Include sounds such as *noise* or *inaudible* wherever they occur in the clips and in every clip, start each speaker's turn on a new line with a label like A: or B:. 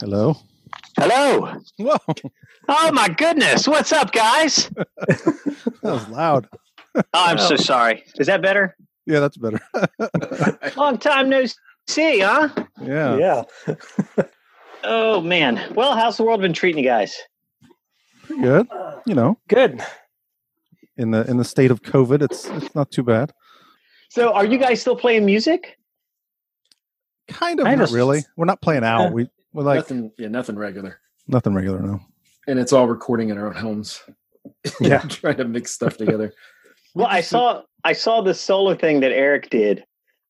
A: Hello.
B: Hello.
A: Whoa, *laughs*
B: Oh my goodness. What's up, *laughs* guys?
A: that was loud.
B: Oh, I'm so sorry. Is that better?
A: Yeah, that's better.
B: Long time no see, huh?
A: Yeah.
C: Yeah,
B: Oh man. Well, how's the world been treating you guys?
A: pretty good. You know,
C: good.
A: in the in the state of COVID, it's it's not too bad.
B: So, are you guys still playing music?
A: Kind of,
C: Kind
A: not
C: of.
A: really. We're not playing out.
C: Yeah.
A: We we're like nothing,
D: nothing, yeah, nothing regular,
A: regular now.
D: and it's all recording in our own homes. *laughs*
C: Yeah.
D: trying to mix stuff together.
B: Well, I saw I saw the solo thing that Eric did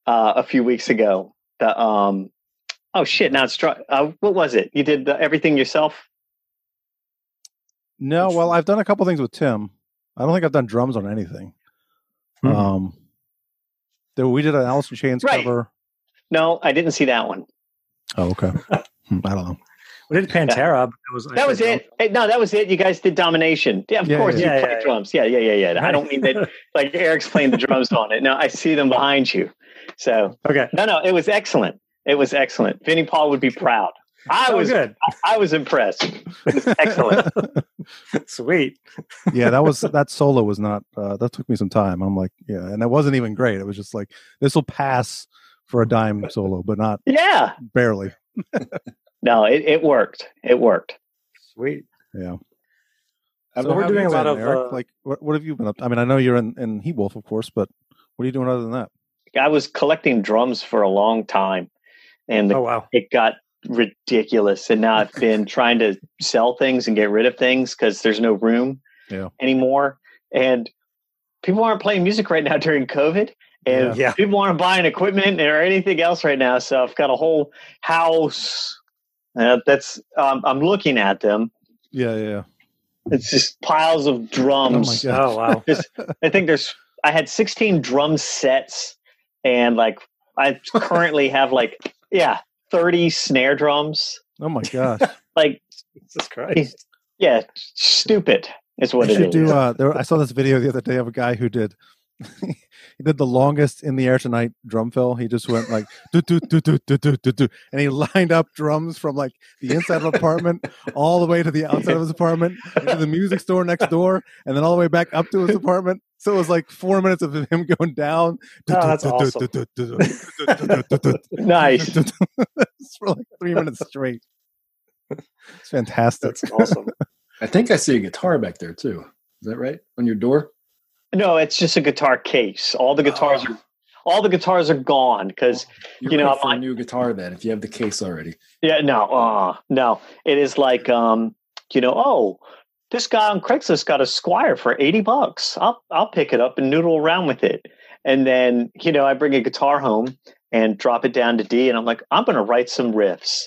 B: uh, a few weeks ago. The um oh shit, now it's try- uh, what was it? You did the, everything yourself?
A: No,
D: Which
A: well,
D: one?
A: I've done a couple things with Tim. I don't think I've done drums on anything.
C: Mhm.
A: Um, there we did an Alice in Chains
B: Right.
A: cover.
B: No, I didn't see that one.
A: Oh,
C: *laughs*
A: okay. Hmm, I don't know.
C: We did Pantera. But that was
B: That was it. Hey, no, that was it. You guys did domination. Yeah, of
A: Yeah,
B: course
A: yeah.
B: you
C: Yeah,
B: played
C: yeah, yeah.
B: drums. Yeah, yeah, yeah, yeah. I don't *laughs* mean
C: *laughs*
B: that like Eric's playing the drums on it. No, I see them behind you. So
C: Okay.
B: no, no, it was excellent. It was excellent. Vinnie Paul would be proud. I
C: Oh,
B: was
C: good.
B: I was impressed. It was *laughs* excellent.
C: *laughs* Sweet.
A: yeah, that was that solo was not uh, that took me some time. I'm like, yeah, and it wasn't even great. It was just like this will pass for a dime solo, but not
B: yeah.
A: barely.
B: No, it, it worked. It worked.
C: Sweet.
A: Yeah.
C: So we're
A: how have
C: doing
A: you
C: a lot
A: been,
C: of,
A: Eric?
C: uh,
A: like what, what have you been up to? I mean, I know you're in, in Heat Wolf, of course, but what are you doing other than that?
B: I was collecting drums for a long time and the,
C: Oh wow.
B: it got ridiculous. And now I've been
C: *laughs*
B: trying to sell things and get rid of things because there's no room
A: Yeah.
B: anymore. And people aren't playing music right now during COVID. And
C: Yeah.
B: people aren't buying equipment or anything else right now. So I've got a whole house uh, that's, um, I'm looking at them.
A: Yeah, yeah, yeah.
B: It's just piles of drums.
A: Yeah.
B: *laughs*
C: Oh wow.
B: I think there's I had 16 drum sets and like I currently have like yeah, 30 snare drums.
A: Oh my gosh!
B: Like
C: Jesus Christ.
B: *laughs* yeah, stupid is what
A: I should
B: it
A: do.
B: is. *laughs*
A: Uh, there, I saw this video the other day of a guy who did *laughs* he did the longest in the air tonight drum fill. He just went like *laughs* do do do do do do do do, and he lined up drums from like the inside of an apartment all the way to the outside of his apartment to the music store next door, and then all the way back up to his apartment. So it was like four minutes of him *laughs* going down. do,
C: Oh,
A: do,
C: that's
A: do, do, *laughs* do, do, do,
C: awesome.
A: do, do, do, do, do, *laughs*
B: nice.
A: It's for like three minutes straight. It's fantastic.
C: *laughs* That's awesome.
D: I think I see a guitar back there too. Is that right on your door?
B: No, it's just a guitar case. All the guitars
A: Oh.
B: are all the guitars are gone cuz
D: You're
B: You know,
D: ready for
B: I-
D: a new guitar then. If you have the case already,
B: Yeah, no, uh, no. It is like, um, you know, oh, this guy on Craigslist got a Squire for eighty bucks. I'll I'll pick it up and noodle around with it, and then you know I bring a guitar home and drop it down to D, and I'm like, I'm gonna write some riffs.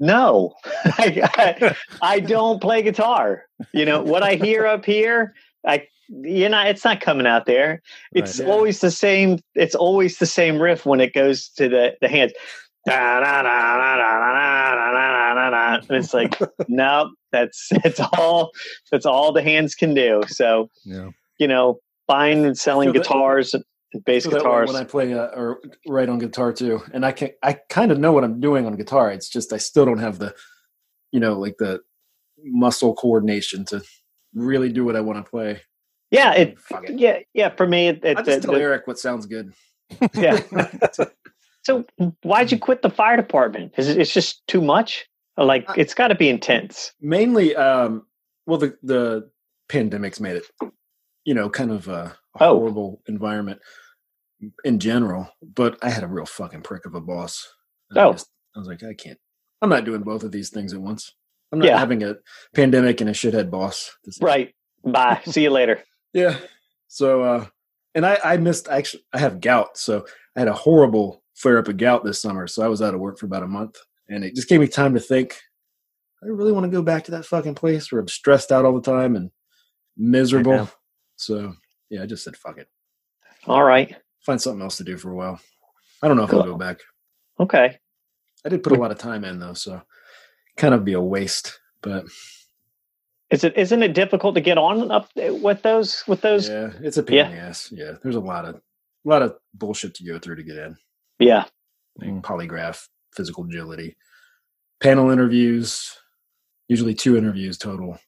B: No, *laughs* I, I, I don't play guitar. You know what I hear up here, I you know it's not coming out there. It's
D: Right.
B: always the same. It's always the same riff when it goes to the the hands. Da, da, da, da, da, da, da, da, da, da. And it's
D: *laughs*
B: like no, that's that's all that's all the hands can do. So
A: yeah.
B: you know, buying and selling
D: So that-
B: guitars and bass
D: So that way
B: guitars.
D: when I play uh, or write on guitar too, and I can I kind of know what I'm doing on guitar. It's just I still don't have the, you know, like the muscle coordination to really do what I want to play.
B: yeah, it.
D: Fuck it.
B: Yeah, yeah. For me, it, it,
D: I just
B: the-
D: tell
B: the-
D: Eric what sounds good.
B: *laughs* yeah. So why'd you quit the fire department? Is it, it's just too much? Like it's got to be intense.
D: mainly um well the the pandemic's made it you know kind of a
B: Oh.
D: horrible environment in general but i had a real fucking prick of a boss And
B: Oh.
D: I, just- I was like i can't i'm not doing both of these things at once i'm not
B: Yeah.
D: having a pandemic and a shithead boss This-
B: Right. *laughs* Bye. See you later.
D: yeah so uh and i i missed actually i have gout so i had a horrible flare up of gout this summer so i was out of work for about a month and it just gave me time to think i really want to go back to that fucking place where i'm stressed out all the time and miserable
C: know.
D: so yeah i just said fuck it
B: All right.
D: find something else to do for a while i don't know if i'll go back
B: Okay.
D: i did put a lot of time in though so kind of be a waste but
B: Is it isn't it difficult to get on up with those with those? Yeah.
D: yeah it's a pain in the ass yeah there's a lot of a lot of bullshit to go through to get in like polygraph, physical agility, panel interviews, usually two interviews total,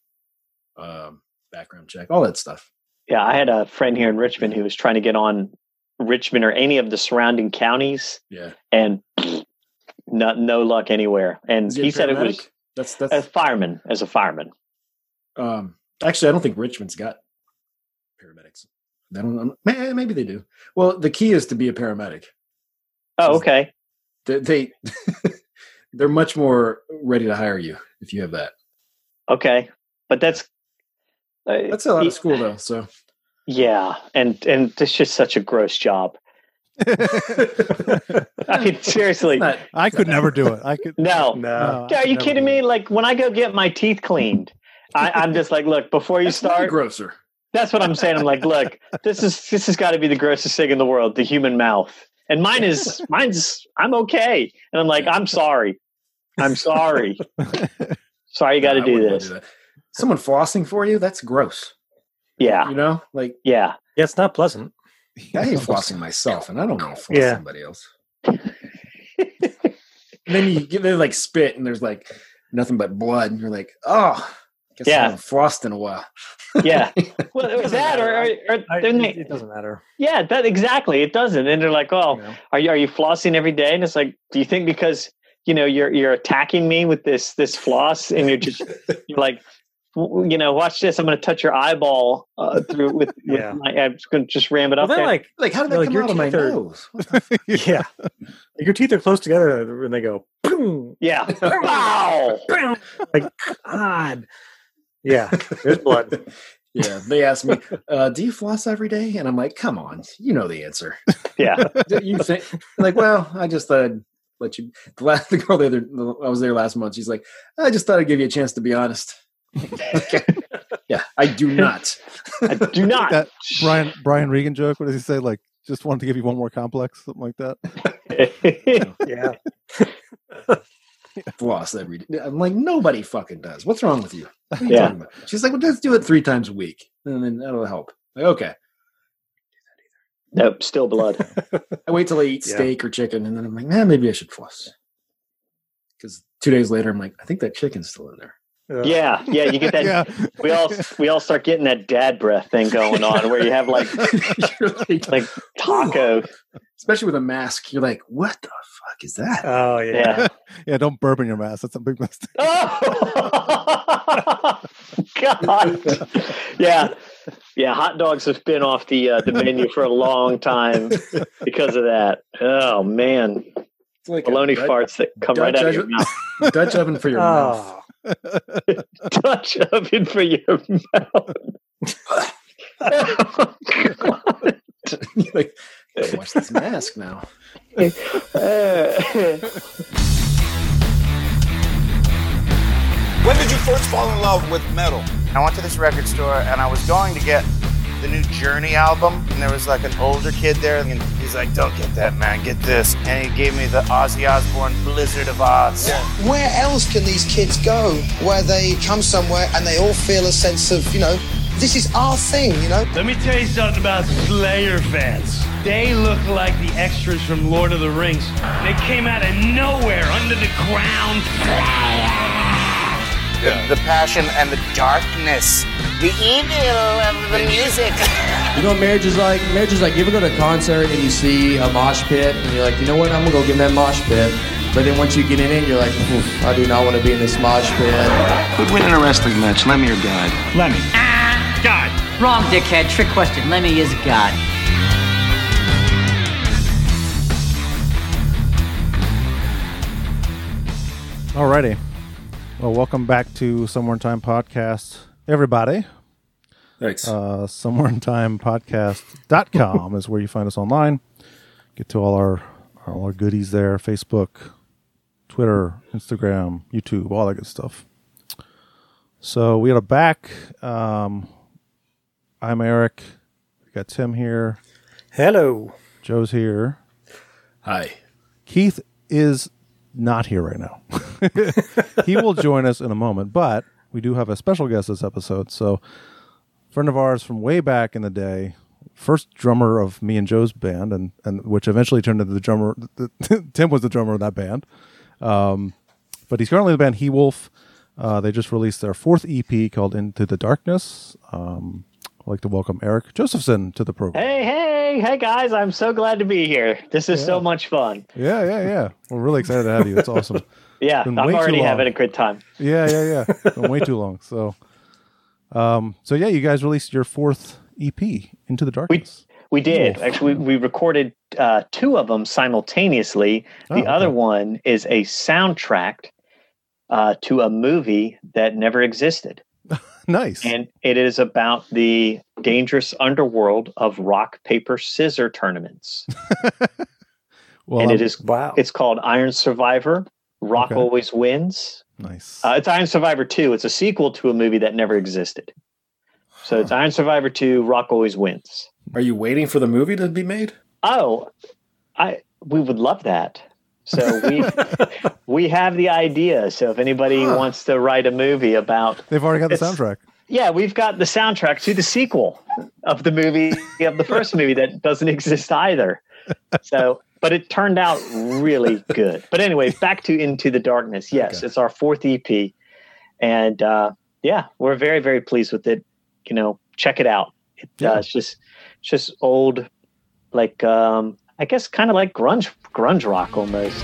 D: um, background check, all that stuff.
B: Yeah, I had a friend here in Richmond who was trying to get on Richmond or any of the surrounding counties,
D: Yeah.
B: and *sniffs* no, no luck anywhere. And
D: Is
B: he
D: a
B: said it was
D: paramedic? that's
B: a
D: that's
B: fireman, as a fireman.
D: um, actually I don't think Richmond's got paramedics. They don't. um, may- eh, Maybe they do. Well, the key is to be a paramedic.
B: Oh,
D: Just-
B: okay.
D: They, they *laughs* they're much more ready to hire you if you have that.
B: Okay, but that's uh,
D: That's a lot of school though. So
B: yeah, and and it's just such a gross job. I mean, seriously,
D: not,
A: I could never do it. I
B: *laughs*
A: could.
B: no.
C: No.
A: I
B: Are
A: could
B: you
A: never
B: kidding
A: do
B: me?
A: it.
B: Like when I go get my teeth cleaned, I, I'm just like, look, before you
D: that's way
B: start,
D: grosser.
B: that's what I'm saying. I'm like, look, this is this has got to be the grossest thing in the world, the human mouth. And mine is mine's I'm okay. And I'm like, I'm sorry. I'm sorry. Sorry you got to
D: I
B: do
D: wouldn't wanna
B: this.
D: that. Someone flossing for you? That's gross.
B: Yeah.
D: You know, like
B: Yeah.
C: Yeah, it's not pleasant.
D: *laughs* I
A: *laughs*
D: hate flossing myself, and I don't want to floss
C: Yeah.
D: somebody else. *laughs* and then you get they like spit, and there's like nothing but blood, and you're like, oh, guess I
B: Yeah.
D: haven't flossed in a while.
B: Yeah. Well, it was that or, or, or
C: I,
B: then
C: it,
B: they,
C: it doesn't matter.
B: yeah, that exactly. It doesn't. And they're like, "Oh,
D: you know?
B: are you are you flossing every day?" And it's like, "Do you think because, you know, you're you're attacking me with this this floss and you're just you're like w- you know, watch this. I'm going to touch your eyeball uh, through with, with
C: Yeah.
B: my. I'm just going to just ram it
C: Well,
B: up there.
C: they're like,
D: Like, how did that
C: Like,
D: come
C: your
D: out of my
C: teeth are-
D: nose? What
C: yeah, Like, your teeth are close together, and they go, boom,
B: Yeah.
C: *laughs*
B: wow. *laughs*
C: boom. Like God, yeah, there's blood.
D: *laughs* the- Yeah, they asked me, uh, "Do you floss every day?" And I'm like, "Come on, you know the answer."
B: Yeah.
D: Don't you think *laughs* like well i just thought i'd let you the last *laughs* the girl the other i was there last month she's like i just thought i'd give you a chance to be honest Okay. yeah
C: *laughs*
D: i do not
B: I do not.
A: That Brian Brian Regan joke. What does he say? Like, just wanted to give you one more complex, something like
B: *laughs*
A: that.
C: Yeah,
D: floss every day i'm like nobody fucking does what's wrong with you What are you
B: Yeah.
D: talking about? she's like well just do it three times a week and then that'll help like, okay
B: *laughs* nope. Still blood.
D: i wait till i
B: *laughs*
D: eat
C: Yeah.
D: steak or chicken and then i'm like nah, maybe i should floss because two days later i'm like i think that chicken's still in there *laughs*
C: Uh,
B: Yeah. Yeah. You get that.
A: yeah.
B: We all we all start getting that dad breath thing going on where you have
D: *laughs*
B: like
D: You're like-
B: like taco.
D: especially with a mask, you're like, what the fuck is that?
C: Oh yeah.
B: Yeah.
A: *laughs* yeah, don't burp in your mask. That's a big mistake.
B: Oh *laughs* God. Yeah. Yeah. Hot dogs have been off the uh, the menu for a long time because of that. Oh man.
D: It's like a
B: Bologna Ah.
D: Dutch-
B: farts that come
D: Dutch
B: right out of your
D: oven-
B: mouth.
D: *laughs*
B: *laughs*
D: Dutch oven for your mouth. *laughs*
C: Oh,
B: Dutch oven for your mouth.
D: You're like, gotta watch this mask now.
B: Uh,
E: When did you first fall in love with metal?
F: I went to this record store and I was going to get the new Journey album, and there was like an older kid there, and he's like, "Don't get that, man. Get this." And he gave me the Ozzy Osbourne Blizzard of Oz.
G: where else can these kids go where they come somewhere and they all feel a sense of, you know, this is our thing, you know?
H: Let me tell you something about Slayer fans. They look like the extras from Lord of the Rings. They came out of nowhere, under the ground.
F: The passion and the darkness, the evil of the music.
I: You know, what marriage is like marriage is like you ever go to a concert and you see a mosh pit and you're like, you know what, I'm gonna go get in that mosh pit. But then once you get in it, you're like, "Oof, I do not want to be in this mosh pit.
D: Who'd win in a wrestling match, Lemmy or God?
H: God.
J: Wrong, dickhead. Trick question. Lemmy is God.
A: Alrighty. Well, welcome back to Somewhere in Time podcast, everybody.
D: Thanks.
A: Uh, somewhere in time podcast.com is where you find us online. Get to all our all our goodies there Facebook, Twitter, Instagram, YouTube, all that good stuff. So we are back. Um, I'm Eric. We got Tim here.
C: hello.
A: Joe's here.
D: Hi.
A: Keith is not here right now. *laughs* he will join us in a moment, but we do have a special guest this episode. So, friend of ours from way back in the day, first drummer of me and Joe's band, and *laughs* and which eventually turned into the drummer. Tim was the drummer of that band. Um, But he's currently in the band He Wolf. Uh, they just released their fourth EP called Into the Darkness. Um, I'd like to welcome Eric Josephson to the program.
B: *laughs* Hey, hey, hey, guys! I'm so glad to be here. This is so much fun.
A: Yeah, yeah, yeah. We're really excited to have you. It's awesome.
B: Yeah,
A: Been way
B: I'm
A: too
B: already
A: long.
B: having a good time.
A: Yeah, yeah, yeah. Been way too long. So, um, so yeah, you guys released your fourth EP, Into the Darkness.
B: We did
A: Wolf.
B: actually. We, we recorded uh, two of them simultaneously. The
A: Oh, okay.
B: other one is a soundtrack uh, to a movie that never existed,
A: nice.
B: and it is about the dangerous underworld of rock paper scissor tournaments.
A: Well,
B: and it
A: I'm-
B: is It's called Iron Survivor. Rock
A: Okay.
B: always wins.
A: Nice.
B: Uh, it's Iron Survivor Two. It's a sequel to a movie that never existed. So it's Iron Survivor Two. Rock always wins.
D: Are you waiting for the movie to be made?
B: Oh, I we would love that. So we we have the idea. So if anybody wants to write a movie about
A: They've already got the
B: It's-
A: soundtrack.
B: yeah, we've got the soundtrack to the sequel of the movie of the first movie that doesn't exist either. So, but it turned out really good. But anyway, back to Into the Darkness. Yes, it's our fourth EP, and uh, yeah, we're very very pleased with it. You know, check it out. It, uh, it's just it's just old, like um, I guess kind of like grunge grunge rock almost.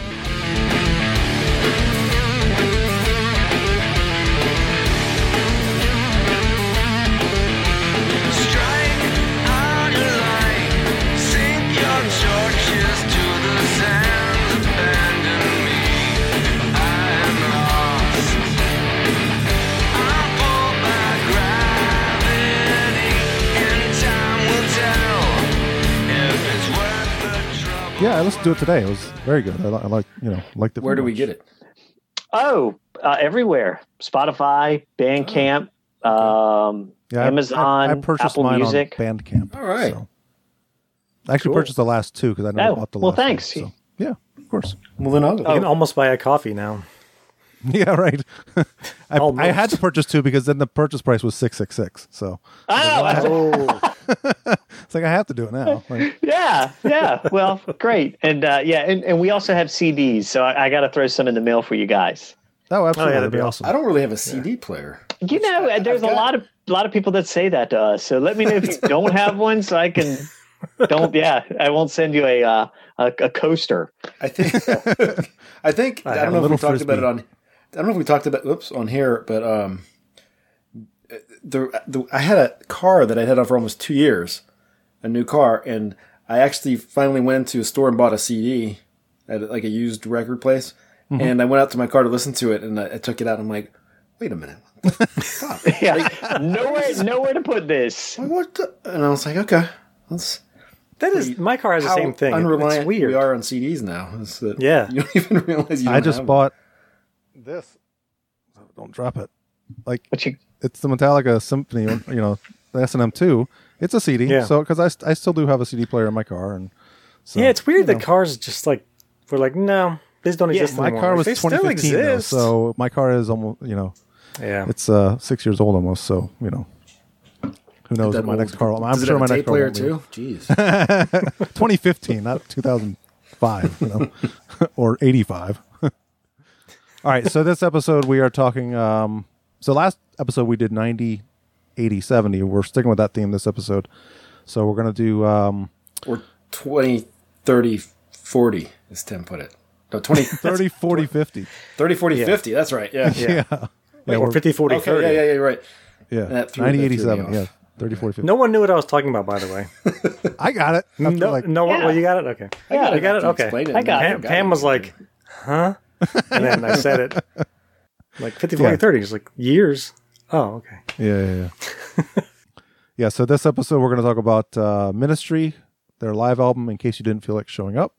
A: Yeah, I listened to it today. It was very good. I, li- I like, you know, like the.
D: Where do we get it?
B: Oh, uh, everywhere. Spotify, Bandcamp, um,
A: Oh. Yeah, I-
B: Amazon,
A: I, I purchased
B: Apple
A: mine
B: Music.
A: on Bandcamp.
D: All right.
A: so. I actually
B: Cool.
A: purchased the last two because I never
B: Oh,
A: bought the
B: well,
A: last. one,
B: thanks.
A: so. Yeah, of course. *laughs*
C: Well, then I'll,
B: Oh.
C: you can almost buy a coffee now.
A: Yeah, right. *laughs* I, I had
C: Almost.
A: to purchase two because then the purchase price was six six six. So
B: *laughs*
A: *laughs*
B: Oh,
A: it's like I have to do it
B: *laughs*
A: now. Like,
B: yeah, yeah. Well, great, and uh, yeah, and, and we also have CDs, so I, I got to throw some in the mail for you guys.
A: oh, absolutely.
C: that'd
A: that'd
C: be
A: be
C: awesome.
A: awesome.
D: I don't really have a CD player.
B: You know, uh, there's a lot of a lot of people that say that to us. So let me know if you don't have one, so I can. Don't yeah, I won't send you a uh, a, a coaster.
D: I think.
C: *laughs*
D: I think. I,
C: have
D: don't
A: a
D: know if we
A: little
D: talked about it
A: frisbee.
D: on. I don't know if we talked about. Oops, on here, but um, the, the I had a car that I had had for almost two years, a new car, and I actually finally went into a store and bought a CD at like a used record place,
C: Mm-hmm.
D: and I went out to my car to listen to it, and I, I took it out. and I'm like, wait a minute,
B: Yeah, nowhere nowhere to put this.
D: what? The? And I was like, okay, that's
C: That is, my car has the
D: how
C: same thing. It-
D: Unreliant
C: It's weird.
D: we are on CDs now. It's that
C: Yeah.
D: *laughs* you don't even realize you. Don't
A: I just
D: have
A: bought this. Oh, Don't drop it. Like
B: But you
A: it's the Metallica Symphony, you know, the S and M two. It's a CD.
C: Yeah.
A: So because I, st- I still do have a CD player in my car, and so
C: yeah, it's weird
A: you
C: that
A: know.
C: cars just like we're like no, these don't exist
A: my
C: anymore.
A: car
C: Like,
A: was
C: they
A: 2015
C: Still
A: though,
C: exist.
A: so my car is almost you know
C: yeah,
A: it's uh six years old almost. So you know, who knows
D: that
A: what my
D: old-
A: next car? will- I'm
D: Does it
A: sure
D: have
A: my
D: a
A: next
D: tape
A: car
D: player
A: won't be.
D: too.
A: *laughs*
D: Jeez,
A: 2015, not 2005, you know, *laughs* or *laughs* 85. All right, so this episode we are talking. Um, so last episode we did 90, 80, 70. We're sticking with that theme this episode. So we're gonna do. Um,
D: or 20, 30, 40, as Tim put it.
A: *laughs*
D: No, 20,
A: 30 40 50
D: 30, 40, 50. That's right. Yeah.
A: yeah *laughs* yeah
C: Wait, or 50, 40,
D: Okay,
C: 30.
D: yeah, yeah, yeah, you're right.
A: yeah
D: That threw-
A: 90
D: that threw me
A: 87
D: off.
A: yeah 30 40 50
C: No one knew what I was talking about, by the way.
A: i got it After,
C: No,
A: like,
C: no. one-
B: Yeah.
C: Well, you got it. Okay, I
B: got
C: you
B: it.
C: got it.
D: You
C: Okay,
D: explained it,
B: I got
D: and
B: it.
D: then
C: Pam, Pam was like, "Huh?" And then I said it, *laughs* like 50, 40,
A: Yeah.
C: 30. It's like years. Oh, okay.
A: yeah yeah yeah yeah so this episode we're going to talk about uh, ministry their live album in case you didn't feel like showing up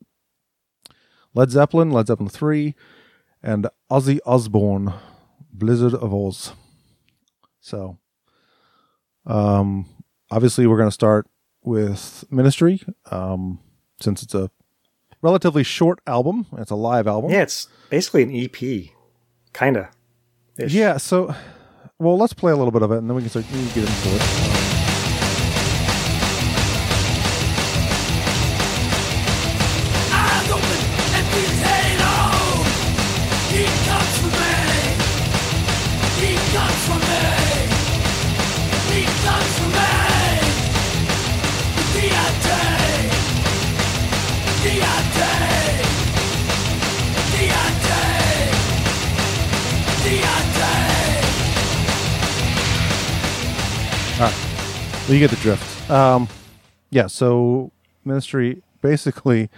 A: led zeppelin led zeppelin 3 and ozzy osbourne blizzard of oz so um obviously we're going to start with ministry um since it's a relatively short album it's a live album
C: Yeah, it's basically an EP, kinda.
A: Yeah, so well, let's play a little bit of it, and then we can start, we can get into it.
K: Eyes open and we take home. He comes from
A: Well, you get the drift. Um, yeah, so Ministry basically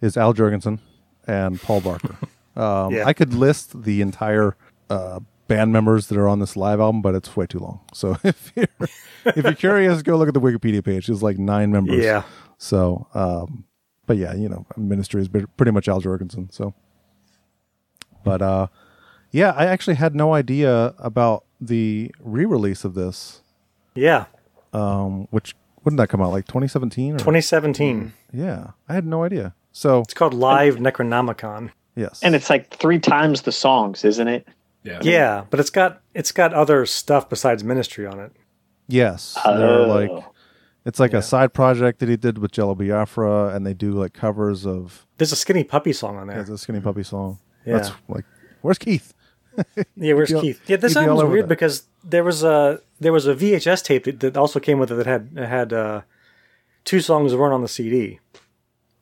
A: is Al Jurgensen and Paul
C: *laughs*
A: Barker. Um,
C: Yeah.
A: I could list the entire uh, band members that are on this live album, but it's way too long. So *laughs* if you're, if you're curious, go look at the Wikipedia page. There's like nine members.
C: Yeah.
A: So, um, but yeah, you know, Ministry is pretty much Al Jurgensen. So, but uh, yeah, I actually had no idea about the re-release of this
C: Yeah.
A: um, which when did that come out? Like 2017 or
C: 2017.
A: Yeah, I had no idea. So
C: It's called Live Necronomicon.
A: yes,
B: And it's like three times the songs, isn't it?
C: Yeah, but it's got it's got other stuff besides ministry on it.
A: yes, they're
B: Oh.
A: like it's like a side project that he did with Jello Biafra, and they do like covers of
C: There's a skinny puppy song on there.
A: yeah, the Skinny Puppy song.
C: Yeah.
A: That's like where's Keith?
C: Yeah, where's
A: be all-
C: Keith? Yeah, this
A: he'd be all
C: album's
A: over
C: weird
A: that.
C: because there was a there was a VHS tape that, that also came with it that had it had uh, two songs that weren't on the CD,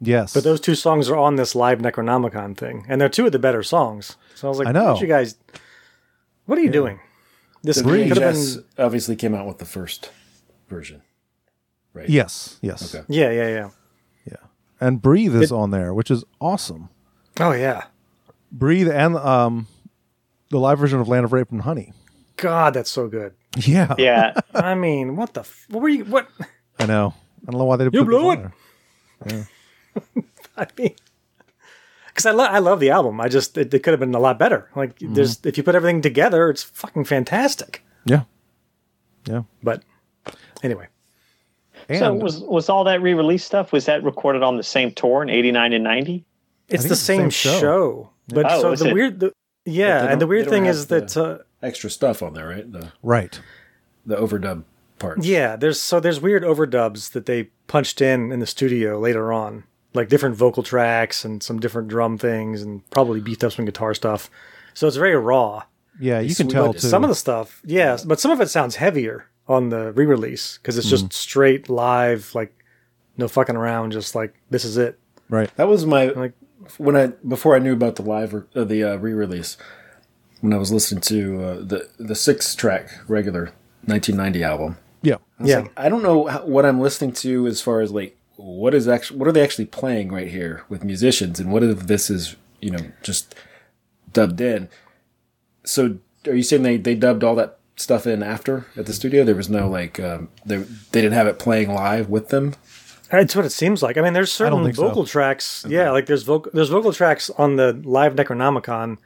A: Yes,
C: but those two songs are on this live Necronomicon thing, and they're two of the better songs. So I was like,
A: I know.
C: what you guys, what are you doing? This
D: The
C: could have
D: VHS
C: been,
D: obviously came out with the first version. Right.
A: yes, yes,
D: Okay.
C: yeah, yeah, yeah.
A: and Breathe is on there, which is awesome.
C: Oh yeah,
A: Breathe and um, the live version of Land of Rape and Honey.
C: God, that's so good.
A: *laughs* Yeah,
B: Yeah.
C: I mean, what the? F- what were you? What?
A: I know. I don't know why they didn't
C: You
A: put this
C: blew
A: on
C: it.
A: there.
C: *laughs* I mean, because I, lo- I love the album. I just it, it could have been a lot better. Like
D: Mm-hmm.
C: there's if you put everything together, it's fucking fantastic.
A: Yeah, yeah.
C: But anyway,
A: And
B: so was was all that re-release stuff? Was that recorded on the same tour in '89 and '90?
C: it's
A: think
C: the
A: it's the
C: same,
A: same
C: show.
A: show.
C: But
B: Oh,
C: so
B: is
C: the
B: it?
C: weird, the,
D: But
C: yeah,
D: they
C: and the
D: don't-
C: weird
D: they don't
C: thing
D: have
C: is
D: the-
C: that uh,
D: Extra stuff on there, right? The
A: right.
D: the overdub part.
C: yeah, there's so there's weird overdubs that they punched in in the studio later on, like different vocal tracks and some different drum things, and probably beefed up some guitar stuff. So it's very raw.
A: Yeah, you can
D: sweet.
A: tell
D: But
A: too.
C: Some of the stuff, yeah, but some of it sounds heavier on the re-release because it's just straight live, like no fucking around, just like this is it.
A: right.
D: That was my
C: Like-
D: when I before I knew about the live or, uh, the uh, re-release when I was listening to uh, the the six track regular 1990 album.
A: Yeah.
D: I was
C: Yeah.
D: like, I don't know how, what I'm listening to as far as like what is actually what are they actually playing right here with musicians and what if this is you know just dubbed in. So are you saying they they dubbed all that stuff in after at the studio? There was no like um, they they didn't have it playing live with them.
C: That's what it seems like. I mean, there's
A: don't
C: certain
A: think so.
C: vocal tracks, yeah, like there's vocal there's vocal tracks on the live Necronomicon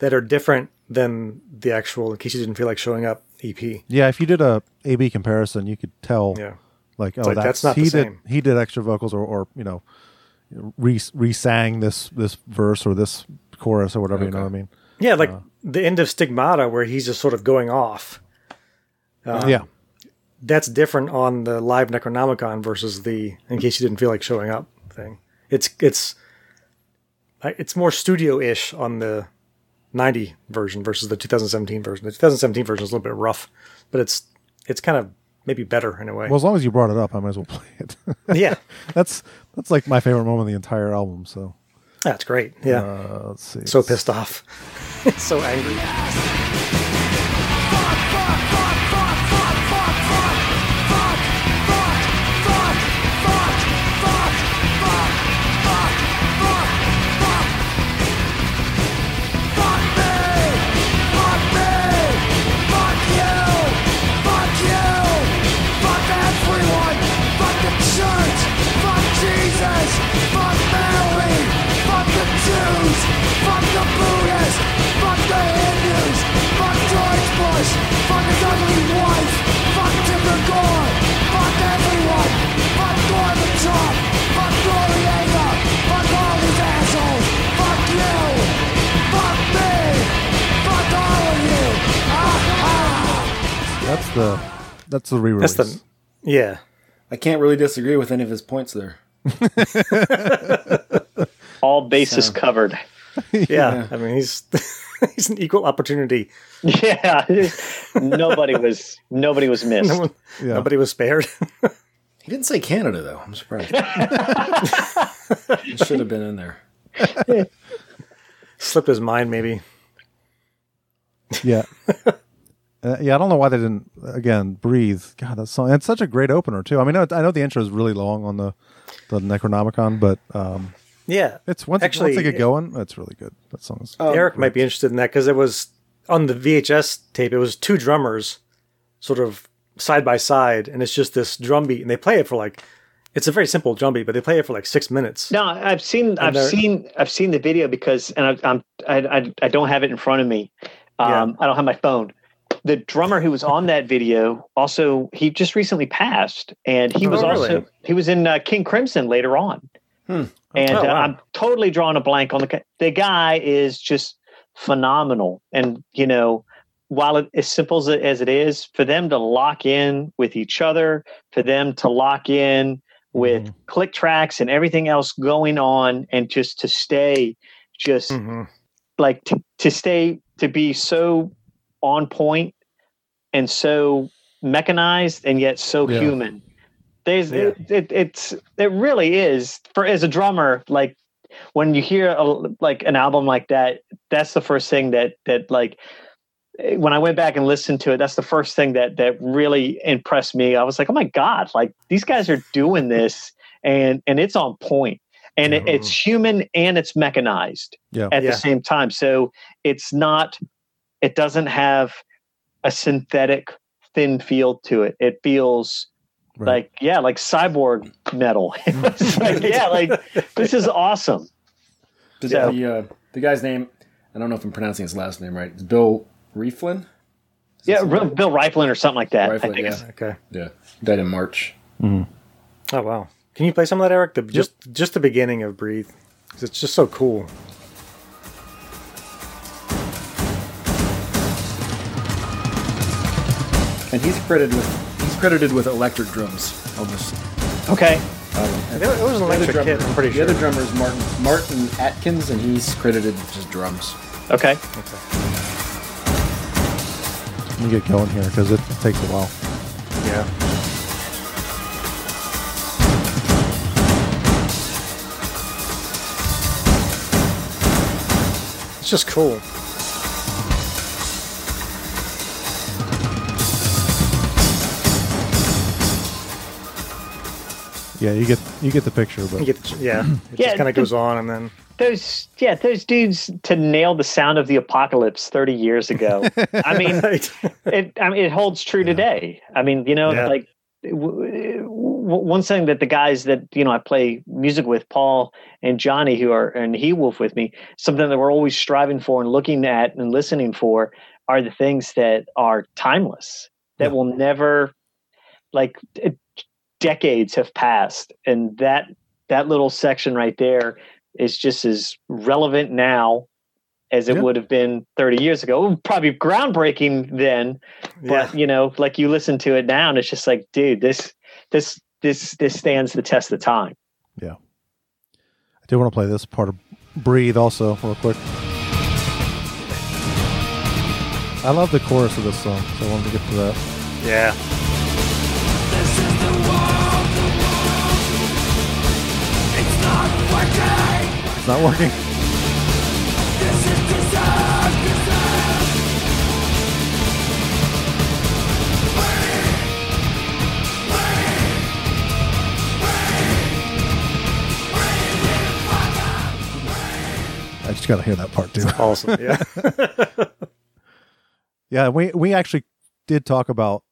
C: that are different than the actual. In case you didn't feel like showing up, E EP.
A: Yeah, if you did a A B comparison, you could tell.
C: Yeah.
A: Like, oh,
C: like,
A: that's,
C: that's not the
A: he
C: same.
A: did he did extra vocals or or you know, re sang this this verse or this chorus or whatever. You know what I mean?
C: Yeah, like the end of Stigmata, where he's just sort of going off. Uh-huh.
A: yeah.
C: that's different on the live Necronomicon versus the in case you didn't feel like showing up thing. It's it's I- it's more studio ish on the 90 version versus the 2017 version. The 2017 version is a little bit rough, but it's it's kind of maybe better in a way.
A: Well, as long as you brought it up, I might as well *laughs* play it.
C: yeah,
A: that's that's like my favorite moment of the entire album. So
C: that's great. Yeah,
A: uh, let's see.
C: so pissed off, *laughs* so angry.
A: that's the that's the re-release.
C: That's the
A: *laughs*
C: yeah.
D: I can't really disagree with any of his points there.
B: All bases covered. *laughs*
C: yeah I mean he's *laughs* he's an equal opportunity.
B: Yeah, it is-
C: *laughs*
B: nobody was nobody was missed.
C: No one,
A: Yeah.
C: Nobody was spared. *laughs*
D: He didn't say Canada though. I'm surprised. it should have been in there.
C: Slipped his mind maybe. *laughs*
A: yeah. Uh, yeah, I don't know why they didn't again breathe. God, that song. It's such a great opener too. I mean, I I know the intro is really long on the the Necronomicon, but um,
C: Yeah,
A: it's once
C: Actually,
A: once
C: Uh,
A: they
C: it-
A: get going, that's really good. That song is.
C: Eric might be interested in that because it was on the VHS tape. It was two drummers, sort of side by side, and it's just this drum beat, and they play it for like. It's a very simple drum beat, but they play it for like six minutes.
B: No, I've seen, I've
C: they're-
B: seen, I've seen the video because, and I, I'm, I, I, I don't have it in front of me. Um, I don't have my phone. The drummer who was on that video also, he just recently passed, and he
C: Oh,
B: was
C: really?
B: also, he was in uh, King Crimson later on. And
C: Oh,
B: uh,
C: wow.
B: I'm totally drawing a blank on the guy. The guy is just phenomenal, and you know, while it, as simple as it, as it is, for them to lock in with each other, for them to lock in with click tracks and everything else going on, and just to stay, just
C: Mm-hmm.
B: like to, to stay to be so on point and so mechanized and yet so
A: Yeah.
B: human there's it, it, it's it really is for as a drummer like when you hear a, like an album like that that's the first thing that that like eh, when i went back and listened to it that's the first thing that that really impressed me i was like oh my god like these guys are doing this and and it's on point and it, it's human and it's mechanized
A: Yeah.
B: at
C: Yeah.
B: the same time so it's not it doesn't have a synthetic thin feel to it it feels
A: Right.
B: like yeah like cyborg metal *laughs* It's like, yeah like this is awesome
D: The,
B: So-
D: the, uh, the guy's name, I don't know if I'm pronouncing his last name right. It's Bill Rieflin.
B: yeah Bill, Bill Riflin or something like that I
D: Riflin,
B: think
D: yeah.
B: it's-
C: Okay.
D: Yeah. Died in March.
C: Oh wow. Can you play some of that, Eric? The, just just the beginning of Breathe, 'Cause it's just so cool.
D: And he's credited with he's credited with electric drums on this
B: okay
C: It was an
D: album. The other
C: electric
D: drummer-
C: kit. I'm pretty
D: the
C: sure.
D: other drummer is Martin Martin Atkins, and he's credited with just drums.
B: okay
A: Let me get going here because it takes a while.
C: yeah. It's just cool.
A: Yeah, you get you get the picture, but
C: You get, yeah. It
B: Yeah,
C: just kind
B: the-
C: of goes on and then. *laughs*
B: those yeah those dudes to nail the sound of the apocalypse 30 years ago i mean it I mean, it holds true today. I mean, you know,
C: Yeah.
B: like w- w- one thing that the guys that you know I play music with, Paul and Johnny, who are and He Wolf with me, something that we're always striving for and looking at and listening for are the things that are timeless that will never like it- decades have passed and that that little section right there is just as relevant now as it
A: Yeah.
B: would have been 30 years ago it would probably be groundbreaking then
C: yeah.
B: but you know like you listen to it now and it's just like dude this this this this stands the test of time
A: I do want to play this part of Breathe also real quick. I love the chorus of this song, so I wanted to get to that.
C: Yeah.
A: It's not working. I just got to hear that part too.
C: Awesome. Yeah. *laughs*
A: Yeah, we we actually did talk about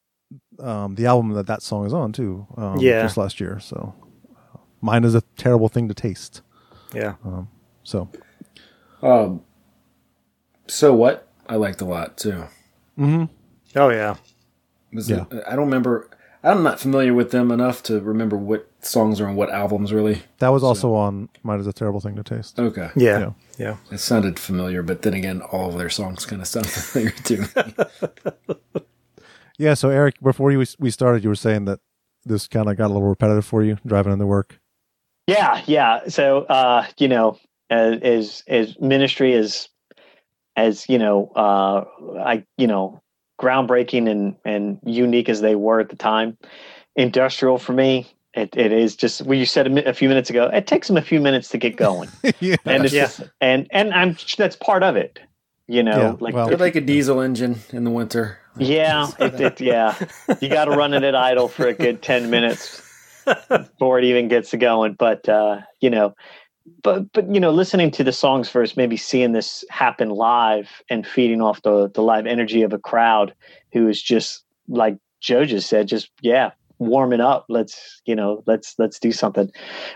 A: um, the album that that song is on too. Um,
C: Yeah.
A: just last year. So uh, mine is a terrible thing to taste.
C: yeah.
A: So
D: Um, so what? I liked a lot too.
C: Oh, yeah.
D: Was
A: Yeah.
D: it- I don't remember. I'm not familiar with them enough to remember what songs are on what albums really.
A: that was also on mine is a terrible thing to taste.
D: Okay,
C: Yeah.
A: Yeah.
C: Yeah.
D: it sounded familiar, but then again, all of their songs kind of sound *laughs* familiar too.
A: Yeah. So Eric, before you we started, you were saying that this kind of got a little repetitive for you driving into work.
C: *laughs*
B: yeah yeah so uh you know as as, as ministry is as you know uh i you know groundbreaking and and unique as they were at the time industrial for me it, it is just what you said a, mi- a few minutes ago it takes them a few minutes to get going
A: *laughs* yeah.
B: and it's
C: Yeah.
B: just, and and i'm that's part of it You know, like
D: they're like a diesel engine in the winter.
B: yeah, it, it, yeah. You got to run it at idle for a good ten minutes before it even gets going. But uh, you know, but but you know, listening to the songs first, maybe seeing this happen live and feeding off the the live energy of a crowd who is just like Joe just said, just yeah, warming up. Let's you know, let's let's do something,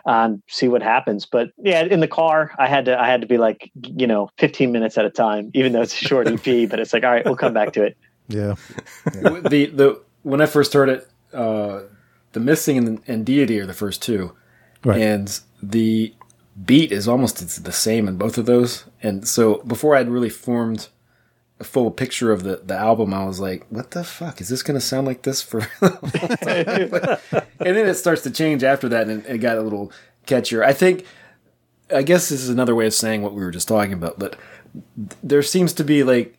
B: um, see what happens. But yeah, in the car, I had to I had to be like you know, fifteen minutes at a time, even though it's a short EP. But it's like, all right, we'll come back to it.
A: Yeah.
D: the the when I first heard it, uh, the missing and, and deity are the first two,
A: Right.
D: and the beat is almost it's the same in both of those. And so before I'd really formed a full picture of the the album, I was like, "What the fuck is this going to sound like this for?" *laughs* and then it starts to change after that, and it got a little catchier. I think, I guess this is another way of saying what we were just talking about, but th- there seems to be like,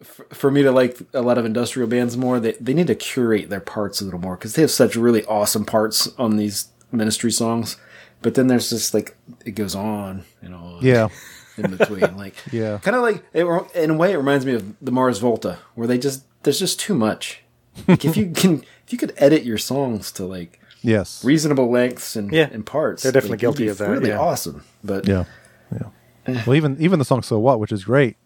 D: f- for me to like a lot of industrial bands more, they, they need to curate their parts a little more because they have such really awesome parts on these ministry songs. But then there's just like, it goes on and on
A: Yeah.
D: in between. Like,
A: Yeah.
D: kind of like it, re- in a way it reminds me of the Mars Volta where they just there's just too much. Like
A: *laughs*
D: if you can if you could edit your songs to like
A: Yes.
D: reasonable lengths and,
C: Yeah.
D: and parts,
C: They're definitely
D: like, you'd be
C: guilty of that,
D: Really
C: yeah.
D: awesome, but
A: Yeah. Yeah. Well, even even the song "So What," which is great,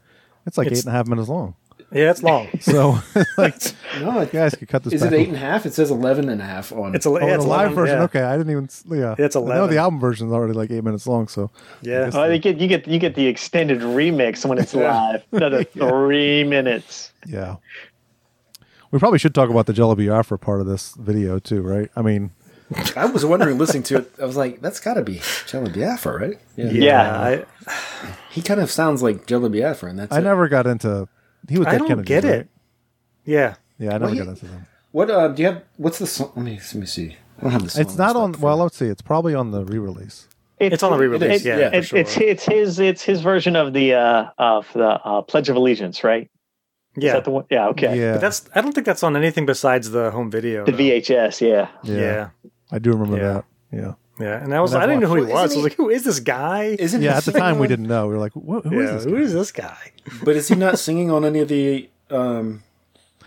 A: it's like
C: It's-
A: eight and a half minutes long.
C: Yeah,
A: *laughs*
C: it's long.
A: So, like,
D: no,
A: you guys could cut this.
D: is
A: back
D: it eight and a half? It says eleven and a half on.
C: It's a
A: Oh,
C: yeah,
A: the
C: it's
A: live
C: long,
A: version.
C: yeah.
A: Okay, I didn't even. s- Yeah,
C: It's
A: I know
C: 11.
A: the album version is already like eight minutes long. So
C: Yeah.
B: Oh, you get you get you get the extended remix when it's live.
A: *laughs*
B: Another three minutes.
A: yeah, we probably should talk about the Jello Biafra part of this video too, right? I mean,
D: *laughs* I was wondering, listening to it, I was like, that's got to be Jello Biafra, right? Yeah.
B: Yeah.
C: I,
D: he kind of sounds like Jello Biafra, and that's
A: I
D: it.
A: never got into. He was
C: I
A: Dead
C: don't
A: Kennedys,
C: get
A: right?
C: it. Yeah.
A: Yeah, I never
D: Well,
A: got
D: he-
A: into them.
D: What uh, do you have? What's the song? Let me let me see. I don't have the song
A: It's not
D: listed
A: on.
D: for-
A: Well, let's see. It's probably on the re-release.
C: It's on the re-release.
D: is,
C: yeah,
D: yeah.
C: for
B: It's
C: sure.
B: it's it's his it's his version of the uh of the uh, Pledge of Allegiance, right? Is
C: yeah.
B: that the one? Yeah, okay.
A: Yeah,
C: But that's I don't think that's on anything besides the home video.
B: The
C: though.
B: VHS, yeah.
A: yeah,
C: Yeah.
A: I do remember
C: Yeah.
A: that. Yeah,
C: Yeah. And I was
A: And
C: I
A: I've
C: didn't know who he
D: watched-
C: was. I
D: Isn't
C: was like, who is this guy?
D: Isn't
A: yeah.
D: he
A: At the
D: singing
A: time, we
D: on-
A: didn't know. We were like, "What? Who is
C: yeah,
A: this?"
C: who
A: guy?
C: is this guy?
D: But is he not singing on any of the um,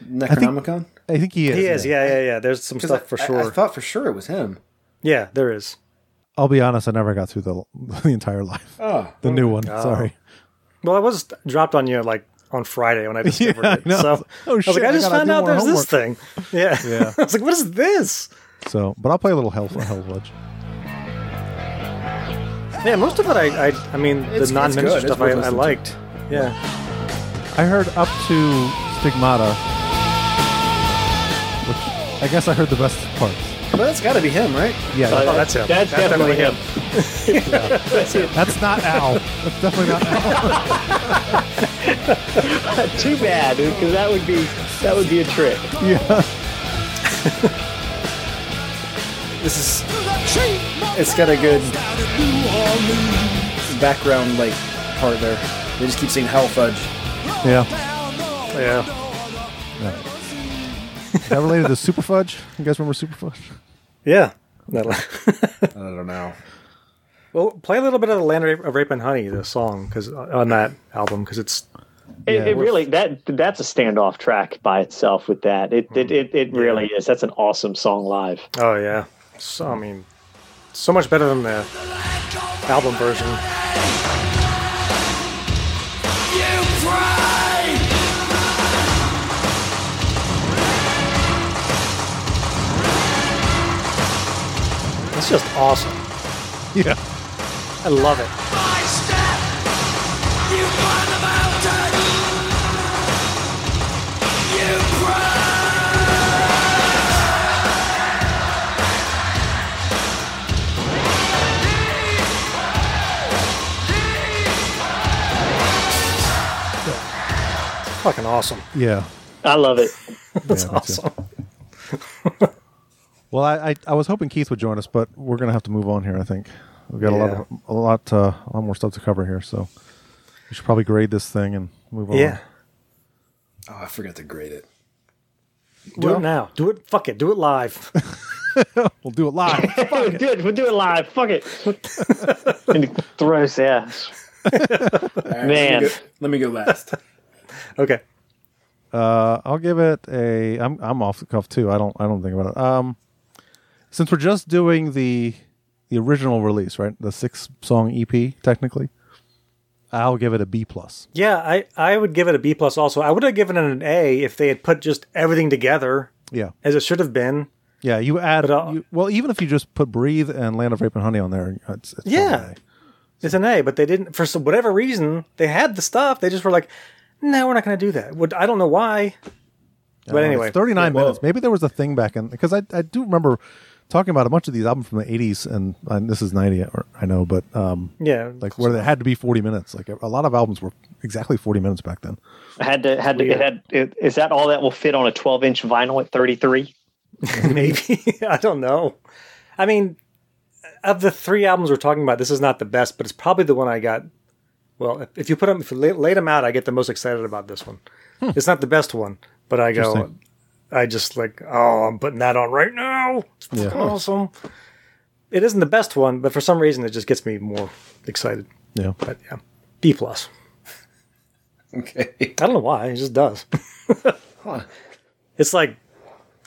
D: Necronomicon?
A: I think he is.
C: He is, yeah, yeah, yeah. There's some
D: 'Cause
C: stuff for
D: I-
C: sure.
D: I, I thought for sure it was him.
C: yeah, there is.
A: I'll be honest. I never got through the *laughs* the entire life.
D: Oh,
A: The new one. Sorry.
C: Well, I was dropped on you like on Friday when I discovered
A: *laughs* Yeah, I
C: it.
A: know.
C: So
A: Oh,
C: I was
A: shit,
C: like, I
A: I
C: just
A: gotta
C: found
A: do
C: out
A: more
C: there's this thing. Yeah.
A: *laughs* Yeah.
C: *laughs* I was like, what is this?
A: So, but I'll play a little Hell Hell Wedge.
C: Yeah, most of it I I, I mean
D: It's- it's
C: the non
D: good.
C: minister
D: It's
C: stuff I,
D: worth
C: I
D: listening to.
C: liked. Yeah.
A: I heard up to Stigmata, which I guess I heard the best parts.
D: well, that's got to be him, right?
A: Yeah,
C: Oh, that's him.
B: That's, definitely him.
A: that's not Al. That's definitely not Al.
B: Too bad, because that would be that would be a trick.
A: Yeah,
D: This is. It's got a good background like part there. They just keep saying "Hell Fudge."
A: *laughs* yeah.
C: Yeah.
A: Is that related to Super Fudge? You guys remember Super Fudge?
C: Yeah. That-
D: I don't know.
C: *laughs* well, play a little bit of the Land of Rape and Honey, the song, because on that album, because it's
B: It,
A: Yeah.
B: it really that that's a standoff track by itself with that. It
C: Hmm.
B: it, it, it really is. That's an awesome song live.
C: oh yeah, so I mean, so much better than the album version. It's just awesome.
A: Yeah.
C: I love it. Fucking awesome.
A: Yeah.
B: I love it.
A: That's
C: Awesome.
A: Well, I, I I was hoping Keith would join us, but we're gonna have to move on here. I think we've got a lot
C: Yeah.
A: of, a lot uh, a lot more stuff to cover here, so we should probably grade this thing and move on.
C: Yeah.
D: Oh, I forgot to grade it.
C: Do it now. Do it. Fuck it. Do it live.
A: we'll
B: *laughs*
A: do it live. *laughs*
B: Fuck, do it. We'll do it live. Fuck it. and throws, yeah. Man.
D: let me go last.
C: okay.
A: Uh, I'll give it a. I'm I'm off the cuff too. I don't I don't think about it. Um, since we're just doing the the original release, right? The six song EP, technically. I'll give it a B plus.
C: Yeah, I, I would give it a B plus also. I would have given it an A if they had put just everything together
A: Yeah,
C: as it should have been.
A: yeah. You add
C: But uh, I'll-
A: you, well, even if you just put "Breathe" and "Land of Rape and Honey" on there, it's, it's
C: Yeah. It's an A, but they didn't for some, whatever reason, they had the stuff. They just were like, no, we're not gonna do that. Would I don't know why.
A: Uh,
C: But anyway.
A: thirty nine
D: Well-
A: minutes. Maybe there was a thing back in because I I do remember talking about a bunch of these albums from the eighties and, and this is ninety or- I know, but um,
C: Yeah.
A: like where they had to be forty minutes. Like a lot of albums were exactly forty minutes back then.
B: Had to had to it had it, is that all that will fit on a 12 inch vinyl at 33?
C: *laughs* maybe I don't know. I mean, of the three albums we're talking about, this is not the best, but it's probably the one I got. Well, if- if you put them, if you lay, laid them out, I get the most excited about this one. It's not the best one, but I go,
A: Hmm. Interesting.
C: I just like, oh, I'm putting that on right now. It's
A: Yeah.
C: fucking awesome. It isn't the best one, but for some reason, it just gets me more excited.
A: Yeah.
C: But yeah, B plus.
D: *laughs* Okay.
C: I don't know why. It just does. It's like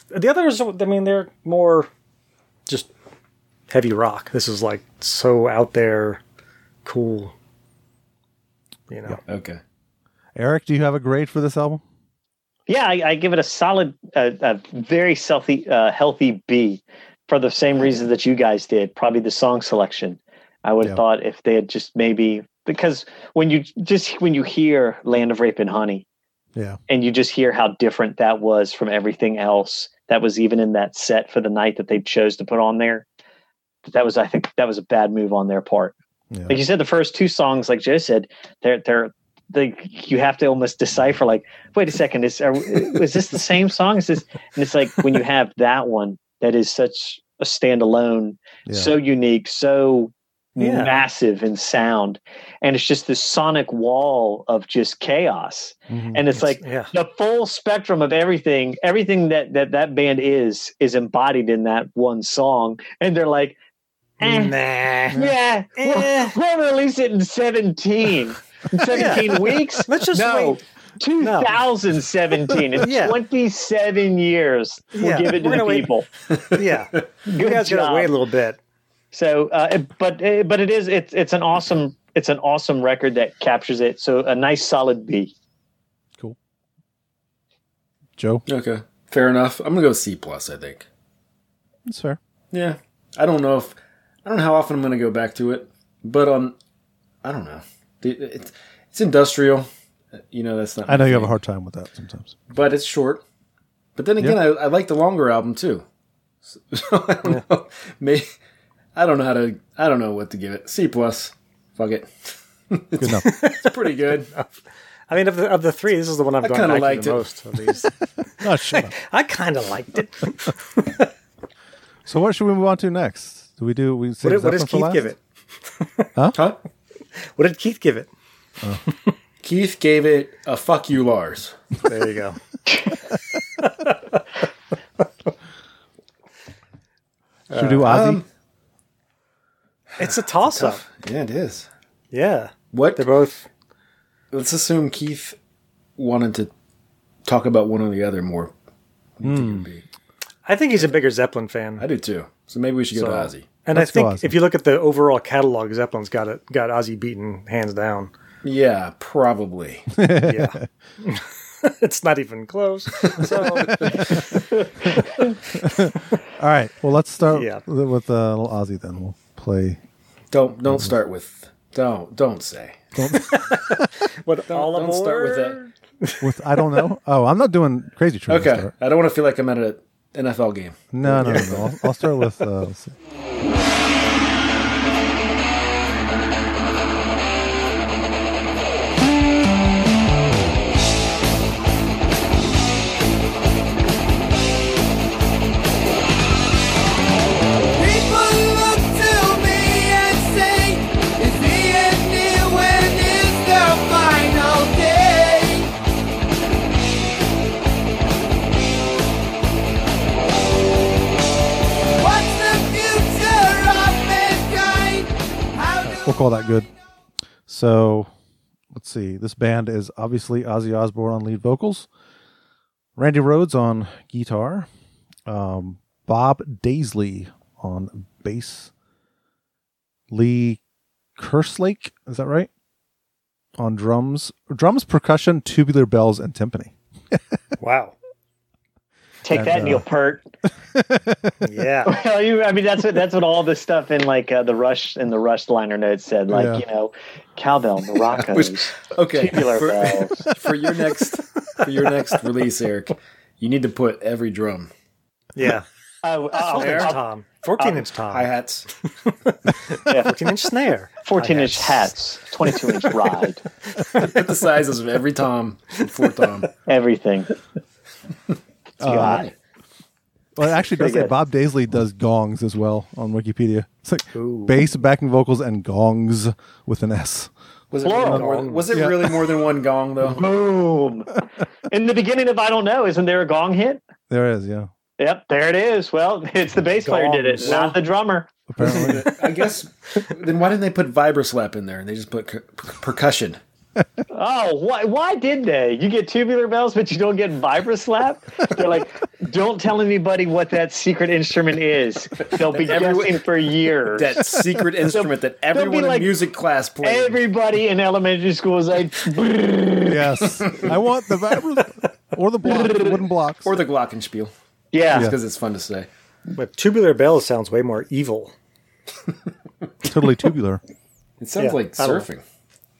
C: the others. I mean, they're more just heavy rock. This is like so out there, cool. You know,
D: Okay.
A: Eric, do you have a grade for this album?
B: Yeah, I, I give it a solid, a, a very healthy, uh, healthy B, for the same reasons that you guys did. Probably the song selection. I would have
A: Yeah.
B: thought if they had just maybe because when you just when you hear "Land of Rape and Honey"
A: Yeah,
B: and you just hear how different that was from everything else that was even in that set for the night that they chose to put on there. That was, I think, that was a bad move on their part.
A: yeah.
B: like you said, the first two songs, like Joe said, they're they're they you have to almost decipher. Like, wait a second, is are, is this the same song? Is this? And it's like when you have that one that is such a standalone,
A: Yeah.
B: so unique, so
C: Yeah.
B: massive in sound, and it's just this sonic wall of just chaos.
A: Mhm.
B: And it's like
C: yeah,
B: the full spectrum of everything everything that that that band is is embodied in that one song and they're like eh,
C: nah.
B: yeah,
C: Eh.
B: we'll, we'll release it in
C: *laughs*
B: 17. In 17 weeks?
C: Let's just
B: No.
C: wait.
B: 2017. In
C: Yeah.
B: 27 years, we'll
C: Yeah,
B: give it to
C: we're
B: the
C: gonna wait.
B: people.
C: Yeah, you
B: Good
C: guys gotta
B: job.
C: wait a little bit.
B: So, uh, it- but uh, but it is it's it's an awesome it's an awesome record that captures it. So a nice solid B.
A: Joe,
D: Okay. Fair enough. I'm gonna go C plus. I think.
A: that's fair.
D: Yeah. I don't know if I don't know how often I'm gonna go back to it, but um, I don't know. It- It's it's industrial. You know that's not.
A: I know
D: my
A: you have a
D: thing.
A: hard time with that sometimes.
D: but it's short. But then again, I, I like the longer album too. So, *laughs* I don't know. May- I don't know how to. I don't know what to give it. C plus. Fuck it.
A: Good enough.
D: It's pretty good.
C: I mean, of the of the three, this is the one I've
D: I
C: gone
D: kinda
C: back
D: liked
C: to the
D: it.
C: most. Of these.
A: Oh, shut up.
C: I kind of liked it.
A: So what should we move on to next? Do we do we
C: What,
A: save
C: did, what
A: Zeppelin
C: does
A: for last?
C: Keith give it?
D: *laughs* huh?
C: What did Keith give it?
D: Keith gave it a fuck you, Lars.
C: There you go.
A: Should we do
C: Uh,
A: Ozzy?
D: Um,
C: It's a toss up.
D: yeah, it is.
C: Yeah,
D: What?
C: they're both.
D: Let's assume Keith wanted to talk about one or the other more. Hmm.
C: I think he's a bigger Zeppelin fan.
D: I do too. So maybe we should go to Ozzy.
C: And
A: Let's
C: I
A: go
C: think
A: Ozzy.
C: if you look at the overall catalog, Zeppelin's got it got Ozzy beaten hands down. *laughs*
D: Yeah, *laughs* probably.
C: Yeah. it's not even close. *laughs* So
A: All right. Well, let's start
C: Yeah.
A: with, with uh, little Ozzy then. We'll play.
D: don't don't start with don't don't say. *laughs*
C: what all
D: Don't start with that.
A: With I don't know. Oh, I'm not doing crazy train. to
D: Okay,
A: start.
D: I don't want to feel like I'm at an NFL game.
A: No, no, no. no. I'll, I'll start with. Uh, let's see.
E: People look to me and say, Is he in here? When is their final day? What's the future of mankind? How do
A: we'll call that good. So let's see. This band is obviously Ozzy Osbourne on lead vocals, Randy Rhodes on guitar, um, Bob Daisley on bass, Lee Kerslake, is that right? On drums, drums, percussion, tubular bells, and timpani.
C: Wow.
B: Take
A: And,
B: that,
A: uh,
B: Neil Peart.
C: Yeah.
B: Well, you, I mean, that's what that's what all this stuff in like uh, the Rush in the Rush liner notes said. Like
A: Yeah.
B: you know, *laughs* cowbell, maracas,
D: Which- Okay.
B: tubular
D: For,
B: bells.
D: *laughs* for your next for your next release, Eric, you need to put every drum.
C: Yeah.
B: Oh, oh,
C: Fourteen inch
B: oh,
C: tom. Fourteen inch
D: Hi
C: tom.
D: hats.
C: Fourteen inch *laughs* snare.
B: 14 inch
C: hi-hats.
B: hats, 22 inch ride,
D: Put the sizes of every tom and four tom.
B: *laughs* everything.
A: Uh, well, it actually does
B: Pretty
A: say
B: good.
A: Bob Daisley does gongs as well on Wikipedia. It's like
C: Ooh.
A: bass, backing vocals, and gongs with an S.
D: Was it, really
B: Plural.
D: more, was it really more than one gong though?
B: Boom. In the beginning of I Don't Know, isn't there a gong hit?
A: There it is, yeah.
B: Yep, there it is. Well, *laughs* it's the bass player did it,
C: Gongs.
B: not the drummer.
A: Apparently,
D: I guess. Then why didn't they put vibroslap in there? They just put per- percussion.
B: Oh, why, why did they? You get tubular bells, but you don't get vibroslap? They're like, don't tell anybody what that secret instrument is. They'll be
D: Everyone-
B: guessing for years.
C: *laughs*
D: That secret instrument that
B: be
D: everyone
B: like-
D: in music class plays.
B: Everybody in elementary school is like,
A: yes. I want the vibra *laughs* or the block, the wooden blocks.
D: or the glockenspiel.
B: yeah.
D: Because it's fun to say.
C: But tubular bells sounds way more evil.
A: totally tubular.
D: It sounds
C: Yeah,
D: like
C: I don't know.
D: surfing.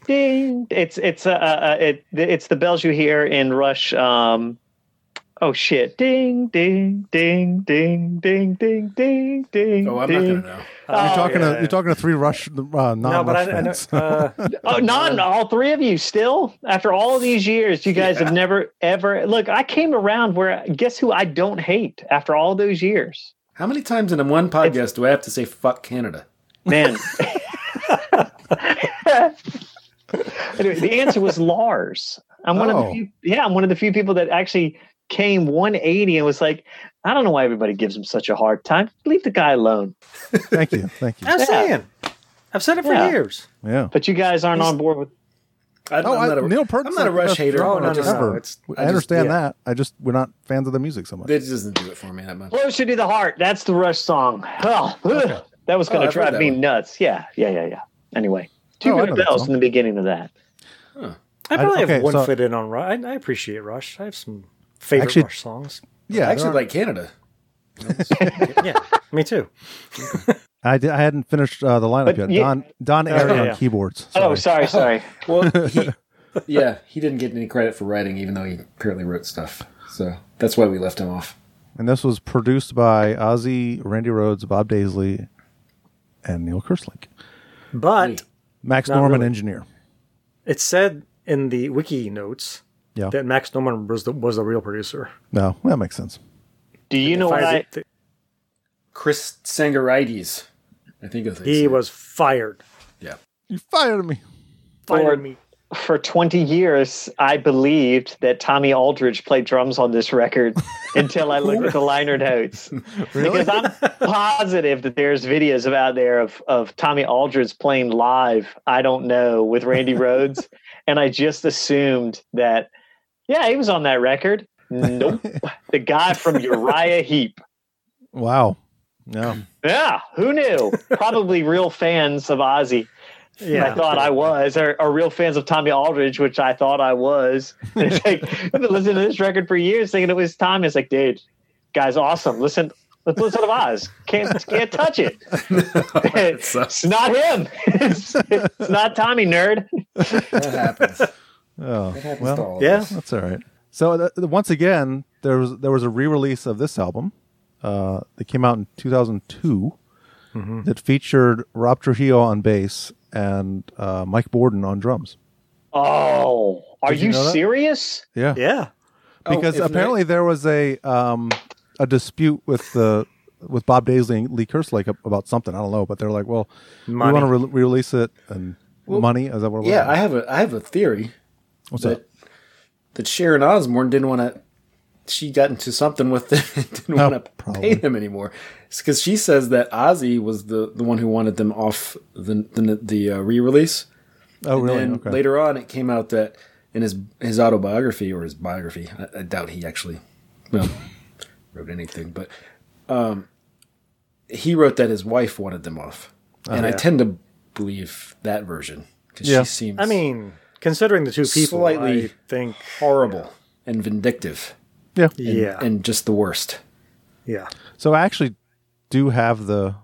B: Ding. It's it's uh, uh it it's the bells you hear in Rush. Um, oh shit! Ding ding ding ding ding ding ding ding.
D: Oh, I'm
B: ding.
D: not gonna know.
A: you're talking to
C: yeah.
A: you're talking to three rush uh, non
C: No, but
A: rush
C: I, I know.
A: fans.
C: Uh,
B: Oh, not all three of you still. After all of these years, you guys have never ever look. I came around where guess who I don't hate after all those years,
D: How many times in one podcast do I have to say fuck Canada?
B: man. *laughs* anyway, the answer was Lars. I'm one of
A: Oh.
B: the few, yeah, I'm one of the few people that actually came 180 and was like, I don't know why everybody gives him such a hard time. Leave the guy alone.
A: *laughs* thank you,
C: *laughs*
A: thank you.
C: *laughs* I'm saying. I've said it for
B: Yeah.
C: years.
A: Yeah.
B: But you guys aren't on board with.
D: I,
A: No,
D: I'm,
A: I,
D: not a,
A: Neil Peart's
D: I'm not a
A: like the
D: Rush
A: best
D: hater.
A: drummer
C: Oh, no, no,
D: I just,
C: no.
A: ever.
C: it's-
A: I, understand
C: yeah.
A: that. I just we're not fans of the music so much.
D: It doesn't do it for me that much.
B: Closer to the heart. That's the Rush song. Oh, ugh, that was going
D: Oh,
B: to
D: I've heard
B: drive
D: that
B: me
D: one.
B: nuts. Yeah, yeah, yeah, yeah. Anyway, two
A: Oh, I
B: good
A: know that
B: bells
A: song.
B: in the beginning of that.
C: I probably
A: okay,
C: have one
A: so-
C: foot in on Rush. I, I appreciate Rush. I have some favorite
A: Actually-
C: Rush songs.
A: yeah,
D: I actually
A: there are-
D: like Canada.
C: Yeah, me too.
A: I, did, I hadn't finished uh, the lineup
B: But
A: yet.
B: yeah-
A: Don Don Airy
C: yeah,
A: on
C: yeah.
A: keyboards.
B: Oh, sorry, sorry.
D: Well, he, yeah, he didn't get any credit for writing, even though he apparently wrote stuff. So that's why we left him off.
A: And this was produced by Ozzy, Randy Rhodes, Bob Daisley, and Neil Kerslake.
C: But
A: Max
C: Not
A: Norman,
C: really.
A: engineer.
C: it said in the wiki notes
A: Yeah.
C: that Max Norman was the was the real producer.
A: No, that makes sense.
B: Do you know what
C: Fired
B: I?
C: it- th-
D: Chris Sangarides, I think that's
C: he was fired.
A: You fired me.
C: Fired
B: Or-
C: me.
B: For 20 years, I believed that Tommy Aldridge played drums on this record until I looked at the liner notes. Because I'm positive that there's videos out there of, of Tommy Aldridge playing live, I don't know, with Randy Rhodes. and I just assumed that, yeah, he was on that record. Nope. the guy from Uriah Heep.
A: Wow. No.
B: Yeah, who knew? Probably real fans of Ozzy.
C: Yeah.
B: I thought I was, or, or real fans of Tommy Aldridge, which I thought I was. *laughs* And it's like I've been listening to this record for years, thinking it was Tommy. It's like, dude, guy's awesome. Listen, let's listen to Oz. Can't can't
A: *laughs*
B: touch it. *laughs*
D: It's
B: It's not him. *laughs* It's, it's not Tommy, nerd.
D: that happens.
A: Oh,
D: That happens to
A: well,
D: all of
C: Yeah.
D: us.
A: that's all right. So th- th- once again, there was there was a re-release of this album. Uh, that came out in 2002. That featured Rob Trujillo on bass and uh, Mike Borden on drums.
B: Oh, are
A: Did you
B: you,
A: know that?
B: serious?
A: Yeah,
C: Yeah.
D: Oh,
A: because
D: if
A: apparently there was a um, a dispute with the with Bob Daisley and Lee Kerslake ab- about something. I don't know, but they're like, well,
C: Money.
A: we want to re- release it and money. Is that what? It
D: they-
A: was?
D: yeah, I have a I have a theory
A: What's
D: that that Sharon Osbourne didn't want to. She got into something with *laughs* them and didn't
A: Oh,
D: want to
A: probably.
D: pay them anymore. because she says that Ozzy was the, the one who wanted them off the the, the uh, re release,
A: Oh,
D: And
A: really?
D: then
A: Okay.
D: Later on, it came out that in his his autobiography or his biography, I, I doubt he actually well, *laughs* wrote anything, but um, he wrote that his wife wanted them off,
C: Oh,
D: and I
C: yeah.
D: tend to believe that version because
A: Yeah.
D: she seems
C: I mean, considering the two people,
D: Slightly
C: I think
D: horrible and vindictive,
A: Yeah.
D: and,
C: Yeah.
D: and just the worst.
C: Yeah.
A: So I actually do have the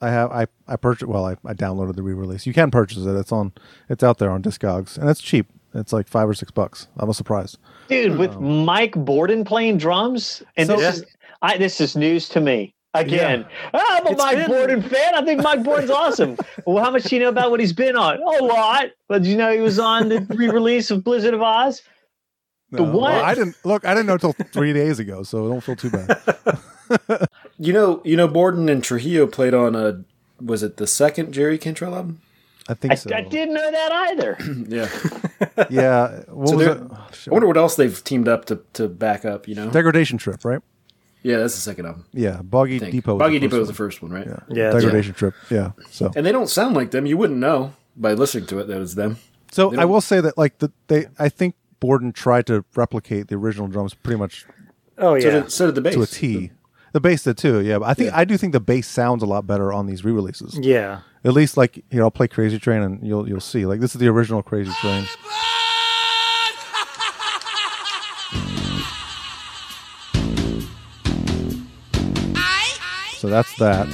A: I have I I purchased well I, I downloaded the re-release. You can purchase it. It's on it's out there on Discogs and it's cheap. It's like 5 or 6 bucks. I was surprised.
B: dude, with Mike Borden playing drums, and
A: Um, So-
B: this is I, this is news to me. Again, Ah, I'm a
C: It's
B: Mike
C: been-
B: Borden fan. I think Mike Borden's
A: *laughs*
B: awesome. Well, how much do you know about what he's been on? A lot. But did you know he was on the re-release of Blizzard of Oz? The
A: No.
B: what?
A: Well, I didn't look. I didn't know till three *laughs* days ago, so don't feel too bad.
D: You know, you know, Borden and Trujillo played on a was it the second Jerry Cantrell album?
A: I think
B: I,
A: so.
B: I didn't know
A: *clears throat*
B: that either.
D: *laughs* Yeah.
A: Yeah. What
D: So
A: was
D: they're-
A: it? Oh,
D: I
A: shit.
D: wonder what else they've teamed up to, to back up. You know,
A: Degradation Trip, right?
D: yeah, that's the second album.
A: Yeah. Boggy
D: I think.
A: Depot. was
D: Boggy
A: the first
D: Depot was the
A: one.
D: first one, right?
C: Yeah. that's-
A: Degradation Trip. Yeah. So
D: And they don't sound like them. You wouldn't know by listening to it that it's them.
A: So
D: They
A: I
D: don't-
A: will say that like the, they I think Borden tried to replicate the original drums pretty much
C: Oh yeah.
D: So, did, so did the bass.
A: to a T. The bass did too, yeah. But I think
D: Yeah.
A: I do think the bass sounds a lot better on these re-releases.
C: yeah.
A: At least like here, I'll play Crazy Train and you'll you'll see. Like this is the original Crazy Train. So that's that.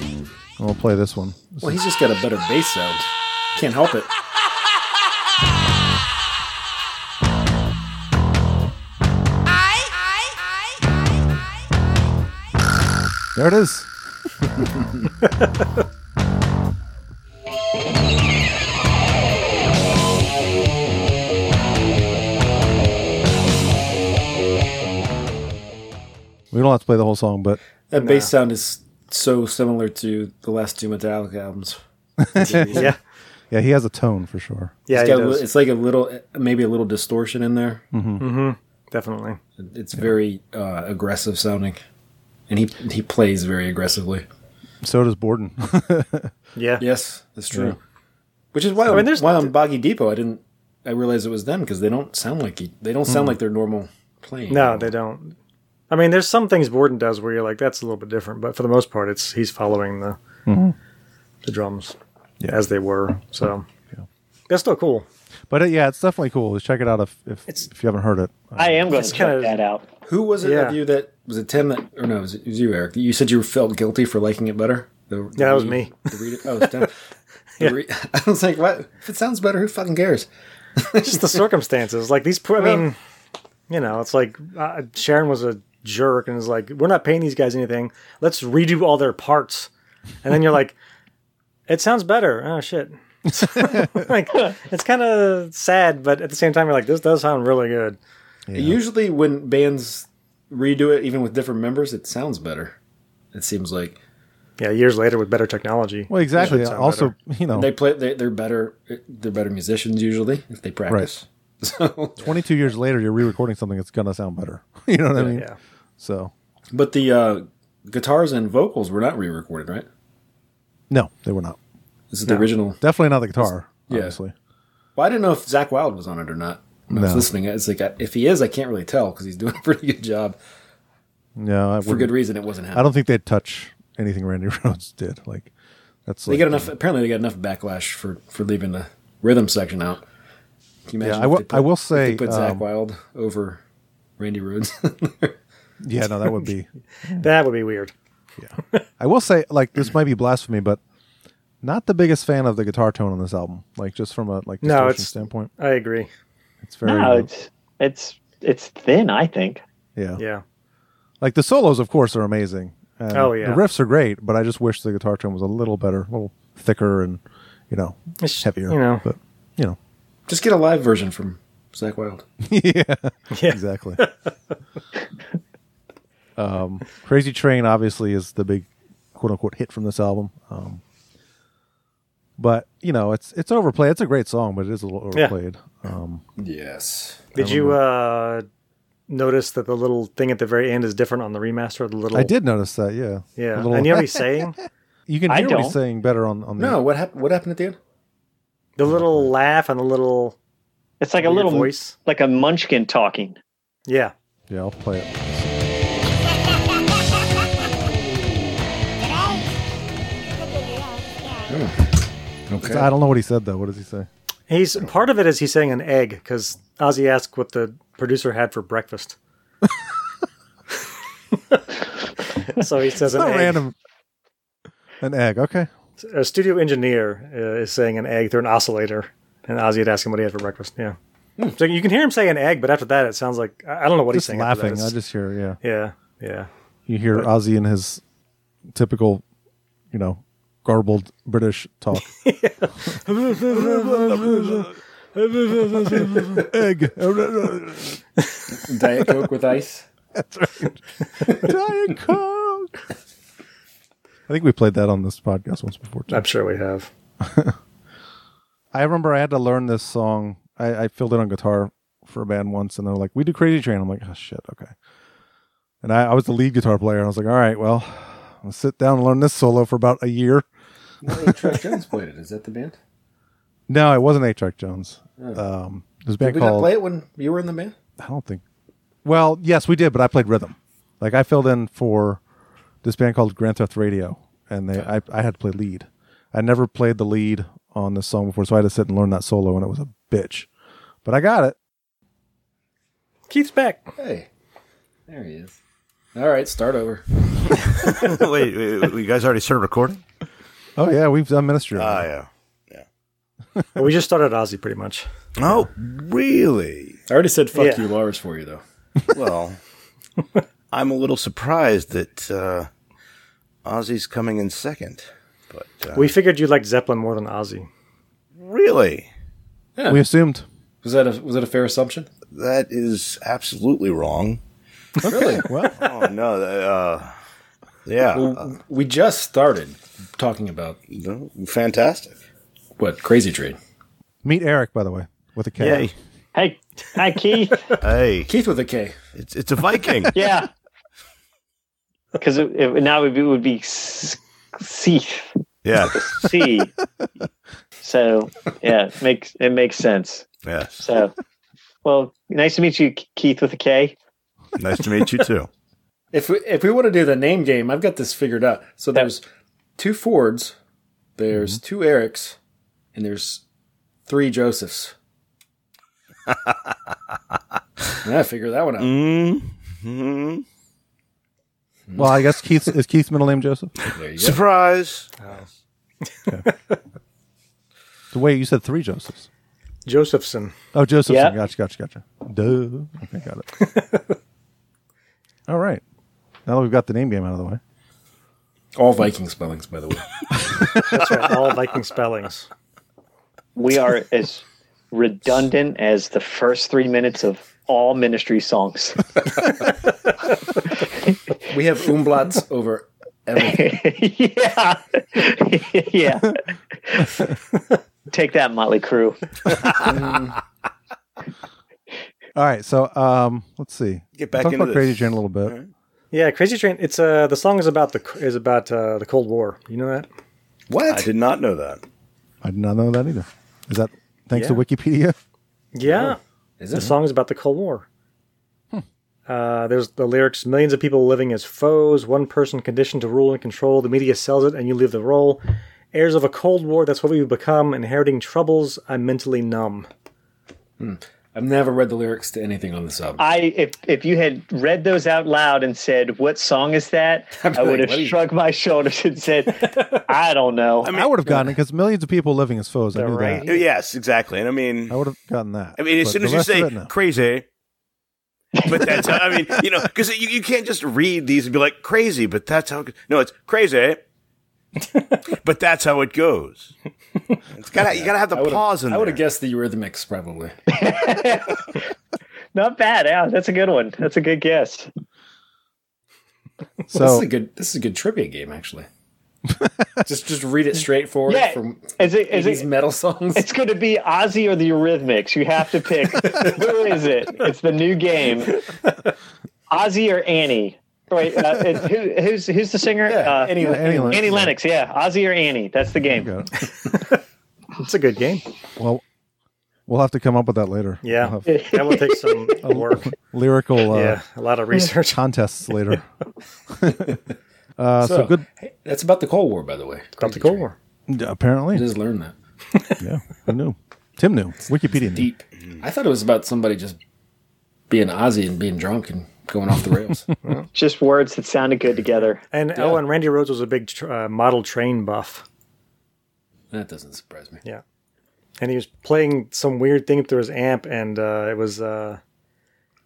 A: And I'll play this one. This
D: Well,
A: is-
D: he's just got a better bass sound. Can't help it.
A: there it is. We don't have to play the whole song, but
D: That bass sound is so similar to the last two Metallica albums.
C: Yeah.
A: yeah, he has a tone for sure.
C: Yeah.
D: it's,
C: He
D: got a li-
C: does.
D: it's like a little, maybe a little distortion in there.
C: Definitely.
D: It's very uh, aggressive sounding, and he he plays very aggressively.
A: So does Borden. *laughs*
C: Yeah.
D: Yes, that's true. Which is why I
C: mean,
D: mean,
C: there's-
D: there's why on Boggy Depot I didn't I realized it was them because they don't sound like he, they don't sound like their normal playing.
C: No, they don't. I mean, there's some things Borden does where you're like, that's a little bit different, but for the most part, it's he's following the the drums as they were. So that's still cool.
A: but uh, yeah, it's definitely cool. Check it out if if, if you haven't heard it.
B: I am going to
C: It's
B: check
C: kinda-
B: that out.
D: Who was it
C: Yeah.
D: of you that was it Tim that or no, it was, it was you, Eric. that You said you felt guilty for liking it better. The,
C: Yeah, that was me.
D: The reader, oh,
C: *laughs*
D: it's Tim. The re- *laughs* I was like, what? If it sounds better, who fucking cares?
C: It's just the circumstances. Like these, I mean, you know, it's like uh, Sharon was a jerk and is like, we're not paying these guys anything. Let's redo all their parts. And then you're like, it sounds better. Oh, shit. *laughs* like, it's kind of sad, but at the same time, you're like, this does sound really good.
D: Usually, when bands redo it, even with different members, it sounds better. It seems like
C: Yeah, years later with better technology.
A: Well, exactly.
C: sound
A: Also, you know,
D: they play. They, they're better. They're better musicians usually if they practice. *laughs* So
A: 22 years later, you're re-recording something that's gonna sound better. *laughs* you know what I mean?
C: yeah.
A: So
D: But the uh, guitars and vocals were not re-recorded, right?
A: no, they were not.
D: This is the original.
A: Definitely not the guitar.
D: Yeah.
A: Obviously,
D: Well, I didn't know if Zach Wild was on it or not. When I was
A: No.
D: listening. It's like I- if he is, I can't really tell because he's *laughs* doing a pretty good job.
A: no. I
D: For
A: wouldn't-
D: good reason, it wasn't
A: I
D: happening.
A: don't think they'd touch anything Randy *laughs* Rhodes did. Like that's
D: They
A: like,
D: got enough. Apparently, they got enough backlash for for leaving the rhythm section out. Can you
A: Yeah,
D: imagine
A: I
D: if
A: will-
D: they put-
A: I will
D: if
A: say,
D: they put Zach
A: um,
D: Wild over Randy Rhodes. *laughs*
A: Yeah, no, that would be.
C: That would be weird.
A: I will say, like, this might be blasphemy, but not the biggest fan of the guitar tone on this album. Like, just from a like
C: No,
A: distortion
C: it's-
A: standpoint,
C: I agree.
A: it's very
B: No,
A: uh,
B: it's it's it's thin. I think.
A: yeah.
C: Yeah.
A: Like the solos, of course, are amazing. And
C: Oh, yeah.
A: the riffs are great, but I just wish the guitar tone was a little better, a little thicker, and you know,
C: It's,
A: heavier.
C: You know,
A: but you know,
D: Just get a live version from Zach Wild.
A: yeah,
C: Yeah.
A: exactly. *laughs* um, Crazy Train obviously is the big quote unquote hit from this album. Um, but you know, it's it's overplayed. It's a great song, but it is a little
C: Yeah. Oh.
A: overplayed. Um,
D: Yes.
C: did you uh, notice that the little thing at the very end is different on the remaster? The little
A: I did notice that. Yeah,
C: Yeah,
A: A little- *laughs*
C: and you know what he's saying?
A: you can
B: I
A: hear what he's
B: don't.
A: saying better on on the
D: No. What happened? What happened at the end?
C: The little laugh and the little
B: It's like a
C: weird
B: little
C: voice.
B: like a munchkin talking.
C: Yeah.
A: Yeah, I'll play it.
D: Okay.
A: I don't know what he said though. What does he say?
C: He's part of it is he's saying an egg because Ozzy asked what the producer had for breakfast. *laughs* so he says
A: It's
C: an
A: not
C: egg.
A: random. An egg. Okay.
C: A studio engineer uh, is saying an egg through an oscillator, and Ozzy had asked him what he had for breakfast. Yeah, so you can hear him say an egg, but after that, it sounds like I I don't know what
A: Hmm. Just
C: he's saying. after that.
A: laughing. I
C: It's-
A: just hear. Yeah.
C: yeah, yeah,
A: You hear Ozzy in his typical, you know, garbled British talk. egg.
D: Diet Coke with *laughs* ice.
A: Diet Coke. I think we played that on this podcast once before. Too.
C: I'm sure we have.
A: I remember I had to learn this song. I, I filled it on guitar for a band once, and they're like, "We do Crazy Train." I'm like, "Oh shit, okay." And I, I was the lead guitar player, and I was like, "All right, well, I'll sit down and learn this solo for about a year."
D: Trash Jones played it. Is that the band?
A: No, it wasn't Eight Track Jones. Um, this band
D: Did we not
A: called
D: play it when you were in the band?
A: I don't think. Well, yes, we did, but I played rhythm. Like I filled in for this band called Grand Theft Radio, and they I, I had to play lead. I never played the lead on this song before, so I had to sit and learn that solo, and it was a bitch. But I got it.
C: Keith's back.
D: Hey, there he is. All right, start over.
K: *laughs* wait, wait, you guys already started recording?
A: Oh yeah, we've done ministry.
K: Ah,
D: Uh,
K: yeah.
C: we just started Ozzy
A: *laughs*
C: pretty much.
K: Oh, really?
D: I already said fuck
C: Yeah.
D: you, Lars, for you though.
K: *laughs* Well, I'm a little surprised that uh, Ozzy's coming in second. But uh,
C: We figured you liked Zeppelin more than Ozzy.
K: really,
A: we assumed.
D: Was that a was that a fair assumption?
K: that is absolutely wrong.
D: Really?
A: Well,
K: Oh no, uh, yeah, uh,
D: Well, we just started talking about
K: no, fantastic.
D: what crazy trade.
A: meet Eric by the way with a K.
K: Yay.
B: Hey,
A: *laughs*
B: hi Keith.
K: Hey,
D: Keith with a K.
K: it's it's a Viking.
B: *laughs* yeah, because it, it, now it would be, it would be s- Seath.
K: yeah,
B: C. so yeah, it makes it makes sense.
K: yeah.
B: So, well, nice to meet you, Keith with a K.
K: Nice to meet you too.
D: If we, if we want to do the name game, I've got this figured out. So there's two Fords, there's two Erics, and there's three *laughs* Josephs. yeah, figure that one out.
K: Mm-hmm.
A: Well, I guess Keith is Keith's middle name Joseph.
D: There you go.
K: Surprise!
A: The way you said three Josephs.
C: Josephson.
A: Oh, Joseph.
B: Yeah.
A: Gotcha, gotcha, gotcha. Duh. Okay, got it. *laughs* All right. Now that we've got the name game out of the way.
D: All Viking spellings, by the way.
C: That's right.
D: *laughs*
C: All Viking spellings.
B: We are as redundant as the first three minutes of all ministry songs.
D: We have
K: *laughs*
D: umblats over everything.
B: *laughs* yeah, *laughs* yeah. Take that, Motley Crew.
A: All right, so um, let's see.
K: Get back
A: Talk
K: into
A: about
K: this.
A: Crazy Train a little bit.
K: right.
C: Yeah, Crazy Train. It's uh the song is about the is about uh, the Cold War. You know that?
K: What? I did not know that.
A: I did not know that either. Is that thanks to
C: Yeah.
A: Wikipedia?
C: Yeah.
D: Oh. Is
C: The
D: it? Hmm.
C: song is about the Cold War. Uh, there's the lyrics millions of people living as foes, one person conditioned to rule and control. The media sells it, and you live the role. Heirs of a Cold War, that's what we've become. Inheriting troubles, I'm mentally numb.
D: I've never read the lyrics to anything on this album.
B: I if if you had read those out loud and said, "What song is that?" I would have
D: what are you-
B: shrugged my shoulders and said, "I don't know."
A: I, would have gotten it because millions of people living as foes. I knew
C: right.
A: that.
K: Yes, exactly. And I mean,
A: I would have gotten that.
K: I mean, as
A: But
K: soon
A: the
K: as you
A: rest of
K: say
A: it, no.
K: crazy, but that's how, I mean, you know, because you, you can't just read these and be like crazy, but that's how, it- no, it's crazy, but that's how it goes. It's gotta, you gotta have the pause in
D: I would
K: there.
D: have guessed the Eurythmics probably.
B: Not bad. Yeah, that's a good one. That's a good guess.
A: so,
D: this is a good. This is a good trivia
A: *laughs*
D: game, actually. just just read it straight forward
B: Yeah,
D: from
B: Is it? Is
D: these
B: it?
D: metal songs.
B: It's going to be Ozzy or the Eurythmics. You have to pick. Who is it? It's the new game. Ozzy or Annie? Wait, uh, it- who, who's who's the singer? uh,
D: Anyway,
A: Annie Lennox.
B: Annie Lennox. Yeah, Ozzy or Annie. That's the game.
A: Got it.
C: It's a good game.
A: Well, we'll have to come up with that later.
C: Yeah,
D: Oh.
A: We'll have
C: *laughs* that will take
D: *laughs*
C: some work.
A: lyrical. Uh,
C: Yeah, a lot of research.
A: contests
K: *laughs*
A: later. uh, so,
D: So,
A: good.
D: hey, that's about the Cold War, by the way.
C: About the Cold War.
A: Apparently,
D: I just learned that.
A: yeah, who knew? Tim knew. Wikipedia. Knew.
D: Deep. I thought it was about somebody just being Aussie and being drunk and going off
A: *laughs*
D: the rails.
B: Just words that sounded good together.
C: And oh, and Randy Rhodes was a big tr- uh, model train buff.
D: that doesn't surprise me.
C: Yeah, and he was playing some weird thing through his amp, and uh, it was uh,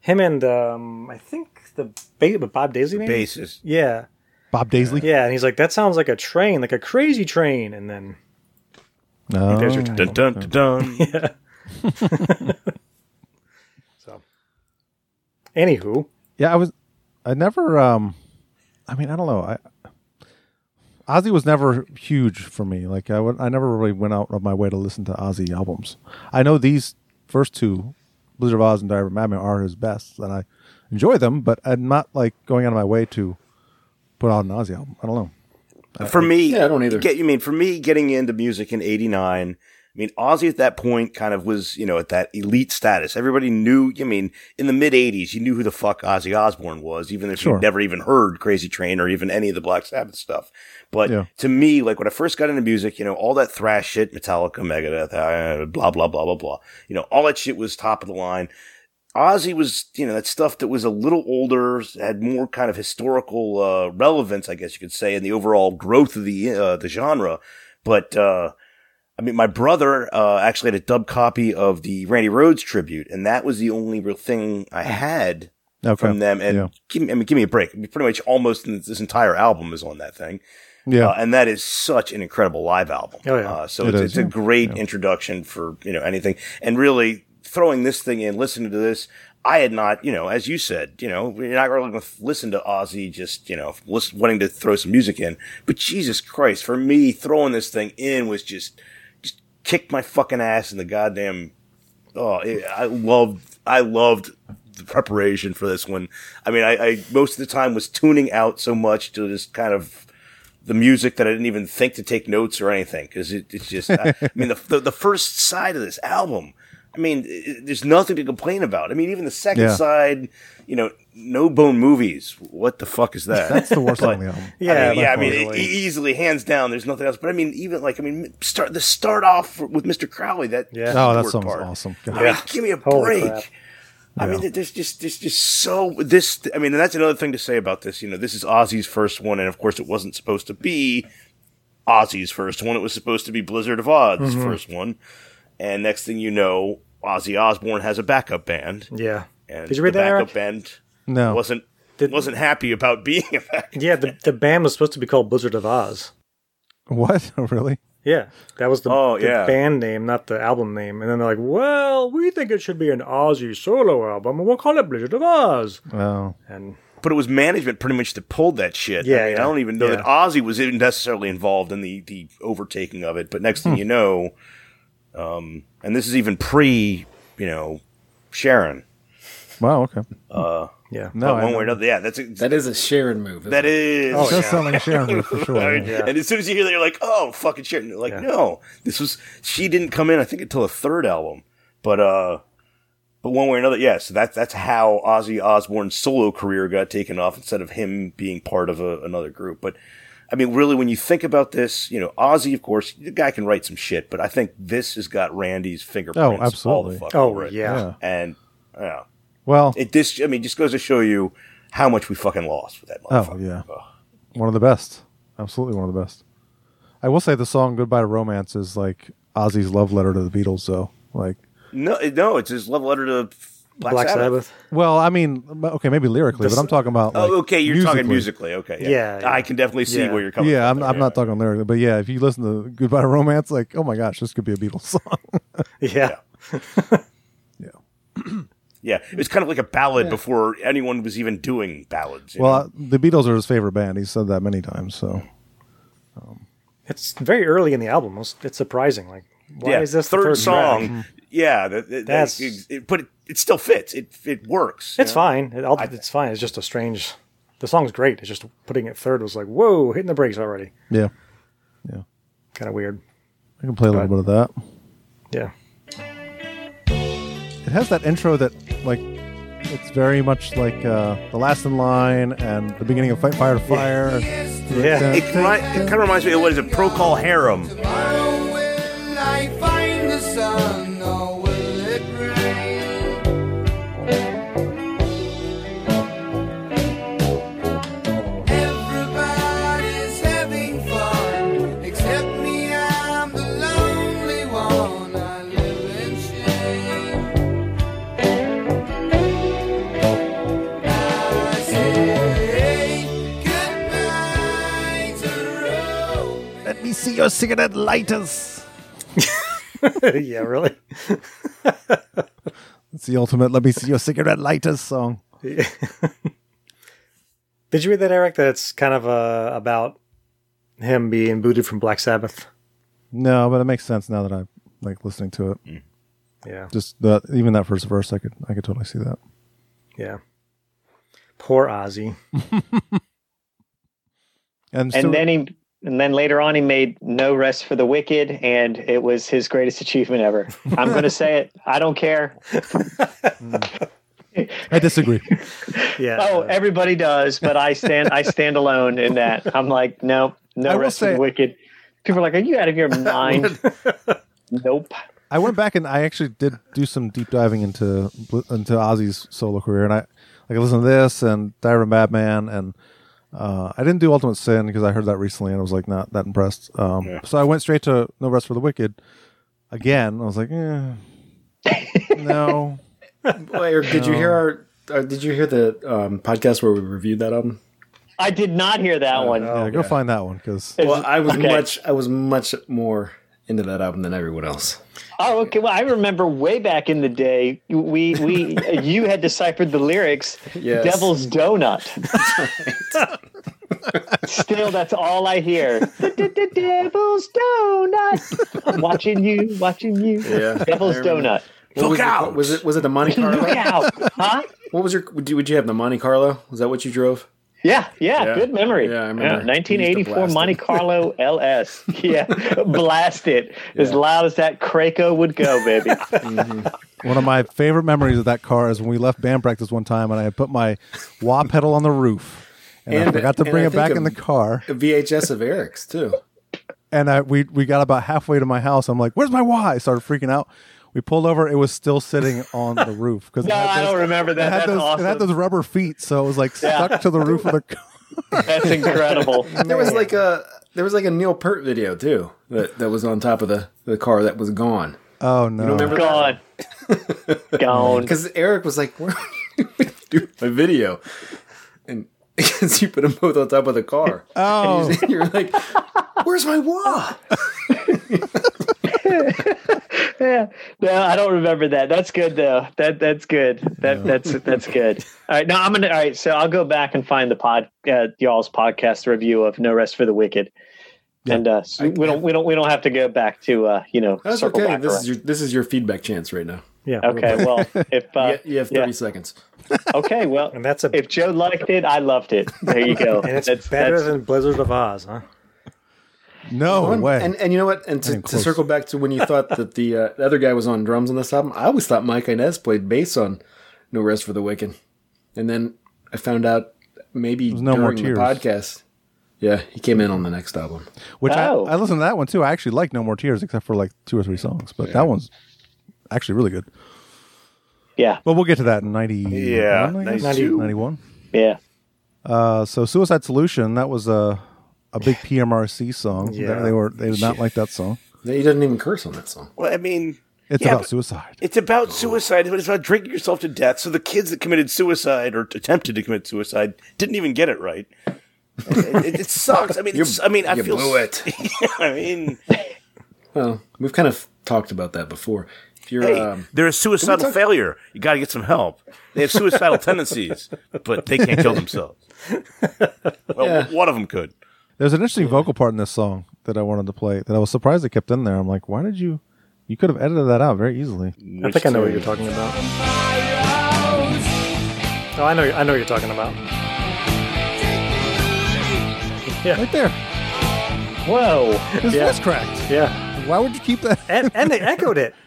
C: him and um, I think the ba- Bob Daisley maybe.
K: Basis.
C: Yeah,
A: Bob Daisley.
C: yeah, and he's like, "That sounds like a train, like a crazy train," and then
A: No.
C: there's your time.
K: Dun dun dun. dun.
C: Yeah. so, anywho,
A: Yeah, I was. I never. Um, I mean, I don't know. I Ozzy was never huge for me. Like I would, I never really went out of my way to listen to Ozzy albums. I know these first two, Blizzard of Oz and Diary of a Madman, are his best, and I enjoy them. But I'm not like going out of my way to put out an Ozzy album. I don't know.
K: Uh, For me,
D: Yeah, I don't either.
K: Get you mean for me getting into music in '89. I mean, Ozzy at that point kind of was, you know, at that elite status. Everybody knew. I mean, in the mid '80s, you knew who the fuck Ozzy Osbourne was, even if
A: Sure.
K: you'd never even heard Crazy Train or even any of the Black Sabbath stuff. But
A: Yeah.
K: to me, like when I first got into music, you know, all that thrash shit, Metallica, Megadeth, uh, blah blah blah blah blah. You know, all that shit was top of the line. Ozzy was, you know, that stuff that was a little older, had more kind of historical uh, relevance, I guess you could say, in the overall growth of the uh, the genre. But uh, I mean, my brother uh, actually had a dub copy of the Randy Rhodes tribute, and that was the only real thing I had
A: Okay.
K: from them. And
A: yeah,
K: give me, I mean, give me a break. I mean, pretty much almost this entire album is on that thing.
A: yeah.
K: Uh, and that is such an incredible live album.
C: Oh, yeah.
K: Uh, so
A: It
K: it's,
A: is,
K: it's a
A: yeah.
K: great
A: Yeah.
K: introduction for, you know, anything. And really throwing this thing in, listening to this, I had not, you know, as you said, you know, you're not really going to listen to Ozzy just, you know, lis- wanting to throw some music in. But Jesus Christ, for me, throwing this thing in was just, just kicked my fucking ass in the goddamn oh, it, I loved, I loved the preparation for this one. I mean, I, I most of the time was tuning out so much to just kind of the music that I didn't even think to take notes or anything because it, it's just, I, I mean, the, the the first side of this album. I mean, it, there's nothing to complain about. I mean, even the second
A: Yeah.
K: side, you know, no bone movies. What the fuck is that?
A: That's the worst song on the album.
C: yeah,
K: I mean, yeah, I mean,
C: definitely.
K: e- easily, hands down. There's nothing else. But I mean, even like, I mean, start the start off with Mr. Crowley. That
C: Yeah.
A: Oh, that
K: keyboard
A: song's
K: part.
A: awesome.
K: I mean, give me a
C: Holy
K: break.
C: crap.
K: I mean, there's just there's just so this. I mean, and that's another thing to say about this. You know, this is Ozzy's first one, and of course, it wasn't supposed to be Ozzy's first one. It was supposed to be Blizzard of Oz's
A: Mm-hmm.
K: first one. And next thing you know, Ozzy Osbourne has a backup band.
C: yeah.
K: And
C: Did you read
K: the
C: that, Eric?
K: backup band
A: No.
K: wasn't
C: Did-
K: wasn't happy about being a backup.
C: Yeah, the, the band was supposed to be called Blizzard of Oz.
A: *laughs* What? *laughs* really?
C: Yeah, that was the,
K: Oh,
C: the
K: yeah.
C: band name, not the album name. And then they're like, well, we think it should be an Ozzy solo album, and we'll call it Blizzard of Oz.
A: Oh,
C: And
K: But it was management pretty much that pulled that shit. I,
C: Yeah,
K: mean,
C: yeah.
K: I don't even know
C: Yeah.
K: that Ozzy was even necessarily involved in the the overtaking of it. But next thing you know, um, and this is even pre, you know, Sharon.
A: wow. Okay.
C: yeah,
A: No,
K: But
A: I know.
K: one way or another, yeah, that's that,
D: That is a Sharon move. isn't
K: that
D: it?
K: is.
A: It does sound like a Sharon
K: *laughs*
A: move for sure.
K: Right?
A: yeah.
C: Yeah.
K: And as soon as you hear that, you're like, "Oh, fucking Sharon!" Like,
C: Yeah.
K: no, this was she didn't come in. I think until the third album, but uh, but one way or another, yeah. So that's that's how Ozzy Osbourne's solo career got taken off instead of him being part of a, another group. But I mean, really, when you think about this, you know, Ozzy, of course, the guy can write some shit, but I think this has got Randy's fingerprints.
A: Oh, absolutely.
K: All the fuck
C: Oh,
K: over it.
C: yeah.
A: Yeah.
K: And yeah,
A: Well,
K: it this I mean, just goes to show you how much we fucking lost with that. Motherfucker.
A: Oh, yeah.
K: Ugh.
A: one of the best. Absolutely one of the best. I will say the song "Goodbye to Romance" is like Ozzy's love letter to the Beatles. Though, like,
K: No, it- no, it's his love letter to Black,
C: Black
K: Sabbath.
C: Sabbath.
A: well, I mean, m- okay, maybe lyrically, but I'm talking about. Like,
K: Oh, okay, you're talking
A: musically.
K: musically. Okay,
C: Yeah, yeah.
K: I can definitely see
C: Yeah.
K: where you're coming.
A: Yeah,
K: from
A: I'm,
K: there,
A: I'm not talking lyrically, but yeah, if you listen to "Goodbye to Romance," like, oh my gosh, this could be a Beatles *laughs* song.
C: *laughs* Yeah.
K: Yeah, it was kind of like a ballad before anyone was even doing ballads. you know?
A: well, uh, the Beatles are his favorite band. He's said that many times. So,
C: It's very early in the album. It's, it's surprising. Like, why
K: yeah,
C: is this the
K: third,
C: third
K: song?
C: track?
K: Yeah, that, that-
C: That's-
K: it, it- but it, it still fits. It it works. you
C: It's
K: know?
C: fine. It, all, it's fine. It's just a strange. The song's great. It's just putting it third was like, whoa, hitting the brakes already.
A: yeah,
C: Kind of weird.
A: I can play a little bit of that.
C: Yeah.
A: It has that intro that like it's very much like uh, the last in line and the beginning of Fight Fire to Fire.
K: Yeah. It, remi- it kind of reminds me of what is it? Pro Call Harem.
E: Will I find the sun or will it rain? Everybody's having fun except me. I'm the lonely one. I live in shame. I say goodbye to Rome.
K: Let me see your cigarette lighters.
C: *laughs* yeah, really.
A: It's the ultimate "Let me see your cigarette lighters" song.
C: Did you read that, Eric? That it's kind of uh, about him being booted from Black Sabbath.
A: No, but it makes sense now that I'm like listening to it.
C: Yeah.
A: Just that, even that first verse, I could, I could totally see that.
C: Yeah. Poor Ozzy.
A: And,
B: and
A: still-
B: then he and then later on he made no rest for the wicked and it was his greatest achievement ever i'm
A: *laughs*
B: going to say it i don't care
A: I disagree. *laughs*
C: Yeah.
A: Uh,
C: Uh,
B: oh everybody does but i stand i stand alone in that i'm like no
A: I
B: no
A: will
B: rest for
A: say-
B: the wicked people are like are you out
A: *laughs*
B: of your mind nope
A: I went back and I actually did do some deep diving into into Ozzy's solo career, and I like I listened to this and Diary of a Madman, and uh, I didn't do Ultimate Sin because I heard that recently and I was like not that impressed. Um, So I went straight to No Rest for the Wicked again. I was like, eh, no,
D: Wait, or did you hear our? Or did you hear the um, podcast where we reviewed that album?
B: i did not hear
A: Oh,
B: that one.
A: yeah, go find that one because
D: Well, I was
B: Okay.
D: much, I was much more into that album than everyone else.
B: Oh, okay. Well, I remember way back in the day, we we
D: *laughs*
B: you had deciphered the lyrics,
D: Yes.
B: "Devil's
D: *laughs*
B: Donut." Still, that's all I hear. The Devil's Donut. I'm watching you, watching you.
D: Yeah.
B: Devil's
D: I remember.
B: Donut.
D: What
K: Look
D: was your-
K: out!
D: was it was it
B: *laughs*
D: the Monte Carlo?
B: Look out, huh?
D: What was your? Would you, would you have the Monte Carlo? Was that what you drove?
B: Yeah, yeah,
D: Yeah.
B: good memory.
D: Yeah, I remember. We used to
B: 1984
D: blast it.
B: Monte
D: *laughs*
B: Carlo LS. Yeah, blast it as loud as that Craco would go, baby.
A: One of my favorite memories of that car is when we left band practice one time and I had put my wah pedal on the roof. And, I
D: And-
A: forgot to
D: and
A: bring
D: I
A: it back
D: think
A: in the
D: of-
A: car.
D: A VHS of Eric's too.
A: And I, we, we got about halfway to my house. I'm like, where's my wah? I started freaking out. We pulled over. It was still sitting on
B: *laughs*
A: the roof. because
B: No, I don't remember
A: It
B: that.
A: had,
B: That's
A: those,
B: awesome.
A: it had those rubber feet, so it was like
B: Yeah.
A: stuck to the roof
B: *laughs*
A: of the car.
B: That's
D: *laughs*
B: incredible.
D: There was like a there was like a Neil Peart video too that, that was on top of the, the car that was gone
A: Oh no!
D: remember that?
B: Gone. Gone.
D: because Eric was like, *laughs* "Where do a video?" And *laughs* because you put them both on top of the *laughs* car,
A: Oh,
D: you're like, "Where's my wah?"
B: Yeah. No, I don't remember that. That's good though. That that's good. That that's that's good. All right. Now I'm gonna. All right. So I'll go back and find the pod uh, y'all's podcast review of No Rest for the Wicked. And uh, so we don't we don't we don't have to go back to uh, you know
D: That's
B: circle
D: okay.
B: back
D: This
B: around.
D: is your this is your feedback chance right now.
C: yeah.
B: okay. Well, if uh,
D: you, you have
B: yeah.
D: thirty seconds.
B: okay, well,
C: And that's a
B: if Joe liked it, I loved it. There you go.
C: *laughs* and it's better than Blizzard of Oz, huh?
A: no
D: One-
A: way!
D: And and you know what? And to,
A: ain't
D: to
A: close.
D: circle back to when you thought that the uh, the other guy was on drums on this album, I always thought Mike Inez played bass on No Rest for the Wicked, and then I found out maybe
A: No More
D: during
A: Tears.
D: the podcast. Yeah, he came in on the next album.
A: Which
B: Oh.
A: I, I listened to that one too. I actually like No More Tears except for like two or three songs, but that one's actually really good.
B: yeah,
A: But we'll get to that in 90, yeah, 91.
B: yeah.
A: Uh, so Suicide Solution, that was a a big PMRC song.
C: Yeah.
A: They, they were they did not like that song.
D: He doesn't even curse on that song.
K: Well, I mean,
A: It's
K: Yeah,
A: about
K: but-
A: suicide.
K: it's about suicide, but it's about drinking yourself to death. So the kids that committed suicide or attempted to commit suicide didn't even get it right. it, it- it sucks. I mean, it's, I mean, I
D: you
K: feel.
D: blew it.
K: *laughs* I mean,
D: Well, we've kind of talked about that before. If you're
K: hey,
D: um,
K: they're a suicidal failure. You got to get some help. They have suicidal *laughs* tendencies, but they can't kill themselves. *laughs* Well, one of them could.
A: There's an interesting vocal part in this song that I wanted to play that I was surprised they kept in there. I'm like, why did you? You could have edited that out very easily.
C: I think I know what you're talking about. Oh, I know. I know what you're talking about.
A: Right there.
B: Whoa.
A: His
C: Yeah.
A: voice cracked.
C: Yeah.
A: Why would you keep that?
C: And, and they echoed *laughs* it.
A: *laughs*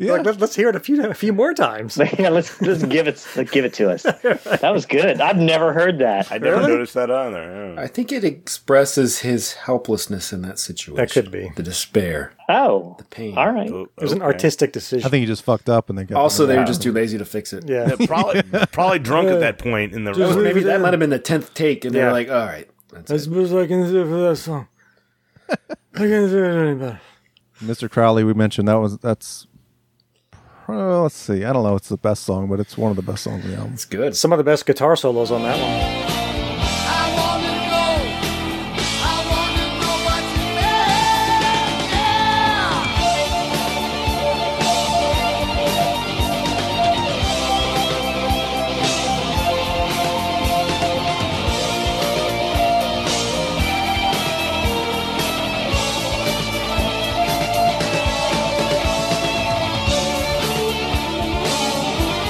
A: Yeah.
C: Like, let, let's hear it a few a few more times.
B: *laughs* yeah, let's let's give it let's give it to us. That was good. I've never heard that.
K: I never noticed that on there. yeah.
D: I think it expresses his helplessness in that situation.
C: That could be.
D: the despair,
B: Oh,
D: the pain.
B: all right.
K: Oh,
C: It was an
K: okay.
C: artistic decision.
A: I think you just fucked up and they got
D: Also, they were
A: Yeah.
D: just too lazy to fix it.
C: yeah.
K: Yeah, probably, probably drunk at that point in the
D: That was-
C: leave
D: maybe
C: it
D: that
C: in.
D: might have been the tenth take, and
C: Yeah.
D: they're like, "All right, that's it.
C: suppose I can do for that *laughs* song. I can't do it any better.
A: Mr. Crowley. We mentioned that was that's. Well, let's see. I don't know. It's the best song, but it's one of the best songs on the album.
D: it's good."
C: Some of the best guitar solos on that one.
E: I wanna know, I wanna know what you meant, yeah.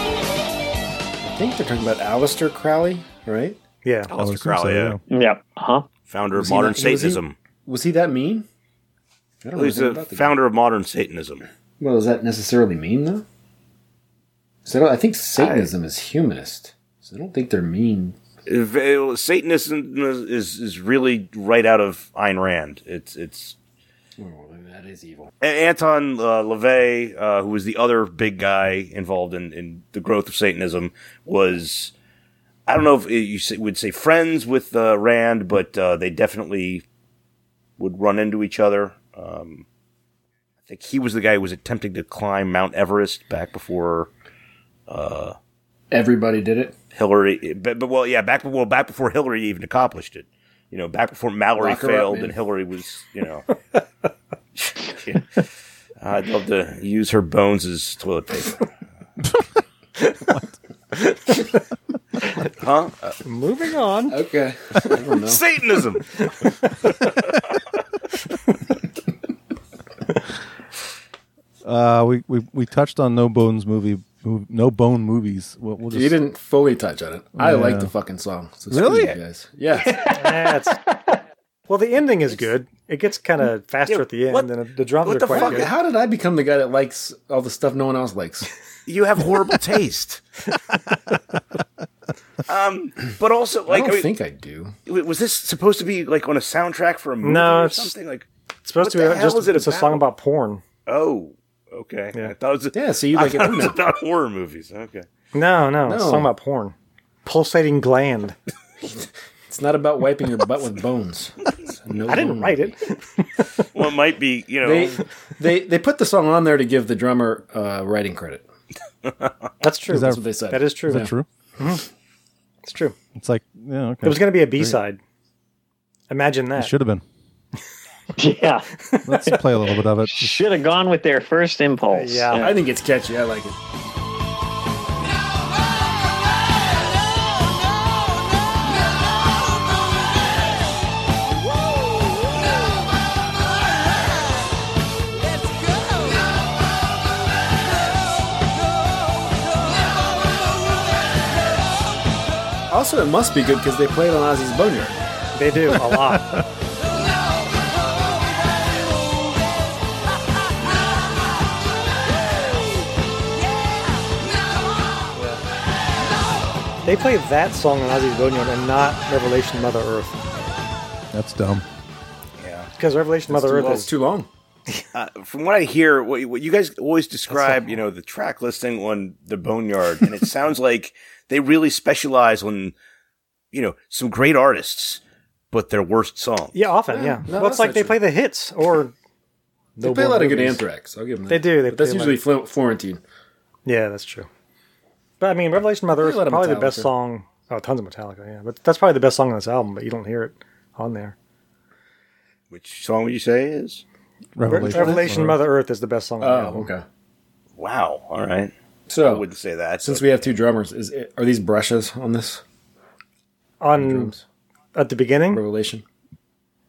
D: I think they're talking about Aleister Crowley, right?
C: Yeah.
A: I
K: Aleister
A: assume so,
K: Crowley, yeah.
B: Yeah. Huh. *laughs*
K: founder of
D: Was he
K: modern
D: not- was he-
K: Satanism.
D: Was he that mean? I don't
K: He's
D: anything
K: the
D: about the guy.
K: founder of modern Satanism.
D: Well, does that necessarily mean though? So I, don't- I think Satanism is humanist. So I don't think they're mean.
K: If- uh, Satanism is is really right out of Ayn Rand. It's it's
D: Well, that is evil.
K: A- Anton uh, LaVey, uh, who was the other big guy involved in, in the growth of Satanism, was I don't know if you say, would say friends with uh, Rand, but uh, they definitely would run into each other. Um, I think he was the guy who was attempting to climb Mount Everest back before
D: Everybody did it.
K: Hillary. But, but well, yeah, back well back before Hillary even accomplished it. You know, back before Mallory
D: Lock her up,
K: failed
D: man.
K: and Hillary was, you know. *laughs* I'd love to use her bones as toilet paper. huh? Uh,
C: Moving on.
D: Okay. *laughs* I don't know.
K: Satanism.
A: Uh, we, we we touched on No Bones movie, mov- No Bone movies. We'll, we'll just,
D: You didn't fully touch on it. I like
A: Yeah.
D: the fucking song. So screw
A: Really?
D: you guys. Yeah.
C: *laughs* That's, well, the ending is good. It gets kind of faster
K: Yeah,
C: at the end,
K: what-
C: and the drums
K: what
C: are
K: the
C: quite
K: fuck?
C: good.
D: How did I become the guy that likes all the stuff no one else likes?
K: You have horrible taste. *laughs* um, but also,
D: I
K: like,
D: don't
K: I mean,
D: think I do.
K: w- was this supposed to be like on a soundtrack for a movie
C: No,
K: or
C: it's-
K: something? Like,
C: It's supposed to
K: What
C: be
K: the hell
C: just
K: is it
C: it's a song
K: about?
C: about porn.
K: Oh, okay.
C: Yeah.
K: I thought it was,
D: Yeah, so you like it.
K: *laughs* I thought it was
D: No.
K: about horror movies. Okay.
C: No, no, it's a
D: No.
C: song about porn. Pulsating gland.
D: It's not about wiping your butt with bones. It's a no
C: I didn't
D: bone
C: write
D: movie.
C: it.
K: Well, it might be, you know,
D: They, *laughs* they they put the song on there to give the drummer uh, writing credit.
C: That's true.
A: Is that-
D: That's what they said.
C: that is true.
A: is that true?
C: It's true.
A: It's like yeah, okay.
C: It was going to be a B side. Imagine that.
A: Should have been.
B: Yeah.
A: Let's play a little bit of it.
B: Should have gone with their first impulse.
C: Yeah.
D: I think it's catchy. I like it. Also, it must be good because they play it on Ozzy's Boneyard.
C: They do Uh, a lot. They play that song on Ozzy's Boneyard and not Revelation Mother Earth.
A: That's dumb.
C: Because Revelation Mother Earth
D: It's
C: is
D: too long.
K: from what I hear, what, what you guys always describe, you know, the track listing on the Boneyard, and it sounds *laughs* like they really specialize on, you know, some great artists, but their worst song.
C: Yeah, often, yeah.
D: no,
C: well, it's
D: that's
C: like
D: not
C: they
D: true.
C: play the hits or.
D: They play a lot of good Anthrax. I'll give them that.
C: They do, they
D: But that's
C: play a lot
D: usually Fl- Florentine.
C: Yeah, that's true. But I mean, Revelation Mother Earth
D: Play a
C: is
D: lot of
C: probably the best
D: Metallica.
C: song. Oh, tons of Metallica, yeah. But that's probably the best song on this album, but you don't hear it on there.
K: Which song would you say is?
A: Revelation.
C: Revelation Mother Earth is the best song on the
D: Oh,
C: album.
D: okay.
K: Wow. All right. I
D: So
K: wouldn't say that.
D: since
K: Since
D: we have two drummers, is it, are these brushes on this
C: On at the beginning?
D: Revelation?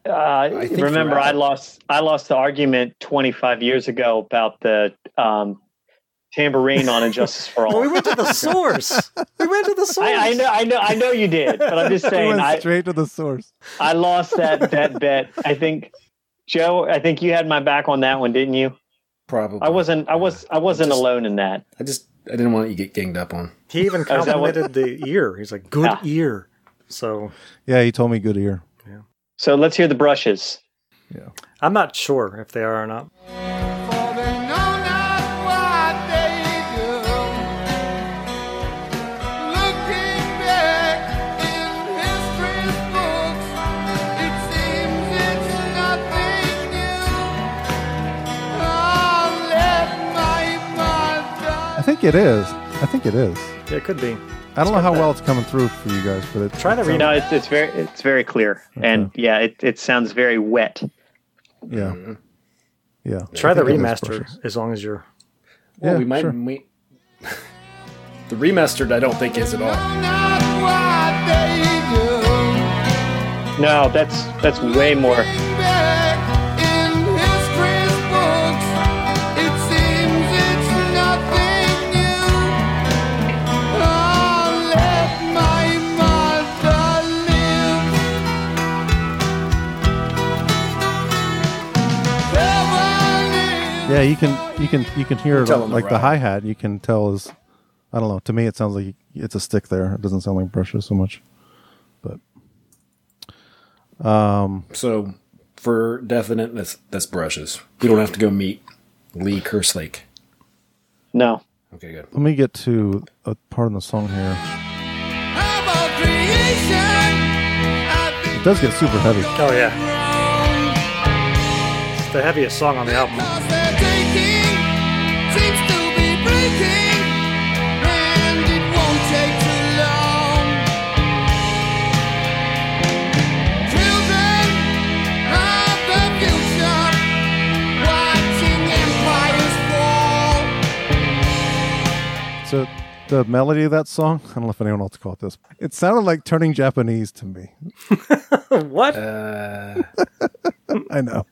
B: Uh,
D: think
B: remember,
D: you're right.
B: I lost. I lost the argument 25 years ago about the um, tambourine on Injustice
C: *laughs*
B: for
C: Well, Oh, we
B: All.
C: went to the source. we went to the source.
B: I, I know, I know, I know you
C: *laughs*
B: did, but I'm just
A: We
B: saying.
A: went
B: I,
A: straight to the source.
B: I lost that that bet. I think Joe, I think you had my back on that one, didn't you?
D: Probably.
B: I wasn't. I was. I wasn't alone in that.
D: I just. I didn't want you to get ganged up on.
C: He even
B: Oh, is that what-
C: complimented the ear. He's like, good
B: Yeah.
C: ear. So
A: Yeah, he told me good ear.
B: So let's hear the brushes.
C: I'm not sure if they are or not.
E: What they do. Looking back in history's books, it seems it's nothing new. Oh, let my mother
A: I think it is. I think it is.
C: Yeah, it could be.
A: I don't know how well it's coming through for you guys, but it's
C: Try to read
B: No, it's, it's very. It's very clear, and yeah, it, it sounds very wet.
A: yeah, yeah.
C: Mm-hmm. Try
A: I
C: the
A: think it is
C: remaster
A: brushes.
C: as long as you're.
D: Well,
A: Yeah,
D: we might.
A: sure.
D: We, *laughs* the remastered, I don't think is at all.
E: not what they do.
B: No, that's that's way more.
E: Back in history's books, it seems it's nothing new. Oh, let my mother live.
A: Yeah, you can you can you can hear it
D: Tell
A: on,
D: them to
A: like the hi
D: ride.
A: hat. You can tell is I don't know. To me, it sounds like it's a stick there. It doesn't sound like brushes so much.
D: So for definite, that's that's brushes. We don't have to go meet Lee Kerslake.
B: No,
D: Okay, good.
A: Let me get to a part in the song here.
E: About creation, I think
A: It does get super heavy.
C: Oh yeah,
E: wrong.
C: it's the heaviest song on
A: *laughs*
C: the album.
E: Because they're taking seems to be breaking, and it won't take too long. Children of the future, watching empires fall.
A: So the melody of that song, I don't know if anyone else caught this. It sounded like turning Japanese to me.
C: what?
D: Uh,
A: I know.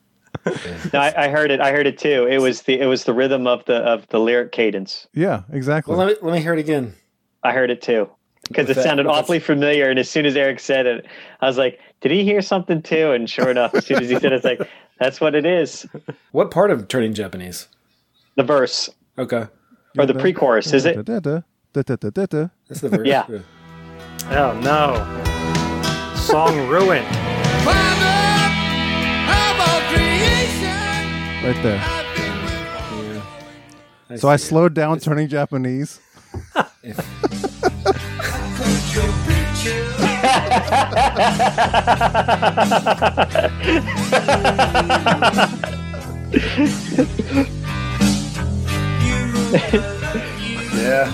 B: no, I, I heard it. I heard it too. It was the it was the rhythm of the of the lyric cadence.
A: Yeah, exactly.
D: well, let me let me hear it again.
B: I heard it too because
D: With
B: it
D: that-
B: sounded
D: with that-
B: awfully familiar. And as soon as Eric said it, I was like, "Did he hear something too?" And sure enough, as soon as he said it, it's like, "That's what it is."
D: What part of turning Japanese?
B: The verse
D: Okay,
B: or the pre-chorus is it?
A: Da-da-da, da-da-da-da-da.
D: that's the verse.
B: Yeah.
C: Oh no. Song ruined.
E: Father of all creation,
A: Right there.
E: I think we're
A: So I slowed down turning Japanese.
D: yeah.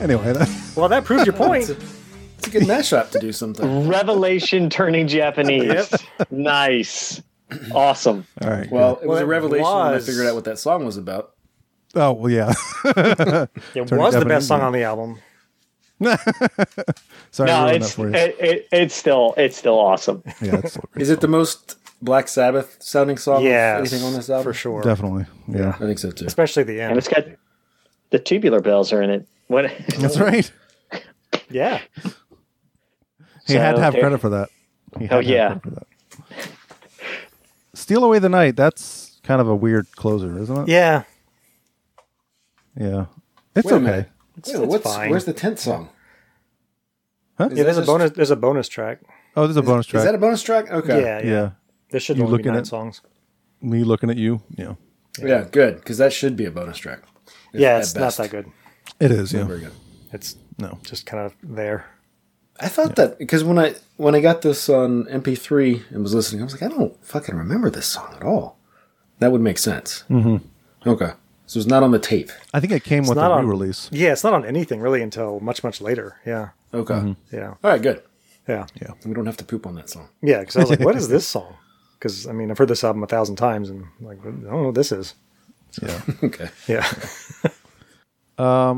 A: Anyway, that,
C: Well, that proved your point.
D: It's a good mashup to do something.
B: Revelation turning Japanese. Nice, awesome.
A: all right.
D: Well, it was
C: Well,
D: a
C: it
D: revelation when I
C: was.
D: figured out what that song was about.
A: good. oh well, yeah. *laughs*
C: It
A: Turn
C: was
A: it
C: the
A: up
C: best
A: and
C: song on the album.
A: Sorry, I
B: No,
A: ruined that
B: it's
A: for you.
B: it, it, it's still it's still awesome.
A: yeah, it's still great.
D: Is it the most Black Sabbath sounding song? of
C: Yeah,
D: anything on this album
C: for sure.
A: Definitely. Yeah,
D: I think so too.
C: Especially the
B: And it's
C: end.
B: got the tubular bells are in it. What?
A: that's right.
C: Yeah.
A: He had to have
B: there-
A: credit for that. He had
B: Oh,
A: to have
B: yeah.
A: credit for that. Steal away the night. That's kind of a weird closer, isn't it?
C: Yeah.
A: Yeah. It's
D: Wait a
A: okay.
D: minute. Wait, what's,
C: fine.
D: where's the tenth song?
A: Huh?
D: Is
C: Yeah,
D: that
C: there's a
D: just-
C: bonus. There's a bonus track.
A: Oh, there's a bonus
D: Is
A: track.
D: that a bonus track? Okay.
C: Yeah, yeah.
A: yeah.
C: There should
A: You
C: only
A: look
C: be
A: at
C: nine
A: it.
C: songs.
A: Me looking at you. Yeah.
D: Yeah, good, because that should be a bonus track.
C: yeah,
D: at
C: it's
D: best.
C: not that good.
A: It is. Yeah.
D: Very good.
C: It's
A: No.
C: just kind of there.
D: I thought that because when I when I got this on MP3 and was listening, I was like, I don't fucking remember this song at all. That would make sense. Mm-hmm. Okay, so it's not on the tape.
A: I think it came with
C: not
A: a
C: on-
A: re-release.
C: Yeah, it's not on anything really until much much later. Yeah,
D: Okay,
C: yeah,
D: All right, good.
C: yeah,
D: We don't have to poop on that song. *laughs*
C: yeah. Because I was like, what
A: *laughs*
C: is this song? Because I mean, I've heard this album a thousand times, and I'm like, I don't know what this is.
A: Yeah.
D: Okay,
C: Yeah,
A: yeah.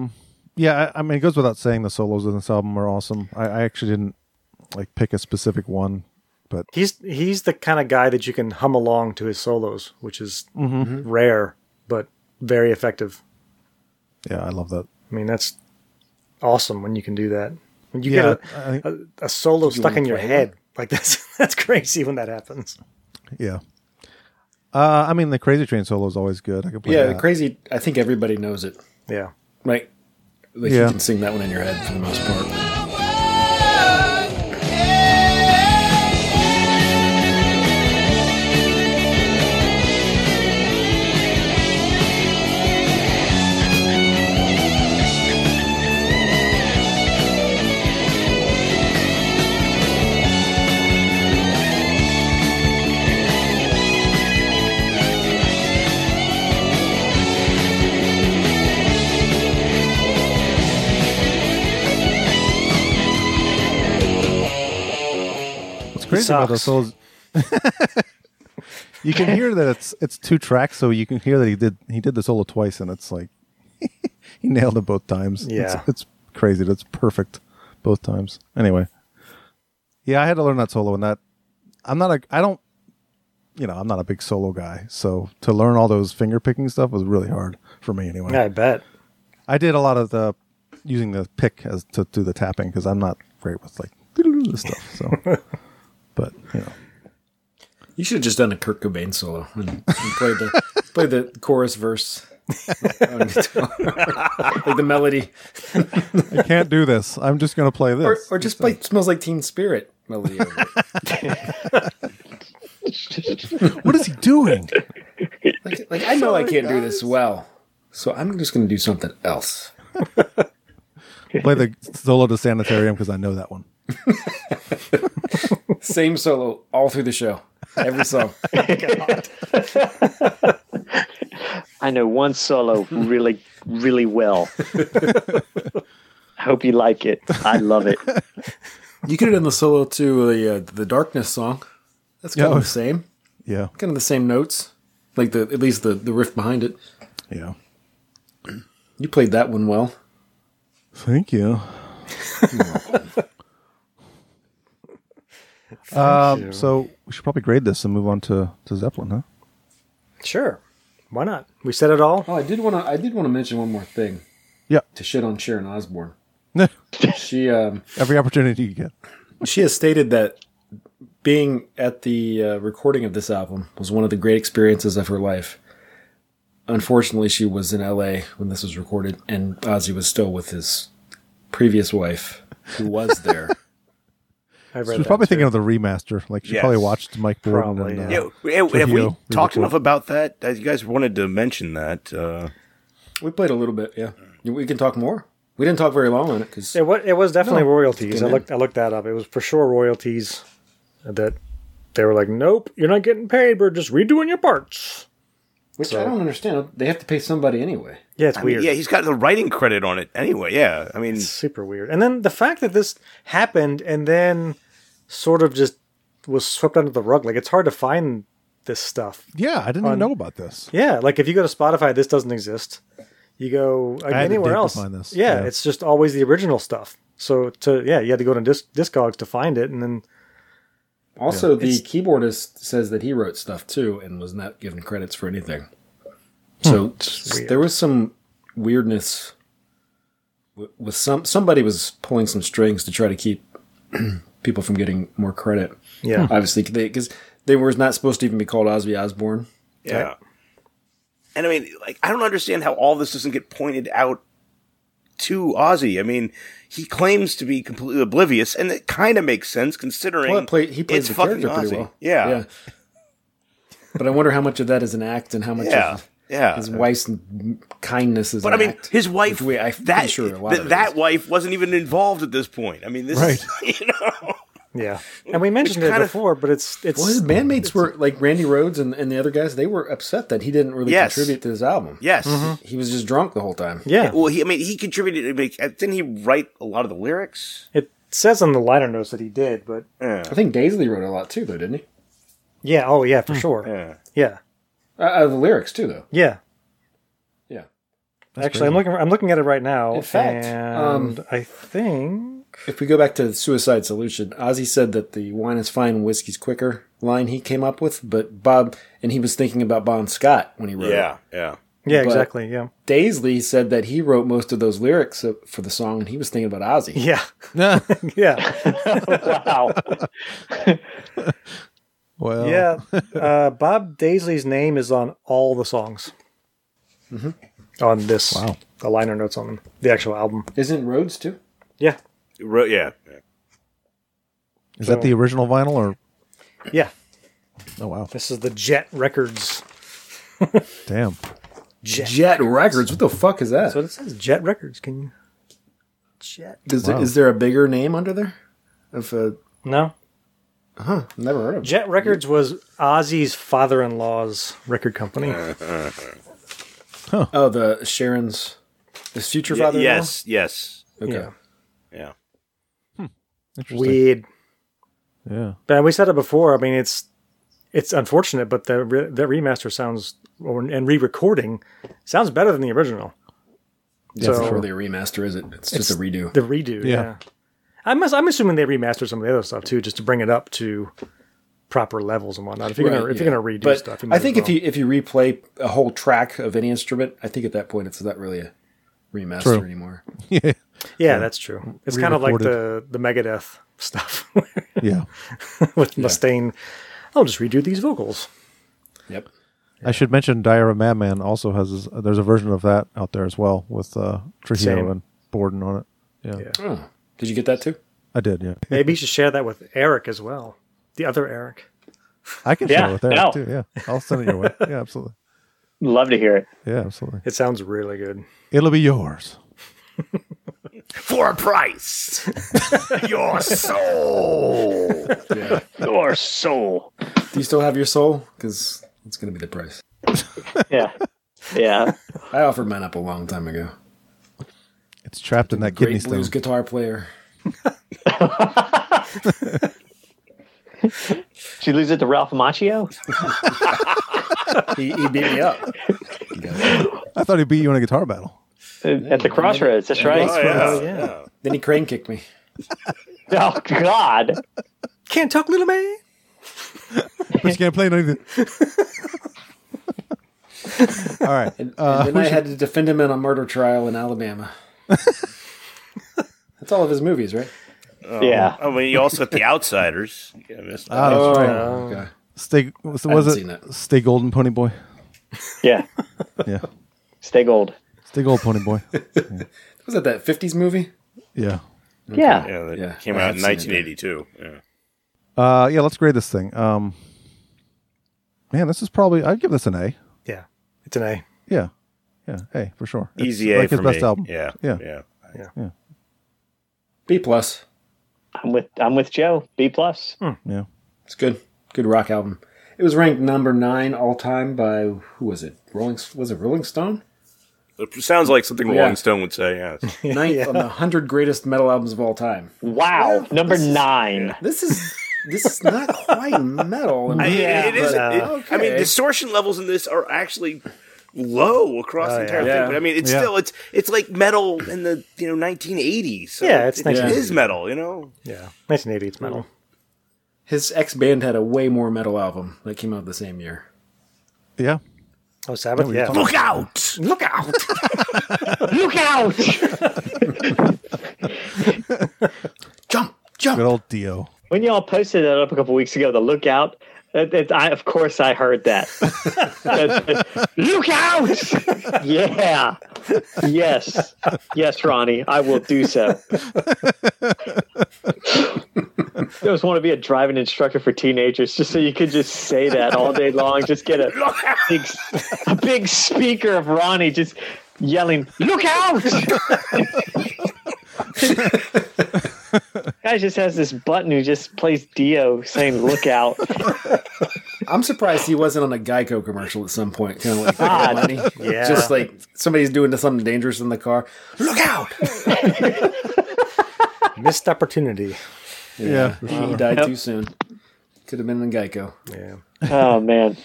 A: I, I mean, it goes without saying the solos in this album are awesome. I, I actually didn't like pick a specific one, but
C: he's he's the kind of guy that you can hum along to his solos, which is rare but very effective.
A: yeah, I love that.
C: I mean, that's awesome when you can do that. When you
A: Yeah.
C: get
A: I,
C: Uh, a, a, a solo stuck
D: wanna
C: in your
D: play
C: *laughs* head like that's that's crazy when that happens.
A: Yeah. Uh, I mean, the Crazy Train solo is always good. I could play
D: yeah,
A: that.
D: the crazy. I think everybody knows it.
C: Yeah.
D: Right. Like
A: Yeah.
D: you can sing that one in your head for the most part.
A: What's crazy about those solos? you can hear that it's it's two tracks, so you can hear that he did he did the solo twice, and it's like *laughs* he nailed it both times.
C: Yeah.
A: it's, it's crazy. That's perfect both times. Anyway, yeah, I had to learn that solo, and that I'm not a I don't you know I'm not a big solo guy, so to learn all those finger picking stuff was really hard for me. Anyway,
C: Yeah, I bet.
A: I did a lot of the using the pick as to do the tapping because I'm not great with like *laughs* this stuff.
C: *laughs*
A: So, but you know.
D: You should have just done a Kurt Cobain solo and, and played the played the chorus verse. on guitar. *laughs* like the melody,
A: I can't do this. I'm just going to play
D: or,
A: this.
D: or just play "Smells Like Teen Spirit" melody. Over it.
A: what is he doing?
D: Like, like I know I can't do this well, so I'm just going to do something else.
A: *laughs* play the solo to Sanitarium because I know that one.
D: Same solo all through the show, every song.
B: I know one solo really, really well. I hope you like it. I love it.
D: *laughs* You could have done the solo to the uh, the Darkness song. That's kind
A: Yeah.
D: of the same,
A: Yeah,
D: kind of the same notes, like the at least the the riff behind it.
A: yeah.
D: You played that one well.
A: Thank you. um, so we should probably grade this and move on to, to Zeppelin, huh?
C: Sure. Why not? We said it all.
D: Oh, I did want to. I did want to mention one more thing.
A: Yeah.
D: To shit on Sharon Osbourne. She um
A: *laughs* Every opportunity you get.
D: she has stated that being at the uh, recording of this album was one of the great experiences of her life. Unfortunately, she was in L.A. when this was recorded, and Ozzy was still with his previous wife, who was *laughs* there.
C: I read
A: She
C: that.
A: was probably thinking of the remaster. Like she probably
K: Yes.
A: watched Mike Borden.
C: Probably,
A: and, uh,
C: yeah.
K: Yeah, have, have we
A: Trujillo, we
K: talked
A: look
K: enough about that? Uh, You guys wanted to mention that. Uh,
D: we played a little bit, yeah. We can talk more. We didn't talk very long on it because
C: It was, it was definitely
D: No,
C: royalties. I
D: good.
C: looked I looked that up. It was for sure royalties that they were like, nope, you're not getting paid. We're just redoing your parts.
D: which I don't understand. They have to pay somebody anyway.
C: Yeah, it's
K: I mean,
C: weird.
K: yeah, he's got the writing credit on it anyway. Yeah, I mean,
C: It's super weird. And then the fact that this happened and then sort of just was swept under the rug. Like it's hard to find this stuff.
A: yeah, I didn't even know about
C: *laughs*
A: this.
C: Yeah, like if you go to Spotify, this doesn't exist. You go like,
A: I had to dig
C: anywhere
A: to
C: else.
A: find this.
C: Yeah,
A: Yeah.
C: it's just always the original stuff. So to yeah, you had to go to Disc- Discogs to find it, and then
D: Also, the keyboardist says that he wrote stuff too and was not given credits for anything.
K: Hmm,
D: So s-
C: weird.
D: there was some weirdness w- with some somebody was pulling some strings to try to keep *clears throat* people from getting more credit.
C: yeah,
D: Obviously, because they, were not supposed to even be called Ozzy Osbourne.
K: yeah. And I mean, like, I don't understand how all this doesn't get pointed out to Ozzy. I mean, he claims to be completely oblivious, and it kind of makes sense considering
D: Well, it play, he played
K: it's
D: the
K: fucking
D: character pretty
K: Ozzy.
D: well.
K: Yeah, yeah,
D: yeah. But I wonder how much of that is an act and how much
K: yeah.
D: of his wife's m- kindness is.
K: But I
D: an
K: mean,
D: act.
K: his wife,
D: Which we- I'm pretty
K: that,
D: sure a lot
K: th-
D: of it
K: that
D: is.
K: wife wasn't even involved at this point. I mean, this is, *laughs* you know.
C: yeah. And we mentioned it
K: kind of-
C: before, but it's it's
D: Well, his bandmates were like Randy Rhodes and, and the other guys. They were upset that he didn't really
K: Yes.
D: contribute to his album.
K: Yes.
D: he was just drunk the whole time.
C: yeah.
K: Mm-hmm. Well, he, I mean, he contributed. I mean, uh, didn't he write a lot of the lyrics?
C: It says on the liner notes that he did, but
K: Yeah.
D: I think Daisley wrote a lot too, though, didn't he?
C: yeah, oh yeah, for sure, yeah,
K: Yeah.
C: yeah.
D: Uh, uh, the lyrics too, though. Yeah.
C: Actually, I'm looking I'm looking at it right now.
D: In fact,
C: and I think
D: If we go back to Suicide Solution, Ozzy said that the "wine is fine, whiskey's quicker" line he came up with, but Bob and he was thinking about Bon Scott when he wrote it.
K: Yeah. Yeah.
C: yeah,
D: but-
C: exactly, yeah, *laughs*
D: Daisley said that he wrote most of those lyrics uh, for the song, and he was thinking about Ozzy.
C: yeah, yeah.
B: Wow.
A: Well,
C: Yeah, uh, Bob Daisley's name is on all the songs. Mm-hmm. On this, wow. the liner notes on them, the actual album.
D: Isn't Rhodes too?
C: Yeah,
K: Ro- yeah.
A: Is that the original vinyl or?
C: yeah.
A: Oh wow!
C: This is the Jet Records.
A: Damn.
C: Jet,
D: Jet Records. What the fuck is that?
C: That's what it says. Jet Records. Can you? Jet.
D: Is, there,
A: Wow.
D: is there a bigger name under there? If uh,
C: No.
D: huh, never heard of. it.
C: Jet Records was Ozzy's father-in-law's record company.
D: Oh, the Sharon's, his future
K: Y-
D: father.
K: yes, yes.
D: Okay.
C: Yeah.
K: Yeah.
A: Interesting.
C: Weird.
A: yeah. *laughs*
C: But we said it before. I mean, it's it's unfortunate, but the re- the remaster sounds or, and re-recording sounds better than the original.
D: Yeah, it's not really a remaster, is it? It's just a redo.
C: The redo.
A: Yeah.
C: Yeah. I'm ass- I'm assuming they remastered some of the other stuff too, just to bring it up to proper levels and whatnot. If you're gonna
D: Right,
C: if
D: yeah.
C: you're gonna redo
D: But
C: stuff,
D: I think if you if you replay a whole track of any instrument, I think at that point it's not really a remaster
A: True.
D: anymore.
A: Yeah.
C: yeah, that's true. It's kind of like the
A: re-recorded.
C: the Megadeth stuff *laughs*
A: Yeah.
C: with Mustaine. I'll just redo these vocals.
D: Yep.
A: I should mention Diary of a Madman also has his, there's a version of that out there as well with uh, Trujillo
C: Same.
A: and Borden on it. Yeah,
C: Yeah.
D: Oh, did you get that too?
A: I did. Yeah,
C: Maybe you should share that with Eric as well, the other Eric.
A: I can
B: Yeah,
A: share with Eric
B: no.
A: too. Yeah, I'll send it your way. *laughs* Yeah, absolutely.
B: Love to hear it.
A: Yeah, absolutely.
C: It sounds really good.
A: It'll be yours.
K: For a
A: *laughs*
K: price. Your soul.
D: Yeah.
B: Your soul.
D: Do you still have your soul? Because it's going to be the price.
B: Yeah. Yeah.
D: I offered mine up a long time ago.
A: It's trapped in that kidney
D: Great
A: stone.
D: blues guitar player.
B: She leaves it to Ralph Macchio.
D: He, he beat me up.
A: I thought he beat you in a guitar battle.
B: at the crossroads. That's right.
K: Oh, yeah.
D: Then he crane kicked me.
B: Oh God!
C: Can't talk, little man.
A: But you can't play anything. *laughs* All right.
D: And,
A: Uh,
D: and then I had to defend him in a murder trial in
K: *laughs*
D: Alabama. That's all of his movies, right?
B: Yeah.
K: I mean, you also got the outsiders. You can't miss that.
A: Oh, that's right.
K: Uh,
D: okay.
A: Stay. Was,
D: haven't
A: was
D: seen
A: it
D: that.
A: Stay Golden Pony Boy?
B: Yeah.
A: Yeah.
B: Stay gold.
A: Stay Gold Pony Boy.
D: Was that that 50s movie?
A: Yeah.
B: Yeah.
K: yeah, that
D: Yeah,
K: came
D: I
K: out
D: have
K: in
D: seen it,
K: 1982. Yeah.
A: Uh, yeah. Let's grade this thing. Um, man, this is probably. I'd give this an A.
C: Yeah, it's an A.
A: Yeah. Yeah. Hey, for sure. It's
K: Easy A
A: like his
K: for
A: best
K: me.
A: album.
K: Yeah,
A: Yeah.
K: yeah.
D: B plus.
B: I'm with I'm with Joe. B plus.
A: Yeah.
D: It's good. Good rock album. It was ranked number nine all time by who was it? Rolling was it Rolling Stone?
K: It sounds like something
D: Yeah.
K: Rolling Stone would say. *laughs*
A: *laughs*
K: Yeah,
D: Ninth on the hundred greatest metal albums of all time.
B: Wow. Number nine.
D: This is this is not quite metal. I
K: *laughs* I-
D: mean,
K: it is.
C: but,
K: it-
D: uh,
K: I mean,
D: okay.
K: distortion levels in this are actually low across the entire
D: Oh, Yeah.
K: thing. But I mean, it's
A: Yeah.
K: still it's it's like metal in the you know 1980s. So
C: Yeah, it's
K: it, it
C: 1980s.
K: is metal. You know,
C: Yeah, 1980. It's metal.
D: His ex band had a way more metal album that came out the same year.
A: Yeah.
C: Oh, Sabbath. Yeah.
K: look out!
C: Look out!
B: Look out!
D: Jump, jump.
A: Good old Dio.
B: when y'all posted that up a couple weeks ago, the lookout. That, that, I, of course, I heard that. That- that- Look out! *laughs* yeah. Yes. Yes, Ronnie. I will do so. I just want to be a driving instructor for teenagers, just so you could just say that all day long. Just get a big, a big speaker of Ronnie just yelling, "Look out!" Guy just has this button who just plays Dio saying, "Look out!"
D: I'm surprised he wasn't on a Geico commercial at some point. Kind of like
B: God.
D: money.
C: Yeah.
D: *laughs* Just like somebody's doing something dangerous in the car. Look out!
C: Missed opportunity.
A: Yeah. for sure.
D: He died
B: Yep.
D: too soon. Could have been in Geico.
C: Yeah.
B: Oh man.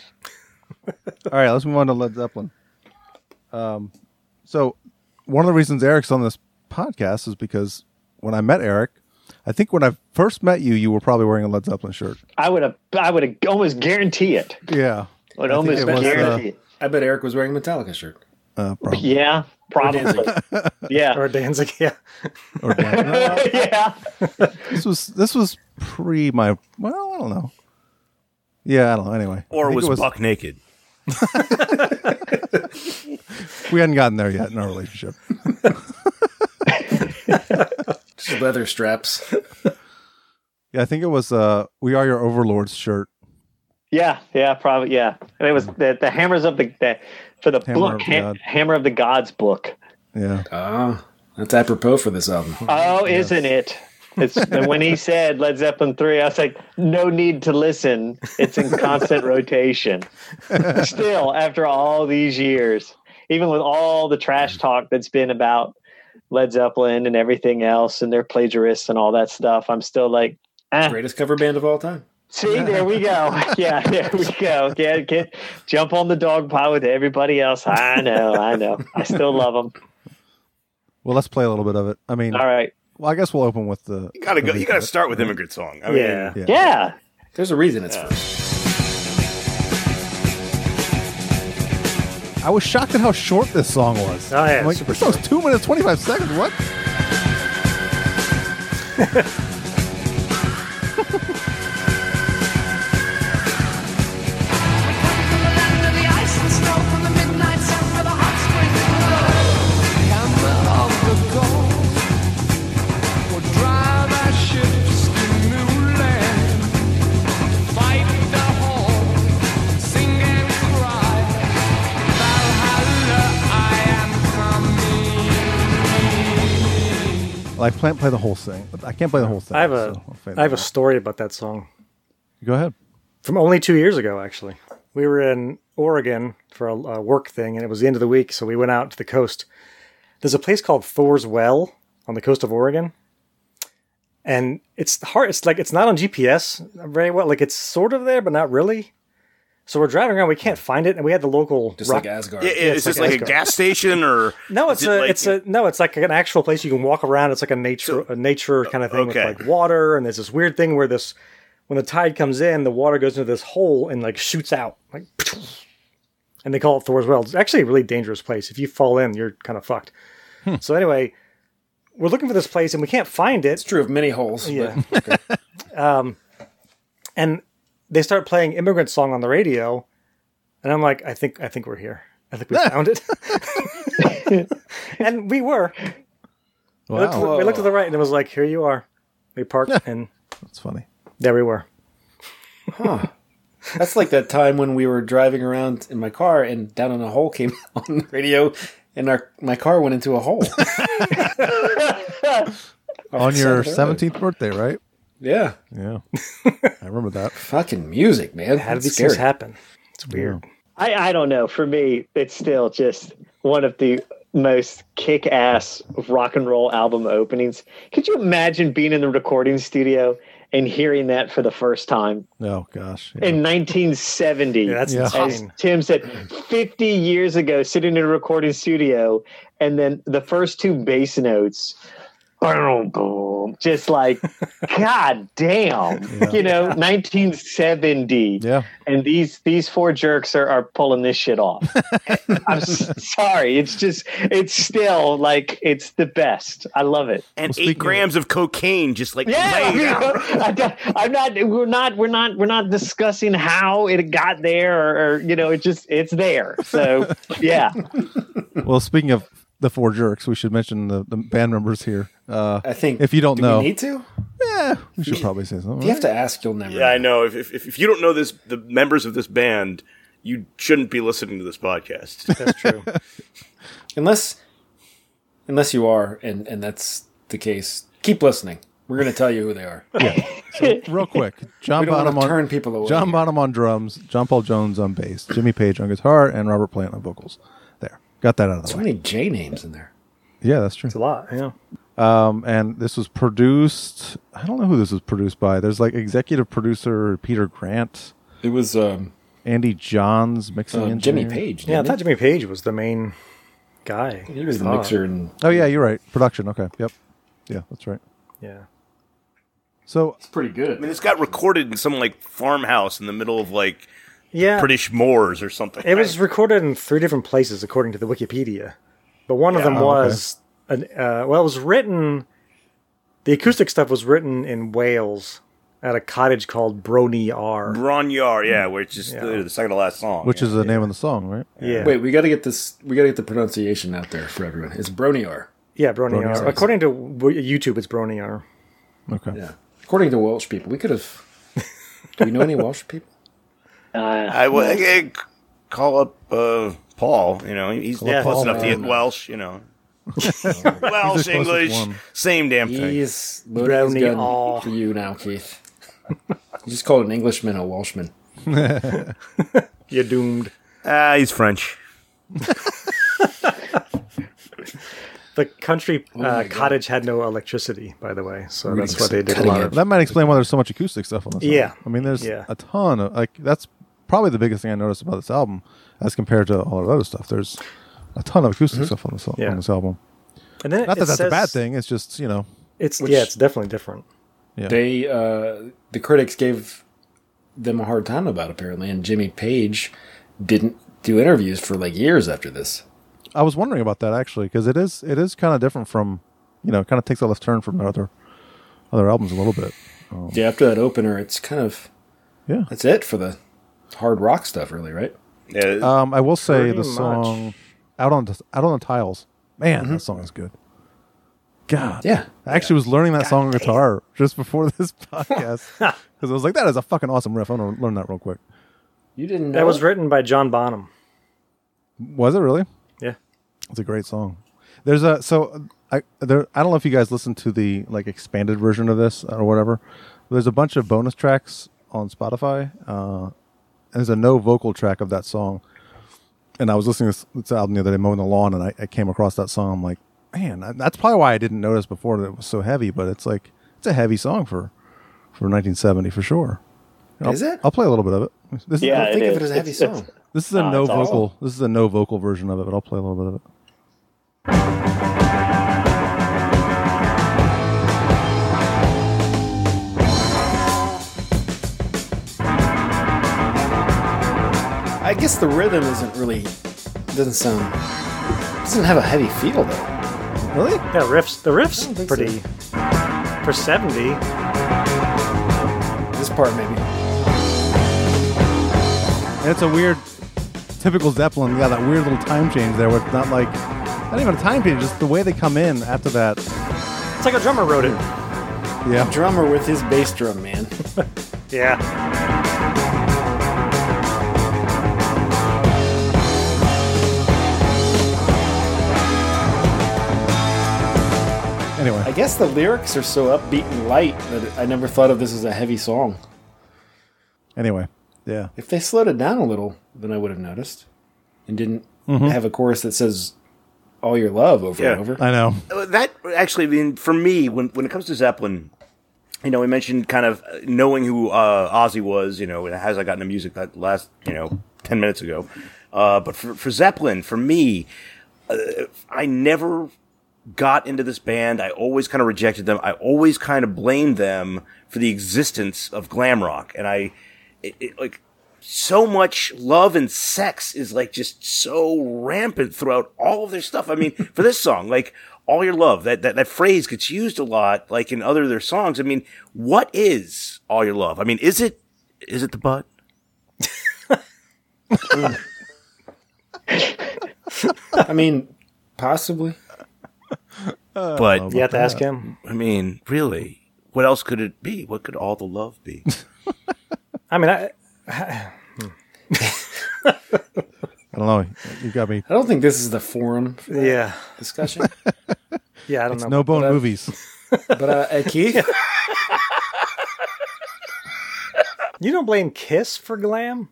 A: All right, let's move on to Led Zeppelin. Um, so one of the reasons Eric's on this podcast is because when I met Eric, I think when I first met you, you were probably wearing a Led Zeppelin shirt.
B: I would have. I would have almost guarantee it.
A: Yeah,
B: Would
A: I think
B: almost
A: it was,
B: guarantee it.
D: I bet Eric was wearing a Metallica shirt.
A: uh, probably.
B: Yeah, probably. *laughs* Yeah,
C: Or Danzig. *laughs* Yeah.
A: Or black. No,
B: *laughs* yeah.
A: this was this was pre my well, I don't know. Yeah, I don't know. Anyway, I
K: Or
A: think
K: was,
A: it
K: buck naked?
A: we hadn't gotten there yet in our relationship.
D: Just leather straps.
A: Yeah, I think it was uh, "We Are Your Overlords" shirt.
B: Yeah, yeah, probably. Yeah, and it was the the hammers of the, the for the
A: Hammer
B: book
A: of the
B: ha-
A: God.
B: hammer of the gods book.
A: Yeah.
D: Ah, that's apropos for this album.
B: Oh, isn't it? It's and when he said Led Zeppelin three, I was like, no need to listen. It's in constant rotation. Still, after all these years, even with all the trash talk that's been about Led Zeppelin and everything else and their plagiarists and all that stuff, I'm still like, ah,
D: Greatest cover band of all time.
B: See, there we go. *laughs* Yeah, there we go. Can't, can't jump on the dog pile with everybody else. I know, I know. I still love them.
A: Well, let's play a little bit of it. I mean,
B: All right.
A: well, I guess we'll open with the.
K: You gotta go. You gotta start with immigrant song.
C: Oh,
K: I mean,
D: Yeah.
A: Yeah.
B: Yeah.
D: There's a reason it's first.
A: I was shocked at how short this song was.
C: Oh, yeah,
A: I'm like,
C: super
A: this song's two minutes twenty five seconds. What? Well, I can't play the whole thing. I can't play the whole thing.
C: I have a
A: so I'll fade
C: I have a
A: that
C: story about that song
A: out. Go ahead.
C: from only two years ago. Actually, we were in Oregon for a, a work thing, and it was the end of the week, so we went out to the coast. There's a place called Thor's Well on the coast of Oregon, and it's hard. It's like it's not on GPS very well. Like it's sort of there, but not really. So we're driving around, we can't find it, and we had the local
D: Just
C: rock
D: like Asgard.
K: Yeah, yeah,
C: it's
K: is this
C: like
K: like a
C: Asgard.
K: gas station *laughs* or
C: No, it's
K: Is it
C: a
K: like-
C: it's a no, it's like an actual place you can walk around. It's like a nature a nature kind of thing
K: uh, okay.
C: with like water, and there's this weird thing where this when the tide comes in, the water goes into this hole and like shoots out, like, and they call it Thor's Well. It's actually a really dangerous place. If you fall in, you're kind of fucked.
K: Hmm.
C: So anyway, we're looking for this place and we can't find it.
D: It's true of many holes. but-
C: Yeah. um, and they start playing immigrant song on the radio, and I'm like, I think I think we're here. I think we found it.
K: *laughs*
C: *laughs* and we were. We, looked to the,
A: Wow,
C: we looked to the right, and it was like, here you are. We parked, and
A: that's funny.
C: there we were.
D: That's like that time when we were driving around in my car and down in a hole came *laughs* on the radio and our my car went into a hole.
A: *laughs* On your
D: Saturday.
A: seventeenth birthday, right?
D: Yeah.
A: Yeah,
C: *laughs*
A: I remember that.
D: Fucking music, man.
C: How did
D: That's
C: these
D: scary.
C: things happen? It's weird.
B: I, I don't know. For me, it's still just one of the most kick ass rock and roll album openings. Could you imagine being in the recording studio and hearing that for the first time
A: Oh gosh, yeah.
B: in 1970?
C: Yeah, that's
A: Yeah.
B: as
C: insane.
B: Tim said, 50 years ago, sitting in a recording studio, and then the first two bass notes, boom, boom, just like, god damn,
A: Yeah.
B: you know, 1970,
A: yeah.
B: and these these four jerks are, are pulling this shit off. I'm s- sorry, it's just, it's still like, it's the best. I love it.
K: and
A: speaking
K: eight
A: of-
K: grams of cocaine just like *laughs*
B: Yeah, *laughs*
K: laid out.
B: I don't- I'm not. We're not. We're not. We're not discussing how it got there, or, or you know, it just it's there. So yeah,
A: Well, speaking of the four jerks, we should mention the, the band members here. Uh,
D: I think
A: If you don't
D: do
A: know.
D: we need to?
A: yeah, we should probably say something.
D: If you have to ask, you'll never
K: Yeah, I know. If, if if you don't know this, the members of this band, you shouldn't be listening to this podcast.
C: That's true.
D: Unless unless you are and and that's the case, keep listening. We're gonna tell you who
A: *laughs*
D: they are.
A: Real quick, John
D: We don't
A: Bonham
D: want to
A: on
D: turn people away.
A: John Bonham on drums, John Paul Jones on bass, Jimmy Page on guitar, and Robert Plant on vocals. There, got that out of the
D: so
A: way.
D: many J names in there.
A: Yeah, that's true.
C: It's a lot. Yeah.
A: Um, and this was produced. I don't know who this was produced by. There's like executive producer Peter Grant,
D: It was um,
A: Andy Johns mixing
D: um,
A: engineer.
D: Jimmy Page.
C: Yeah, I
D: didn't
C: thought Jimmy Page was the main guy.
D: he? he was the
C: Thought.
D: mixer and
A: Oh yeah, you're right. Production. Okay. Yep. Yeah, that's right.
C: Yeah.
A: So
D: it's pretty good.
K: I mean, this got recorded in some like farmhouse in the middle of like
C: Yeah.
K: British moors or something.
C: It was recorded in three different places, according to the Wikipedia. But one of them
A: Oh, okay.
C: was an uh, well, it was written. The acoustic stuff was written in Wales, at a cottage called Bronyar.
K: Bronyar, yeah, where it's just
C: Yeah.
K: literally the second to last song.
A: which is the name of the song, right?
D: Wait, we got to get this. We got to get the pronunciation out there for everyone. It's Bronyar.
C: Yeah, Bronyar.
D: Bronyar.
C: According to w- YouTube, it's Bronyar.
A: Okay.
D: Yeah. According to Welsh people, we could have. Do we
A: *laughs*
D: know any Welsh people?
K: I will I- I call up uh, Paul. You know, he's
D: Call up
K: close
D: Paul,
K: enough to
D: man.
K: get Welsh. You know,
D: He's
K: Welsh
D: the closest
K: English,
D: one.
K: same damn thing.
D: He's loading his gun for you now, Keith. you just called an Englishman a Welshman.
C: You're doomed.
K: Ah, he's French.
C: The country uh, cottage had no electricity, by the way, so
A: Really
C: that's why they did a
A: cutting
C: lot
A: edge.
C: of.
A: That might explain why there's so much acoustic stuff on this.
C: Yeah.
A: album. I mean, there's
C: Yeah.
A: a ton of like that's probably the biggest thing I noticed about this album as compared to all of other stuff. There's a ton of acoustic stuff on this al-
C: Mm-hmm. Yeah.
A: on this album.
C: And then
A: Not
C: it
A: that that's a bad
C: says-
A: thing. It's just you know
C: It's
D: Which-
C: yeah, it's definitely different.
A: Yeah.
D: They uh, the critics gave them a hard time about apparently, and Jimmy Page didn't do interviews for like years after this.
A: I was wondering about that actually because it is it is kind of different from you know it kind of takes a left turn from their other other albums a little bit. Um,
D: Yeah, after that opener, it's kind of
A: Yeah.
D: That's it for the hard rock stuff, really, right?
K: Yeah.
A: Um, I will say
D: Pretty
A: the
D: much.
A: song out on out on the tiles. Man,
C: Mm-hmm.
A: that song is good. God,
D: Yeah.
A: I actually was learning that song on guitar just before this *laughs* podcast because I was like, "That is a fucking awesome riff." I'm gonna learn that real quick.
D: You didn't.
C: That was written by John Bonham.
A: Was it really?
C: Yeah.
A: It's a great song. There's a so I there I don't know if you guys listened to the like expanded version of this uh, or whatever. There's a bunch of bonus tracks on Spotify. Uh, and there's a no vocal track of that song. And I was listening to this, this album the other day mowing the lawn, and I, I came across that song. I'm like, man, I- that's probably why I didn't notice before that it was so heavy. But it's like it's a heavy song for for 1970 for sure. I'll-
D: Is it?
A: I'll play a little bit of it. This
D: Yeah,
A: is,
D: I don't it think of it is. as a heavy It's- it's- song.
A: This is a
D: Oh, it's
A: no
D: awesome.
A: vocal. This is a no vocal version of it, but I'll play a little bit of it.
D: I guess the rhythm isn't really doesn't sound doesn't have a heavy feel though.
A: Really?
C: Yeah, riffs. The riffs pretty for seventy.
D: This part maybe.
A: And it's a weird, typical Zeppelin. Yeah, that weird little time change there. With not like, not even a time change. Just the way they come in after that.
C: It's like a drummer wrote it.
A: Yeah.
D: Drummer with his bass drum, man.
C: Yeah.
A: Anyway.
D: I guess the lyrics are so upbeat and light that I never thought of this as a heavy song.
A: Anyway. Yeah.
D: If they slowed it down a little, then I would have noticed, and didn't
A: Mhm.
D: have a chorus that says "All Your Love" over and over.
A: I know.
K: Uh, That actually, I mean, for me, when when it comes to Zeppelin, you know, we mentioned kind of uh, knowing who uh, Ozzy was, you know, and as I got into music that last, you know, ten minutes ago. Uh, but for, for Zeppelin, for me, uh, I never got into this band. I always kind of rejected them. I always kind of blamed them for the existence of glam rock, and I, it, it, like, so much love and sex is like just so rampant throughout all of their stuff. I mean, for this song, like all your love, that, that, that phrase gets used a lot, like in other of their songs. I mean, what is all your love? I mean, is it, is it the butt?
D: I mean, possibly.
K: But
C: You have to ask him.
K: I mean, really, what else could it be? What could all the love be?
C: I mean, I,
A: I don't know. You got me.
D: I don't think this is the forum for that
C: yeah,
D: *laughs* discussion.
C: yeah. I don't
A: It's
C: know.
A: no bone movies.
D: but uh, uh, Keith,
C: You don't blame Kiss for glam.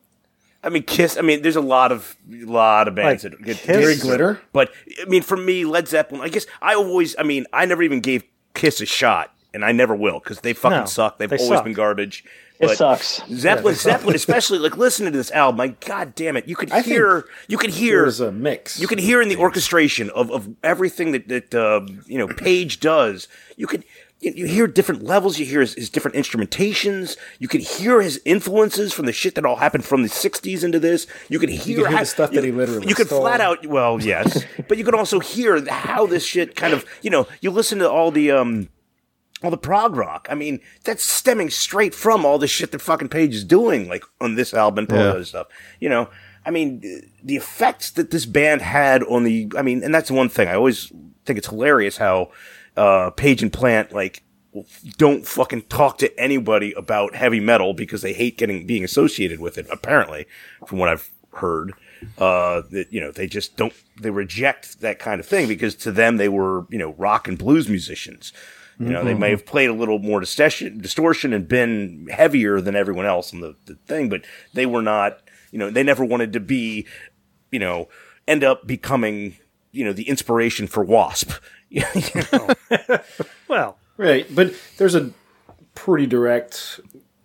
K: I mean, Kiss. I mean, there's a lot of lot of bands
C: Like
K: that get
C: Kiss?
D: Gary Glitter?
K: But I mean, for me, Led Zeppelin. I guess I always. I mean, I never even gave Kiss a shot, and I never will because they fucking
C: No,
K: suck. They've
C: they
K: always
C: suck.
K: been garbage.
B: It
K: But
B: sucks.
K: Zeppelin, Zeppelin, especially like listening to this album. My god damn it, you could
D: I think
K: hear, you could hear,
D: there's a mix.
K: you can hear in the orchestration of, of everything that that uh, you know Page does. You could you, you hear different levels. You hear his, his different instrumentations. You can hear his influences from the shit that all happened from the '60s into this. You can hear,
D: can hear
K: how-
D: the stuff
K: you-
D: that he literally
K: You can
D: stole.
K: flat out.
D: *laughs*
K: Well, yes, but you can also hear how this shit kind of you know. You listen to all the um all the prog rock. I mean, that's stemming straight from all the shit that fucking Page is doing, like on this album and all
L: Yeah.
K: that other stuff. You know, I mean, th- the effects that this band had on the, I mean, and that's one thing I always think it's hilarious how uh, Page and Plant like don't fucking talk to anybody about heavy metal because they hate getting being associated with it. Apparently, from what I've heard, uh, that you know they just don't they reject that kind of thing because to them they were you know rock and blues musicians. You know, they may have played a little more distortion, distortion and been heavier than everyone else in the, the thing, but they were not, you know, they never wanted to be, you know, end up becoming, you know, the inspiration for Wasp. *laughs* You know?
C: well,
D: right, but there's a pretty direct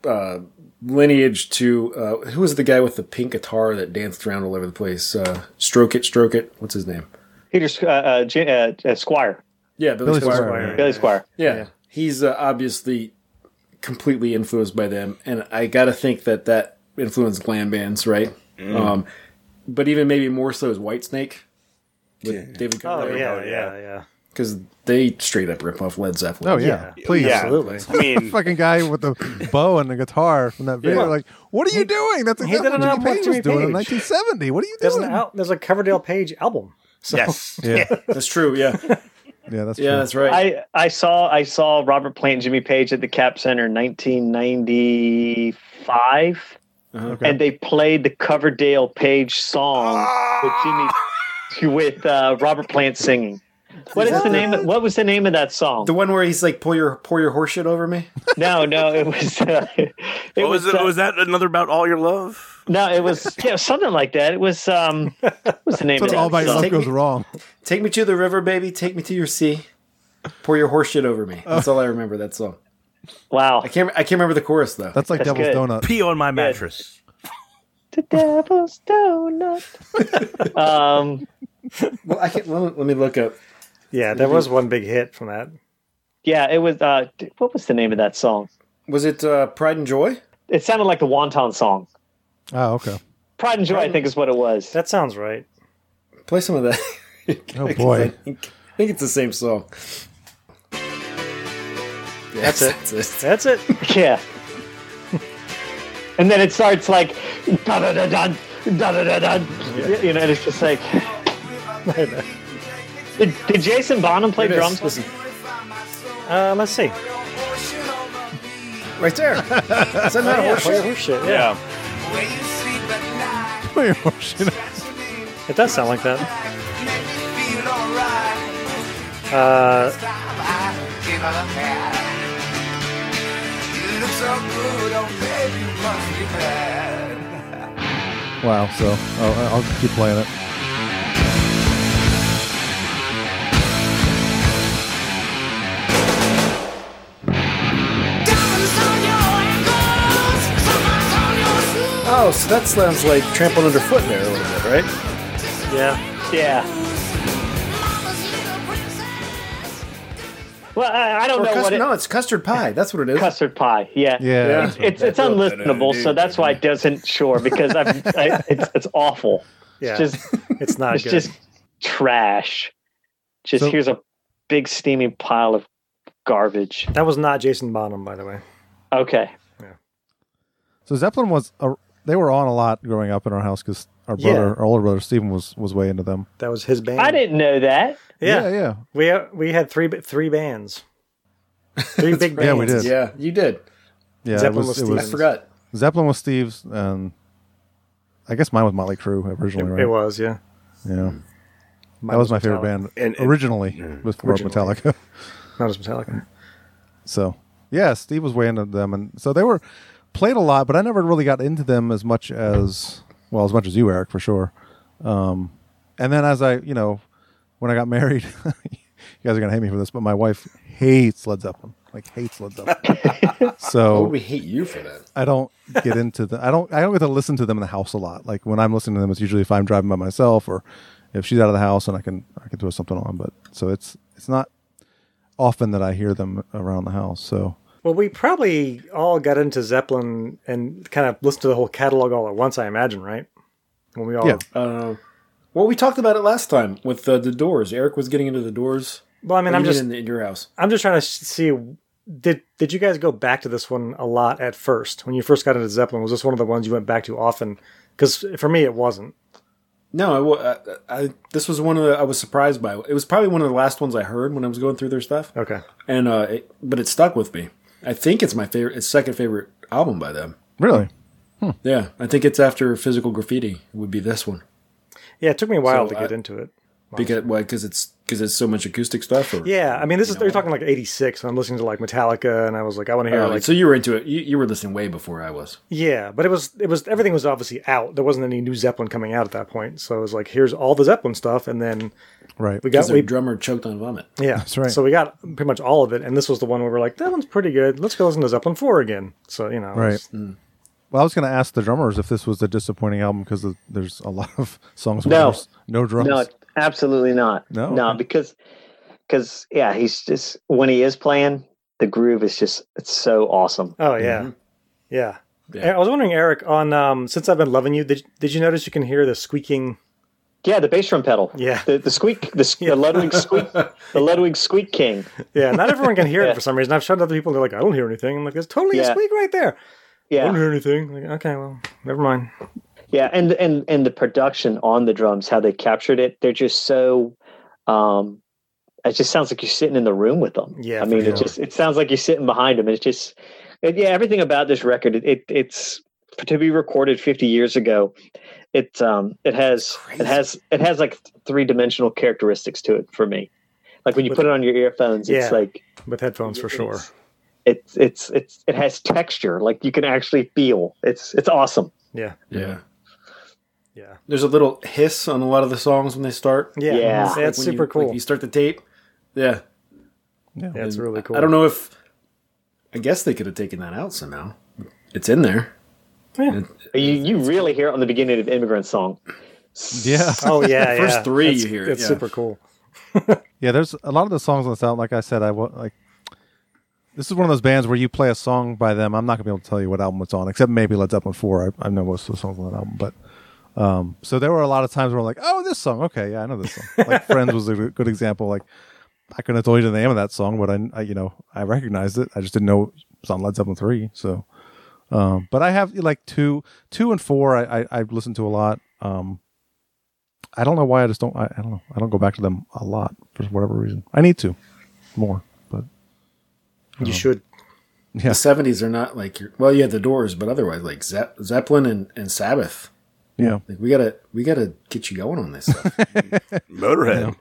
D: uh, lineage to uh, who was the guy with the pink guitar that danced around all over the place? Uh, stroke it, stroke it. What's his name?
B: Peter Squ- uh, uh, J- uh, uh, Squire.
D: Yeah, Billy, Squire.
B: Billy Squire.
D: Yeah, he's uh, obviously completely influenced by them, and I got to think that that influenced glam bands, right?
K: Mm.
D: Um, but even maybe more so is Whitesnake with
K: Yeah.
D: David
C: Oh,
D: Coverdale.
C: yeah, yeah, yeah.
D: because they straight up rip off Led Zeppelin.
A: Oh yeah, please,
D: absolutely.
A: I mean, *laughs* fucking guy with the bow and the guitar from that video.
C: Yeah.
A: Like, what are you doing? That's
C: he
A: exactly
C: did an
A: what
C: album with
A: Jimmy Page was
C: Jimmy
A: doing in
C: Page.
A: 1970. What are you
C: There's
A: doing?
C: an out, there's a Coverdale Page album. So.
K: Yes.
A: Yeah.
D: that's true. Yeah,
A: yeah, that's
D: yeah, that's right.
B: I, I saw I saw Robert Plant and Jimmy Page at the Cap Center in 1995,
K: Uh-huh.
B: and they played the Coverdale Page song
K: Ah!
B: with Jimmy with uh, Robert Plant singing. What is the name? Of, what was the name of that song?
D: The one where he's like, "Pour your pour your horseshit over me."
B: No, no, it was. Uh, *laughs* it
K: What was, it?
B: uh,
K: was that another about all your love?
B: No, it was yeah, something like that. It was um, what was
D: *laughs*
B: the name?
A: That's
B: of
A: what all my
B: that song?
A: love goes wrong.
D: Take me to the river, baby. Take me to your sea. Pour your horseshit over me. That's all I remember. That song.
B: Wow,
D: I can't. I can't remember the chorus though.
A: That's like
B: That's
A: Devil's
B: good.
A: Donut.
K: Pee on my mattress.
B: The devil's donut. um,
D: Well, I can let, me- let me look up.
C: Yeah, there was one big hit from that.
B: yeah, it was. Uh, what was the name of that song?
D: Was it uh, Pride and Joy?
B: It sounded like the Wonton song.
A: Oh, okay.
B: Pride and Joy, I think, is what it was.
C: That sounds right.
D: Play some of that. *laughs*
A: Oh boy.
D: I think, I think it's the same song.
C: That's it.
D: That's it.
C: That's it.
B: Yeah. and then it starts like da da da da da da da. You know, and it's just like. Did, did Jason Bonham play
D: Here it is.
B: drums?
D: Listen,
C: Uh, let's see.
D: right there. Is that not a
C: Yeah,
D: horseshit?
C: horseshit, Yeah. it does sound like that. Uh,
E: oh,
A: Wow. So, oh, I- I'll keep playing it.
D: Oh, so that sounds like trampled underfoot there a little bit, right?
C: yeah.
B: Yeah. Well, I, I don't
D: Or
B: know
D: custard,
B: what it,
D: no, it's custard pie. That's what it is.
B: custard pie. Yeah.
A: Yeah.
D: Yeah.
B: It's it's unlistenable, so that's why it doesn't sure because I've, I, it's it's awful. It's
C: Yeah.
B: just
C: it's not
B: it's
C: good.
B: just trash. Just
A: So-
B: here's a big steaming pile of garbage.
C: that was not Jason Bonham, by the way.
B: Okay.
A: So Zeppelin was a, they were on a lot growing up in our house because our
C: Yeah.
A: brother, our older brother Stephen, was was way into them.
C: That was his band.
B: I didn't know that.
C: Yeah.
A: yeah, yeah.
C: We uh, we had three three bands. Three big bands.
A: Yeah, we did.
D: Yeah, you did.
A: Yeah, it
C: Zeppelin
A: was-
C: was
A: it
D: I
A: was-
C: Steven's.
D: forgot.
A: Zeppelin was Steve's, and I guess mine was Motley Crue originally, right?
C: It was, yeah.
A: Yeah, that was my favorite band
K: And- and-
A: originally before Metallica. *laughs*
C: Not as Metallica.
A: So yeah, Steve was way into them, and so they were played a lot, but I never really got into them as much as well as much as you, Eric, for sure. Um, and then as I, you know, when I got *laughs* married, you guys are gonna hate me for this, but my wife hates Led Zeppelin, like hates Led Zeppelin.
D: *laughs* Oh,
A: so
D: we hate you for that.
A: I don't get into the I don't I don't get to listen to them in the house a lot. Like when I'm listening to them, it's usually if I'm driving by myself or if she's out of the house and I can I can throw something on. But so it's it's not often that I hear them around the house. So.
C: Well, we probably all got into Zeppelin and kind of listened to the whole catalog all at once, I imagine, right? When we all
A: Yeah.
D: Uh, well, we talked about it last time with uh, the Doors. Eric was getting into the Doors.
C: Well, I mean,
D: Or
C: I'm
D: you did
C: just
D: in, in your house.
C: I'm just trying to s- see did did you guys go back to this one a lot at first when you first got into Zeppelin? Was this one of the ones you went back to often? Because for me, it wasn't.
D: No, I wa- I, I, this was one of the I was surprised by. It was probably one of the last ones I heard when I was going through their stuff.
C: Okay,
D: and uh, it, but it stuck with me. I think it's my favorite, it's second favorite album by them.
A: Really?
D: Yeah, I think it's after Physical Graffiti would be this one
C: Yeah, it took me a while
D: So
C: to get
D: I-
C: into it.
D: because why? Because it's because it's so much acoustic stuff. Or,
C: Yeah, I mean, this is they're talking like '86, and I'm listening to like Metallica, and I was like, I want to hear
D: Oh,
C: like
D: so you were into it. You, you were listening way before I was.
C: Yeah, but it was it was everything was obviously out. There wasn't any new Zeppelin coming out at that point, so it was like here's all the Zeppelin stuff, and then
A: Right.
C: we got
D: their
C: we
D: drummer choked on vomit.
C: yeah
A: That's right.
C: So we got pretty much all of it, and this was the one where we're like that one's pretty good. Let's go listen to Zeppelin four again. So you know it
A: Right.
C: was-
A: Well, I was going to ask the drummers if this was a disappointing album because there's a lot of *laughs* songs where
B: No.
A: there's no drums.
B: No, absolutely not.
A: No?
B: no,
A: Okay.
B: because because yeah, he's just when he is playing, the groove is just it's so awesome.
C: Oh yeah, yeah.
D: Mm-hmm. Yeah.
C: I was wondering, Eric, on um, since I've been loving you, did did you notice you can hear the squeaking?
B: Yeah, the bass drum pedal.
C: Yeah,
B: The, the squeak,
A: *laughs*
B: the, s- the Ludwig squeak, the Ludwig squeak king.
C: yeah. Not everyone can hear
D: *laughs*
B: Yeah.
C: it for some reason. I've shown other people, they're like, I don't hear anything. I'm like, there's totally a
B: Yeah.
C: squeak right there. I don't
B: Yeah,
C: hear anything. Like, okay, well, never mind.
B: yeah, and and and the production on the drums, how they captured it, they're just so. um It just sounds like you're sitting in the room with them.
C: Yeah,
B: I mean,
C: for
B: it
C: sure.
B: just it sounds like you're sitting behind them. It's just, it, yeah, everything about this record, it, it it's to be recorded 50 years ago. It um it has it has it has like three dimensional characteristics to it for me. Like when you
C: With-
B: put it on your earphones,
C: Yeah.
B: it's like
C: with headphones for sure.
B: it's it's it's it has texture like you can actually feel it's it's awesome
C: Yeah,
D: Yeah.
C: yeah,
D: There's a little hiss on a lot of the songs when they start.
C: yeah.
B: Yeah.
C: That's,
B: Like
C: that's
D: When you-
C: super
D: like,
C: cool.
D: you start the tape. Yeah.
C: yeah, it's
D: And
C: really cool.
D: I don't know if. I guess they could have taken that out somehow. It's in there.
B: you you really hear it on the beginning of immigrant *laughs* song
A: Yeah.
C: *laughs* Oh
D: *laughs*
C: yeah,
D: First
C: yeah.
D: three
C: That's-
D: you hear it,
C: That's
D: yeah.
C: super cool.
A: Yeah, there's a lot of the songs on this album. Like I said, I wa- like this is one of those bands where you play a song by them. I'm not gonna be able to tell you what album it's on, except maybe Led Zeppelin four. I, I know most of the songs on that album, but um, so there were a lot of times where I'm like, oh, this song, okay, yeah, I know this song. Like Friends was a good example. Like I couldn't have told you the name of that song, but I, I you know, I recognized it. I just didn't know it was on Led Zeppelin three. So, um, but I have like two, two and four. I I, I listened to a lot. Um, I don't know why I just don't. I, I don't know. I don't go back to them a lot for whatever reason. I need to more, but
D: Uh-huh.
C: You should.
A: Yeah.
D: The seventies are not like your. Well, you had the Doors, but otherwise, like Ze- Zeppelin and, and Sabbath.
A: yeah,
D: Like we gotta we gotta get you going on
C: *laughs*
D: this. Stuff.
K: Motorhead.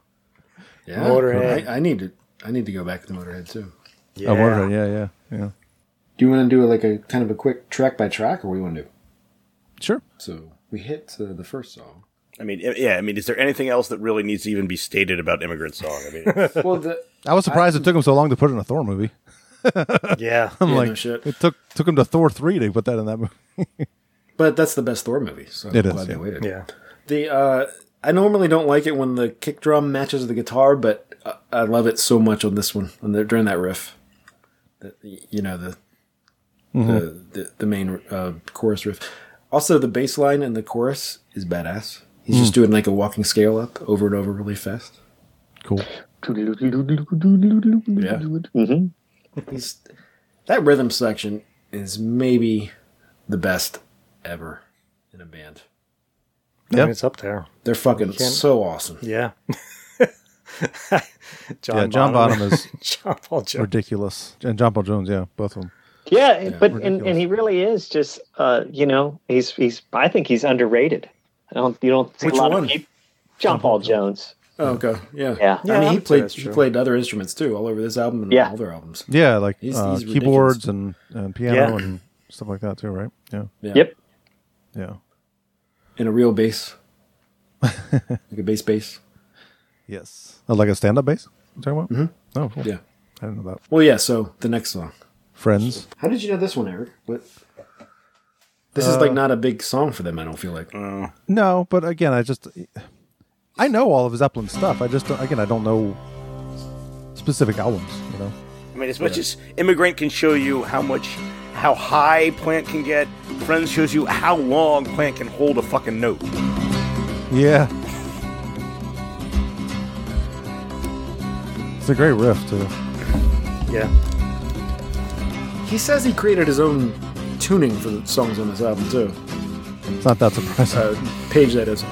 D: Yeah.
C: Motorhead.
D: I, I need to I need to go back to Motorhead too.
C: Yeah.
A: I wonder. Yeah, yeah, yeah.
D: Do you want to do like a kind of a quick track by track, or what do you want to do?
A: Sure.
D: So we hit uh, the first song.
K: I mean, i- yeah. I mean, is there anything else that really needs to even be stated about Immigrant Song? I mean,
D: Well, *laughs* the,
A: I was surprised it took him so long to put it in a Thor movie.
D: *laughs*
C: Yeah.
A: I'm
D: Yeah,
A: like,
D: no shit.
A: it took took him to Thor three to put that in that movie.
D: but that's the best Thor movie. So
A: It is,
D: I'm glad they
A: yeah.
D: waited.
C: Yeah.
D: The uh, I normally don't like it when the kick drum matches the guitar, but I, I love it so much on this one on the, during that riff. The, you know the the, the the main uh, chorus riff. Also, the bass line in the chorus is badass. He's just doing like a walking scale up over and over really fast.
A: Cool.
D: Yeah.
B: hmm
D: He's, that rhythm section is maybe the best ever in a band.
C: I
A: Yeah.
C: mean, it's up there.
D: They're fucking
C: can't-
D: so awesome.
C: Yeah. *laughs* John,
A: yeah, John Bonham, is
C: *laughs*
A: *laughs*
C: John Paul Jones.
A: ridiculous, and John Paul Jones. Yeah, both of them.
B: yeah, but and,
A: ridiculous.
B: and he really is just uh you know he's he's I think he's underrated I don't you don't see
D: Which
B: a lot
D: one?
B: of people John Paul Jones
D: Oh, okay, yeah.
B: yeah
C: Yeah,
D: I
C: I
D: mean, he
C: would say
D: played
C: that's
D: he
C: true.
D: played other instruments too, all over this album and
B: Yeah.
D: all their albums.
A: Yeah, like
D: He's-
A: uh,
D: he's ridiculous.
A: keyboards and, and piano
C: Yeah.
A: and stuff like that too, right? Yeah,
D: Yeah.
B: yep
A: yeah,
D: In a real *laughs* bass, like a bass bass.
A: yes. Oh, like a stand-up bass. You talking about? Mm-hmm. Oh, cool.
D: Yeah.
A: I didn't know that.
D: Well, yeah. So the next song.
A: Friends.
D: How did you know this one, Eric? What? This is like not a big song for them. I don't feel like.
A: No, but again, I just I know all of Zeppelin stuff. I just don't- again I don't know specific albums. You know,
K: I mean, as much as Immigrant can show you how much, how high Plant can get, Friends shows you how long Plant can hold a fucking note.
A: Yeah. It's a great riff too.
C: Yeah.
D: He says he created his own tuning for the songs on this album too.
A: It's not that surprising.
D: Uh, page that is.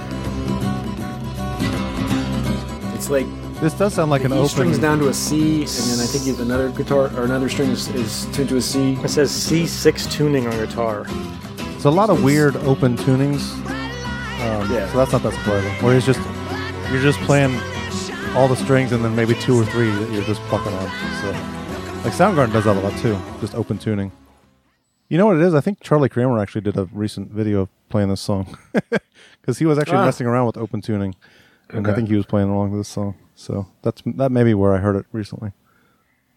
D: It's like
A: This does sound like an
D: the E
A: opening.
D: string's down to a C, and then I think you have another guitar or another string is, is tuned to a C.
C: It says C6 tuning on guitar.
A: It's a lot of weird open tunings. Um,
D: Yeah.
A: So that's not that surprising. Where it's just you're just playing all the strings and then maybe two or three that you're just plucking on. So like Soundgarden does that a lot too, just open tuning. You know what it is? I think Charlie Kramer actually did a recent video of playing this song *laughs* because he was actually
D: Ah.
A: messing around with open tuning, and I
D: Okay.
A: think he was playing along with this song. So that's that may be where I heard it recently.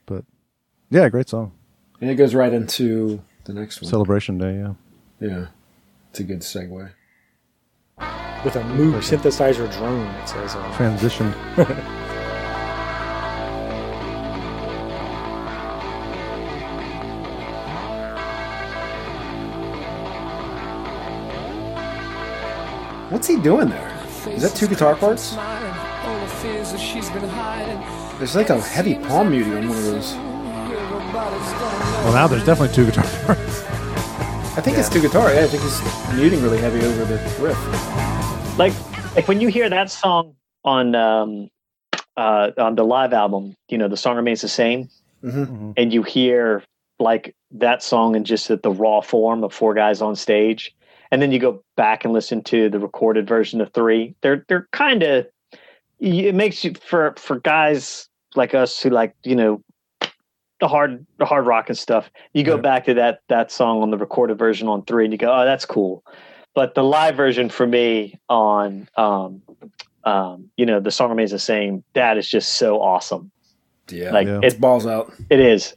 A: But yeah, great song.
D: And it goes right into the next one.
A: Celebration Day, yeah.
D: yeah, it's a good segue.
C: With a Moog synthesizer drone, it says. uh, on it.
A: Transition.
D: What's he doing there? Is that two guitar parts? There's like a heavy palm muting on one of those.
A: Well, now there's definitely two guitar *laughs* parts.
D: I think it's two guitar. Yeah, I think he's muting really heavy over the riff.
B: like like when you hear that song on um uh on the live album you know the song remains the same
D: Mm-hmm.
B: and you hear like that song in just the raw form of four guys on stage and then you go back and listen to the recorded version of three they're they're kind of it makes you for for guys like us who like you know the hard the hard rock and stuff you go
A: Yeah.
B: back to that that song on the recorded version on three and you go oh that's cool but the live version for me on um um you know the song remains the same that is just so awesome
D: Yeah,
B: like
A: Yeah.
B: it,
D: it's balls out.
B: it is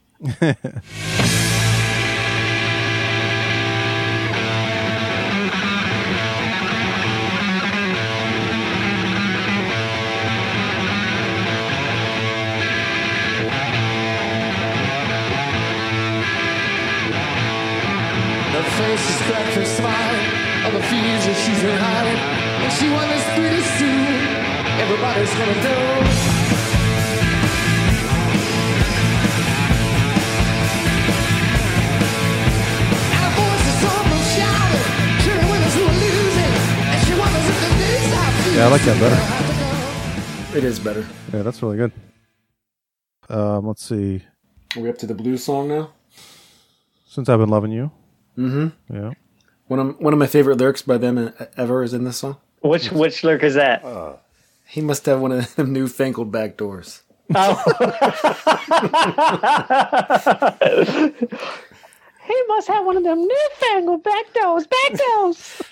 E: Her face is cracked, her smile on the fears that she's been hiding. And she wonders pretty soon, everybody's gonna know. Our voices almost shouted, cheering winners who are losing. And she wonders if the days I feel
A: Yeah, I like that better.
D: It is better.
A: Yeah, that's really good. Um, let's see.
D: Are we up to the blues song now?
A: Since I've been loving you.
D: Mhm.
A: Yeah.
D: One of one of my favorite lyrics by them uh, ever is in this song.
B: which which lyric is that
D: He must have one of them *laughs* newfangled back doors.
B: Oh. he must have one of them newfangled back doors, back doors.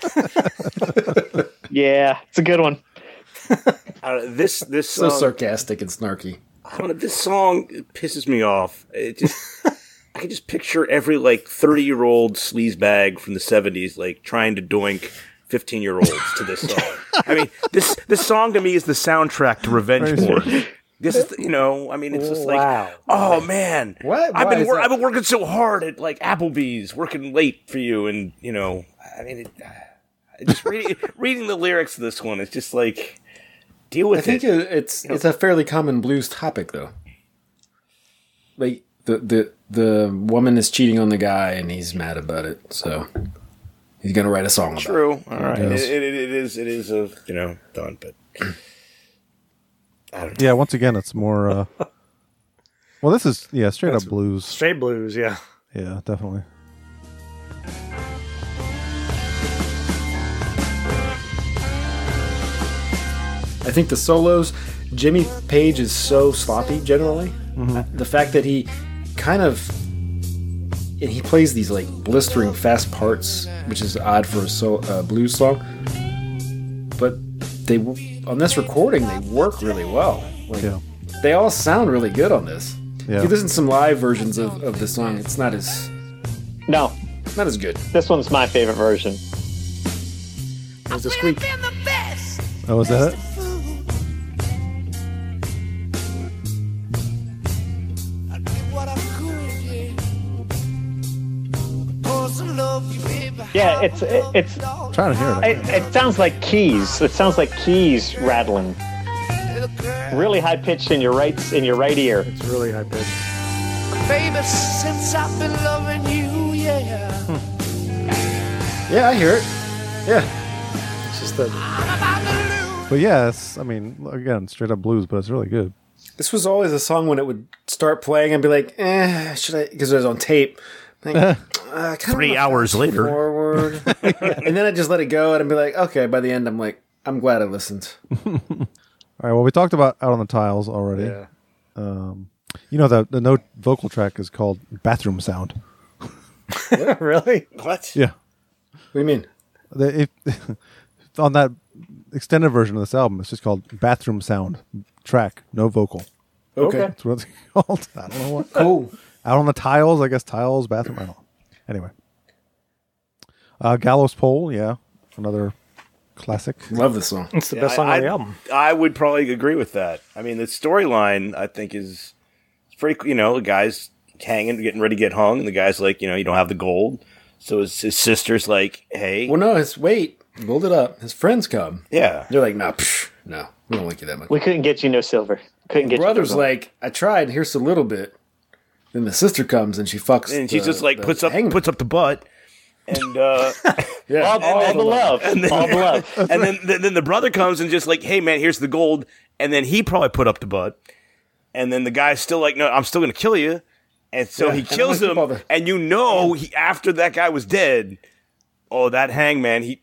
B: yeah, it's a good one.
K: Uh, this this
D: So
K: song,
D: sarcastic and snarky.
K: I don't know, this song pisses me off. It just I can just picture every like thirty year old sleaze bag from the seventies like trying to doink fifteen year olds to this song. I mean this this song to me is the soundtrack to revenge
A: Very
K: porn. This is the, you know I mean it's just like oh man
D: What?
K: I've
D: Why
K: been
D: is
K: wor-
D: that-
K: I've been working so hard at like Applebee's working late for you and you know I mean it, *sighs* I just reading reading the lyrics of this one it's just like deal with
D: I think
K: it.
D: it, it's it's a fairly common blues topic though. Like the the the woman is cheating on the guy and he's mad about it, so he's gonna write a song about it.
K: True. All right. It,
D: Yes.
K: it, it is. It is a you know done, but I don't know.
A: Yeah, once again, it's more. *laughs* Uh, well, this is, yeah, straight up blues.
C: Straight blues, yeah.
A: Yeah, definitely.
D: I think the solos, Jimmy Page is so sloppy generally. The fact that he kind of and he plays these like blistering fast parts, which is odd for a so, uh, blues song. But they on this recording they work really well. Like,
A: Yeah.
D: They all sound really good on this.
A: Yeah.
D: If you listen to some live versions of, of the song, it's not as
B: No,
D: it's not as good.
B: this one's my favorite version.
C: There's a squeak.
A: Oh, is that it?
B: Yeah, it's it, it's
A: I'm trying to hear it.
B: it, it sounds like keys. It sounds like keys rattling. Really high pitched in your right in your right ear.
C: It's really high pitched.
E: Baby, since I've been loving you, yeah.
D: Yeah, I hear it. Yeah.
C: It's just the
A: But yes, I mean, again, straight up blues, but it's really good.
D: This was always a song when it would start playing and be like, eh, should I? Because it was on tape.
B: *laughs*
D: Like, uh, I kinda
K: Three
D: wanna
K: hours
D: fast
K: later. *laughs*
D: Forward. and then I just let it go and I'd be like, okay, by the end, I'm like, I'm glad I listened.
A: All right. Well, we talked about Out on the Tiles already.
D: Yeah.
A: Um, you know, the, the note vocal track is called Bathroom Sound.
C: really
K: What?
A: Yeah.
D: What do you mean?
A: The, it, *laughs* on that extended version of this album, it's just called Bathroom Sound track, no vocal.
D: Okay.
A: That's what it's *laughs* called. I don't know what.
D: Cool.
A: Out on the tiles, I guess tiles, bathroom. I don't know. Anyway. Uh, Gallows Pole, yeah. Another classic.
D: Love this song.
C: it's the best song
K: I,
C: on the album.
K: I would probably agree with that. I mean, the storyline I think is it's pretty. cool. You know, the guy's hanging, getting ready to get hung, and the guy's like, you know, you don't have the gold. So his, his sister's like, hey,
D: Well, no, his wait, build it up. His friends come.
K: yeah,
D: They're like, nah, psh, no, we don't like you that much.
B: We couldn't get you no silver. Couldn't get
D: brother's
B: you no silver.
D: like, I tried. Here's a little bit. Then the sister comes and she fucks.
K: and she
D: the-
K: just like
D: the
K: puts up
D: hangman.
K: puts up the butt, and uh,
D: yeah.
B: all, all the love, all the love.
K: *laughs* and then, then then the brother comes and just like, hey man, here's the gold, and then he probably put up the butt, and then the guy's still like, no, I'm still gonna kill you, and so
D: Yeah,
K: he
D: and I'm
K: kills
D: gonna
K: him,
D: keep all the-
K: and you know he after that guy was dead, oh that hangman he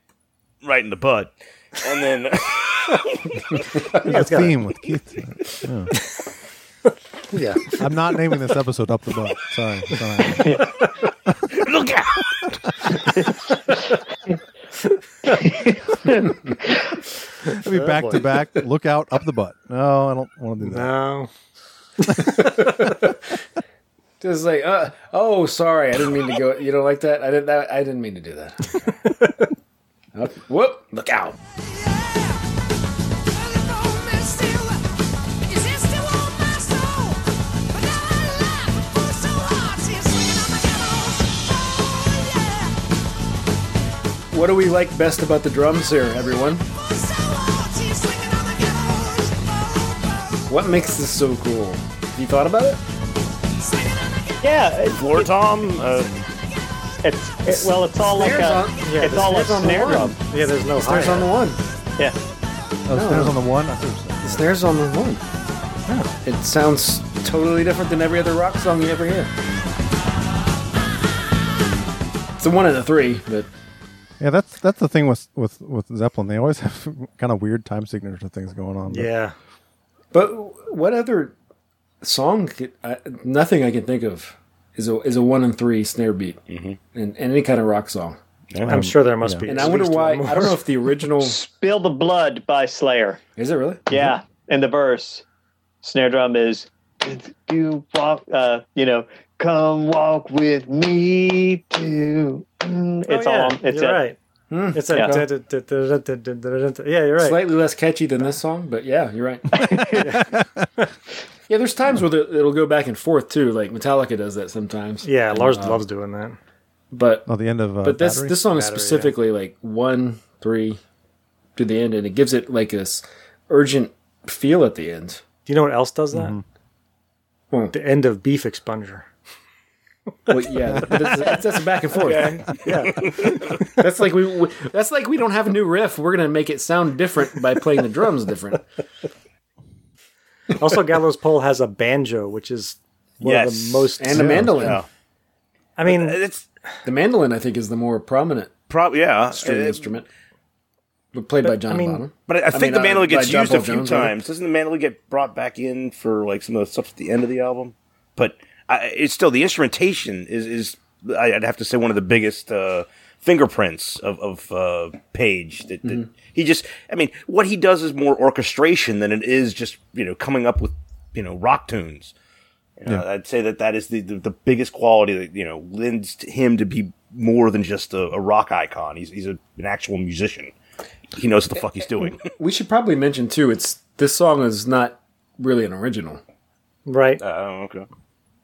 K: right in the butt, and then
A: There's a theme *laughs* with Keith. Yeah.
D: Yeah.
A: *laughs* I'm not naming this episode Up the Butt. Sorry. Sorry.
K: look out,
A: It'll be back to back. Look out, up the butt. No, I don't want to do that.
C: No,
D: Just like, uh, oh, sorry, I didn't mean to go. You don't like that? I didn't. That, I didn't mean to do that. Okay. Whoop! Look out! What do we like best about the drums here, everyone? What makes this so cool? Have you thought about it?
B: Yeah, it-
K: floor tom, uh,
B: it's it, well, it's all like
D: Snares
B: a,
D: on- yeah,
B: it's
D: the
B: all a
D: snares on the
B: snare
D: one.
B: drum.
C: Oh, yeah, there's no
D: Snares on
C: hi
D: the one.
B: Yeah,
A: Oh, stairs on the one. I see what you're saying.
D: The snares on the one. It sounds totally different than every other rock song you ever hear. It's the one of the three, but
A: Yeah, that's that's the thing with with with Zeppelin. They always have *laughs* kind of weird time signature things going on. but-
C: Yeah,
D: But what other song? Could, I, nothing I can think of is a is a one and three snare beat
C: Mm-hmm.
D: in, in any kind of rock song.
C: I'm sure there must be.
D: Um, And
C: at
D: I wonder
C: least
D: why.
C: one
D: I don't
C: more.
D: know if the
C: *laughs*
D: original is
B: "Spill the Blood" by Slayer.
K: Mm-hmm.
D: it really.
B: Yeah, and the verse, snare drum is, "You walk, uh, you know, come walk with me too." Mm, It's
C: oh, yeah,
B: all. It's
C: you're
B: it.
C: right. It's a
B: Yeah.
C: da- da- da- da- da- da- da- da- yeah, you're right.
D: Slightly less catchy than this song, but yeah, you're
C: *laughs*
D: right. *laughs* yeah, there's times where the, it'll go back and forth too. Like Metallica does that sometimes.
C: Yeah, Lars
D: Uh,
C: loves doing that.
D: But
A: Oh, the end of uh,
D: but this
A: Battery?
D: this song is
C: Battery, yeah.
D: specifically like one three to the end, and it gives it like this urgent feel at the end.
C: Do you know what else does that?
D: Mm-hmm. Hmm.
C: The end of Beef Expunger.
D: Well, yeah, but that's, that's, that's a back and forth. that's like we, we. That's like we don't have a new riff. We're gonna make it sound different by playing the drums different.
C: Also, Gallows Pole has a banjo, which is one of
K: Yes.
C: the most.
D: And the mandolin.
K: Yeah.
C: I mean,
K: it's
D: The mandolin, I think, is the more prominent
K: probably yeah,
D: string
K: Uh,
D: instrument, but played by John
C: I mean-
D: Bonham.
K: But I, I think
D: mean,
K: the
D: uh,
K: mandolin gets
D: by John
K: used
D: Paul
K: a few
D: Jones, I think.
K: times. Doesn't the mandolin get brought back in for like some of the stuff at the end of the album? But I, it's still the instrumentation is is I- I'd have to say one of the biggest uh, fingerprints of of uh, Page. That, that
D: Mm-hmm.
K: he just I mean what he does is more orchestration than it is just you know coming up with you know rock tunes. You know, I'd say that that is the, the, the biggest quality that you know lends to him to be more than just a, a rock icon. He's he's a, an actual musician. He knows what the fuck he's doing. *laughs*
D: We should probably mention too. It's this song is not really an original.
C: right?
K: Oh, okay.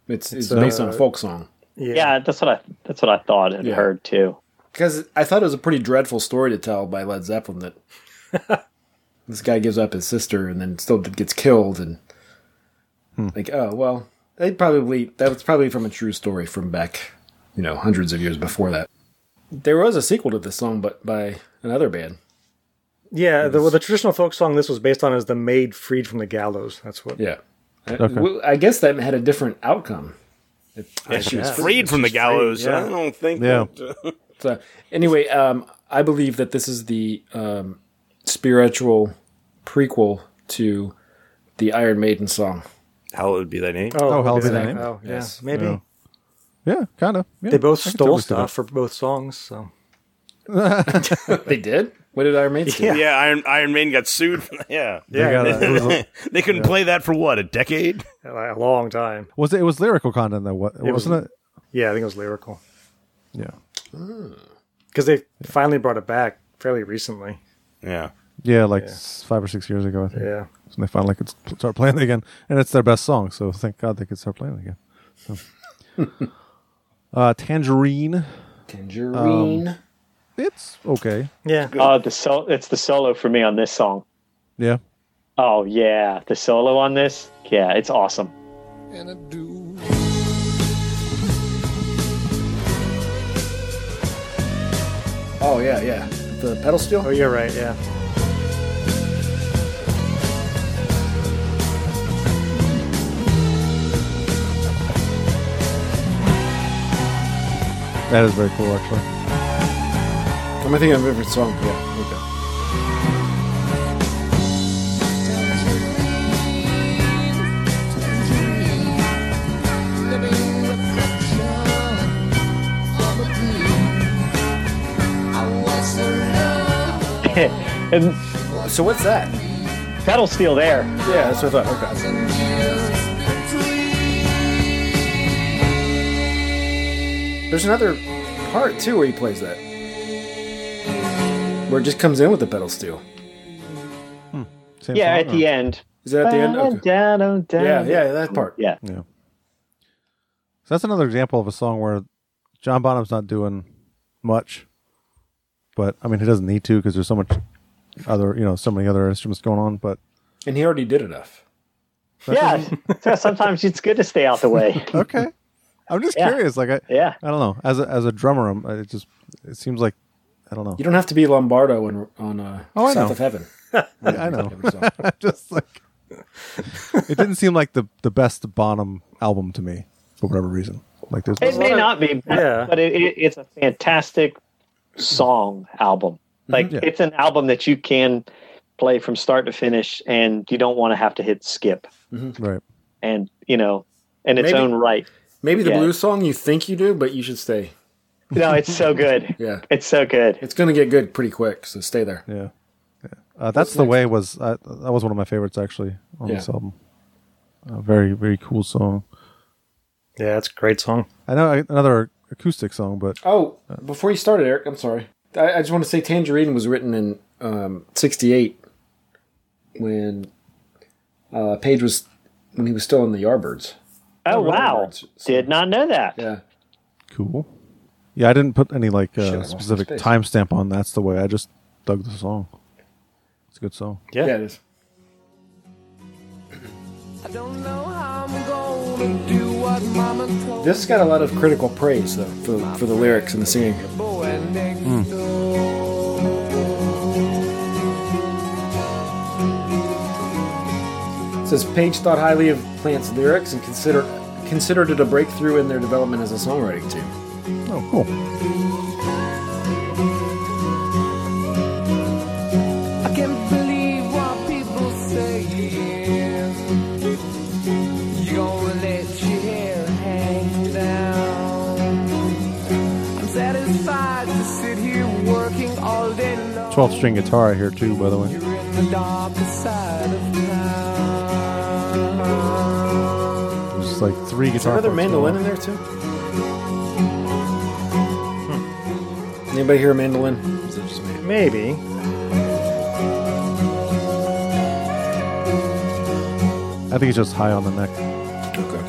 D: It's it's, based on a folk song.
B: Yeah, that's what I. That's what I thought and
D: Yeah.
B: heard too.
D: Because I thought it was a pretty dreadful story to tell by Led Zeppelin that this guy gives up his sister and then still gets killed and like oh well They probably that was probably from a true story from back, you know, hundreds of years before that. There was a sequel to this song, but by another band.
C: Yeah, the, well, the traditional folk song this was based on is the maid freed from the gallows. That's what.
D: Yeah. Well, I guess that had a different outcome.
K: Yeah, she was freed from the gallows. uh, I don't think.
D: Yeah.
K: That, uh,
D: So uh, anyway, um, I believe that this is the um, spiritual prequel to the Iron Maiden song.
K: Hallowed be thy name.
A: Oh, Hallowed Be Thy Name.
C: Oh, yeah,
D: Yes.
C: maybe
A: Yeah. Yeah, kind of.
C: they both stole stuff for both songs. So
D: they did. What did Iron Maiden?
K: yeah. Iron Iron Maiden got sued. For, yeah,
A: They Yeah. got a- it was a-
K: *laughs* they couldn't play that for what a decade,
C: a long time.
A: Was it? It was lyrical content though, wa-
C: was-
A: wasn't it?
C: Yeah, I think it was lyrical
A: Yeah.
C: because they finally brought it back fairly recently.
K: *laughs* Yeah.
A: Yeah, like s five or six years ago, I think.
C: Yeah.
A: And they finally could s- start playing *laughs* it again. And it's their best song, so thank God they could start playing it again. So. *laughs* uh, Tangerine.
D: Tangerine.
A: it's okay.
C: Yeah.
B: Oh, the so it's the solo for me on this song.
A: Yeah.
B: Oh yeah, the solo on this. Yeah, it's awesome. *laughs*
E: And I do.
D: Oh yeah, yeah. The pedal steel.
C: Oh, you're right. Yeah.
A: That is very cool, actually.
D: I'm thinking of a different song. Yeah.
B: and
D: Okay. So what's that?
B: pedal steel there.
D: Yeah, that's what I thought. Okay. There's another part too where he plays that, where it just comes in with the pedal steel.
B: yeah, at the end.
D: Is that at the end? Okay.
B: Down, down, down.
D: Yeah, yeah, that part.
B: Yeah.
A: Yeah. So that's another example of a song where John Bonham's not doing much, but I mean he doesn't need to because there's so much other you know so many other instruments going on. But
D: And he already did enough.
B: Yeah.
D: *laughs*
B: yeah. Sometimes it's good to stay out the way.
A: okay, I'm just
B: Yeah.
A: curious. Like I
B: Yeah.
A: I don't know as a, as a drummer, I'm, it just it seems like I don't know.
D: You don't have to be Lombardo on on uh,
A: Oh, I
D: South
A: know.
D: of Heaven.
A: I know. *laughs* just like it didn't seem like the the best Bonham album to me for whatever reason. Like there's
B: It may not be, but,
C: Yeah.
B: but it, it, it's a fantastic song album.
D: Mm-hmm,
B: Like
A: Yeah.
B: it's an album that you can play from start to finish, and you don't want to have to hit skip.
A: right.
B: And you know, in its
D: Maybe-
B: own right.
D: Maybe the
B: Yeah.
D: blues song you think you do, but you should stay.
B: No, it's so
D: *laughs*
B: good.
D: Yeah,
B: It's so good.
D: it's gonna get good pretty quick, so stay there.
A: Yeah. yeah. Uh, that's the way was uh, that was one of my favorites actually on
D: Yeah.
A: this album. A very very cool song.
C: Yeah, it's a great song.
A: I know I, another acoustic song, but
D: Oh, before you started, Eric, I'm sorry. I, I just want to say Tangerine was written in um, '68 when uh, Page was when he was still in the Yardbirds.
B: Oh
D: Not
B: wow!
D: Yardbirds, so-
B: Did not know that.
D: Yeah.
A: cool. Yeah, I didn't put any like
D: Shit, I
A: uh,
D: lost my
A: specific
D: space.
A: timestamp on. That's the way. I just dug the song. It's a good song.
D: yeah, it is.
E: I don't know how I'm gonna do what mama told
D: This got a lot of critical praise though for for the lyrics and the singing.
E: boy next door.
D: It says Page thought highly of Plant's lyrics and considered considered it a breakthrough in their development as a songwriting team.
A: Oh, cool.
E: I can't believe what people say. You gonna let your hair hang down. I'm satisfied to sit here working all day long.
A: Twelve string guitar I hear too, by the way.
E: You're in the darker side of town.
A: Just like three
D: Is there
A: guitar.
D: another
A: parts going
D: mandolin
A: on.
D: in there too? Hmm. Anybody hear a mandolin? Is that just me?
C: Maybe.
A: I think it's just high on the neck.
D: Okay.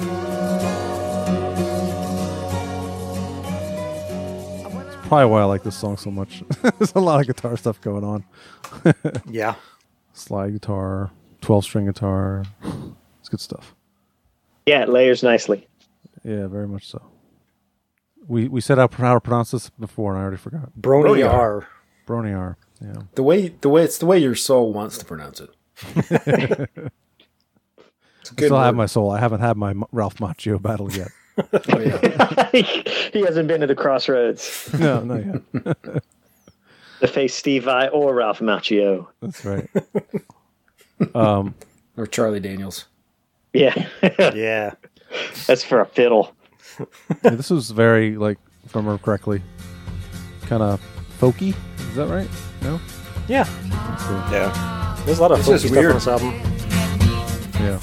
A: Probably why I like this song so much. *laughs* There's a lot of guitar stuff going on.
C: Yeah.
A: Slide guitar, twelve string guitar. It's good stuff.
B: Yeah, it layers nicely. *laughs*
A: Yeah, very much so. We we said how, how to pronounce this before, and I already forgot.
C: Bronyar.
A: Bronyar. Yeah.
D: The way the way it's the way your soul wants to pronounce it. It's a
A: I
D: good
A: still have
D: word. Oh,
A: my soul. I haven't had my M- Ralph Macchio battle yet.
D: *laughs*
B: he hasn't been to the crossroads.
A: No, not yet.
B: to face Steve Vai or Ralph Macchio.
A: That's right. Um,
D: or Charlie Daniels.
B: Yeah. *laughs*
C: yeah.
B: That's for a fiddle.
A: yeah, this was very like, if I remember correctly, kind of folky. Is that right? No.
C: Yeah.
A: Let's see.
C: Yeah. There's a lot of
A: This is
C: folky stuff
A: weird.
C: on this album.
A: Yeah.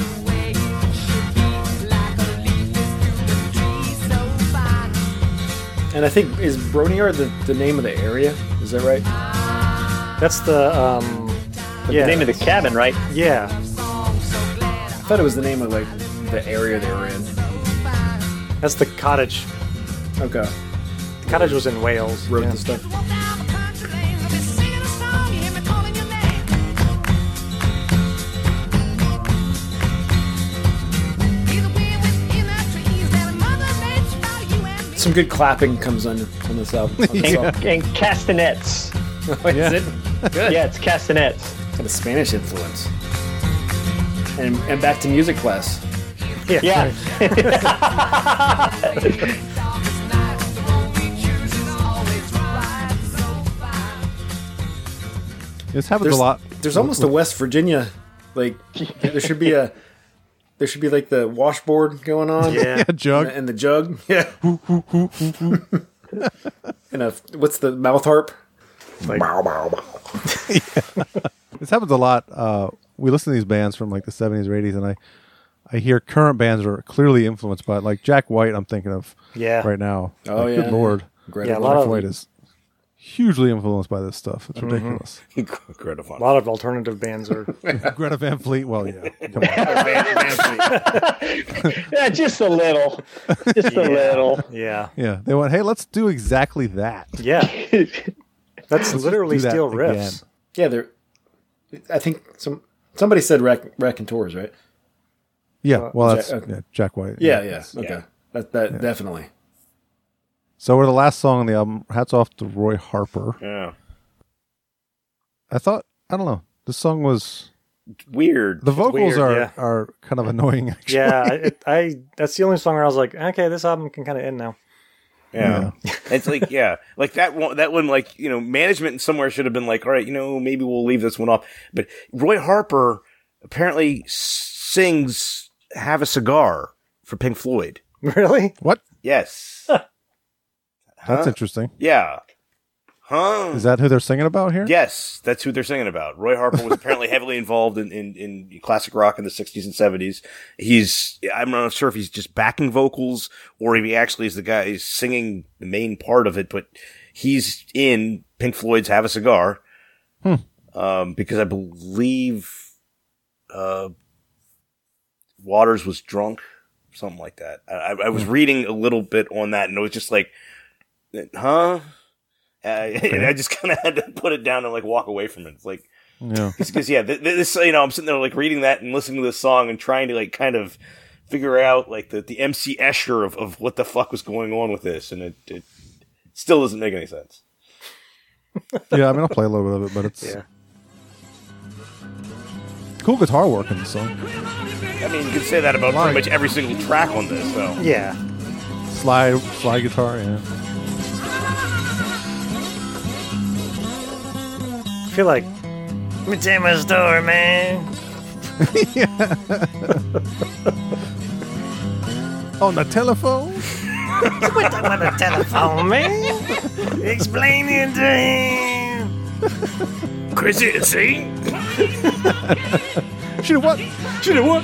D: And I think is Bronyard the, the name of the area? Is that right?
C: That's the um yeah.
B: name of the cabin, right?
C: Yeah.
D: I thought it was the name of like the area they were in.
C: That's the cottage.
D: Okay.
C: The cottage was in Wales.
D: Wrote
C: yeah.
D: the stuff. Some good clapping comes on on this album. On
B: *laughs*
D: this
B: And,
D: album.
B: and castanets.
D: *laughs* Is
A: Yeah.
D: it? Good.
B: Yeah, it's castanets.
D: Got a Spanish influence. And and back to music class.
C: Yeah.
B: Yeah.
A: This happens
D: There's
A: a lot.
D: There's
A: *laughs*
D: almost a West Virginia, like there should be a, there should be like the washboard going on.
A: *laughs*
C: Yeah.
A: a jug.
D: and the, and the jug. Yeah. and a what's the mouth harp?
A: This happens a lot. Uh, we listen to these bands from like the seventies or eighties, and I, I hear current bands are clearly influenced by it. like Jack White. I'm thinking of
C: Yeah.
A: right now.
D: Oh,
A: Like,
D: yeah.
A: Good lord,
D: Great.
C: Yeah, a lot
A: Jack
C: of
A: White is hugely influenced by this stuff.
D: Mm-hmm.
A: It's
D: *laughs*
A: ridiculous. *laughs*
K: Greta Von-
C: a lot of alternative bands are
A: Greta Van Fleet. Well, yeah. Come on.
B: yeah, just a little. Just a little.
C: Yeah.
A: Yeah, they went. Hey, let's do exactly that.
C: Yeah. That's literally
A: do that
C: steel
A: again.
C: riffs.
D: Yeah, there. I think some somebody said rac- raconteurs, right?
A: Yeah, well,
D: Jack-
A: that's
D: okay.
A: yeah, Jack White.
D: Yeah, yeah. Okay, that that definitely.
A: So we're the last song on the album. Hats off to Roy Harper.
K: Yeah.
A: I thought I don't know. This song was
K: Weird.
A: the vocals
C: weird,
A: are
C: yeah.
A: are kind of annoying. *laughs* Actually.
C: Yeah, I, it, I that's the only song where I was like, okay, this album can kind of end now. *laughs*
K: Yeah. it's like, yeah, like that one, that one, like, you know, management somewhere should have been like, all right, you know, maybe we'll leave this one off. But Roy Harper apparently sings Have a Cigar for Pink Floyd.
C: Really?
A: What?
K: *laughs* Yes.
A: That's
K: Huh?
A: interesting.
K: yeah. Huh?
A: Is that who they're singing about here?
K: Yes, that's who they're singing about. Roy Harper was apparently heavily involved in, in, in classic rock in the 60s and 70s. He's, I'm not sure if he's just backing vocals or if he actually is the guy who's singing the main part of it, but he's in Pink Floyd's Have a Cigar. Um, because I believe, uh, Waters was drunk, something like that. I, I- I was reading a little bit on that and it was just like, huh? Uh, and I *laughs* just kind of *laughs* had to put it down and like walk away from it. It's like
A: Yeah.
K: because yeah, th- th- this you know I'm sitting there like reading that and listening to this song and trying to like kind of figure out like the the MC Escher of, of what the fuck was going on with this, and it, it still doesn't make any sense.
A: yeah. I mean, I'll play a little bit of it, but it's
C: Yeah.
A: cool guitar work in the song.
K: I mean, you can say that about pretty much every single track on this, though.
C: Yeah.
A: Slide, slide guitar. Yeah.
C: I feel like let me tell you my story, man.
A: On the telephone.
C: Put that on the telephone, man. Explain it to him.
K: Crazy, see?
A: Shoot what?
K: Should have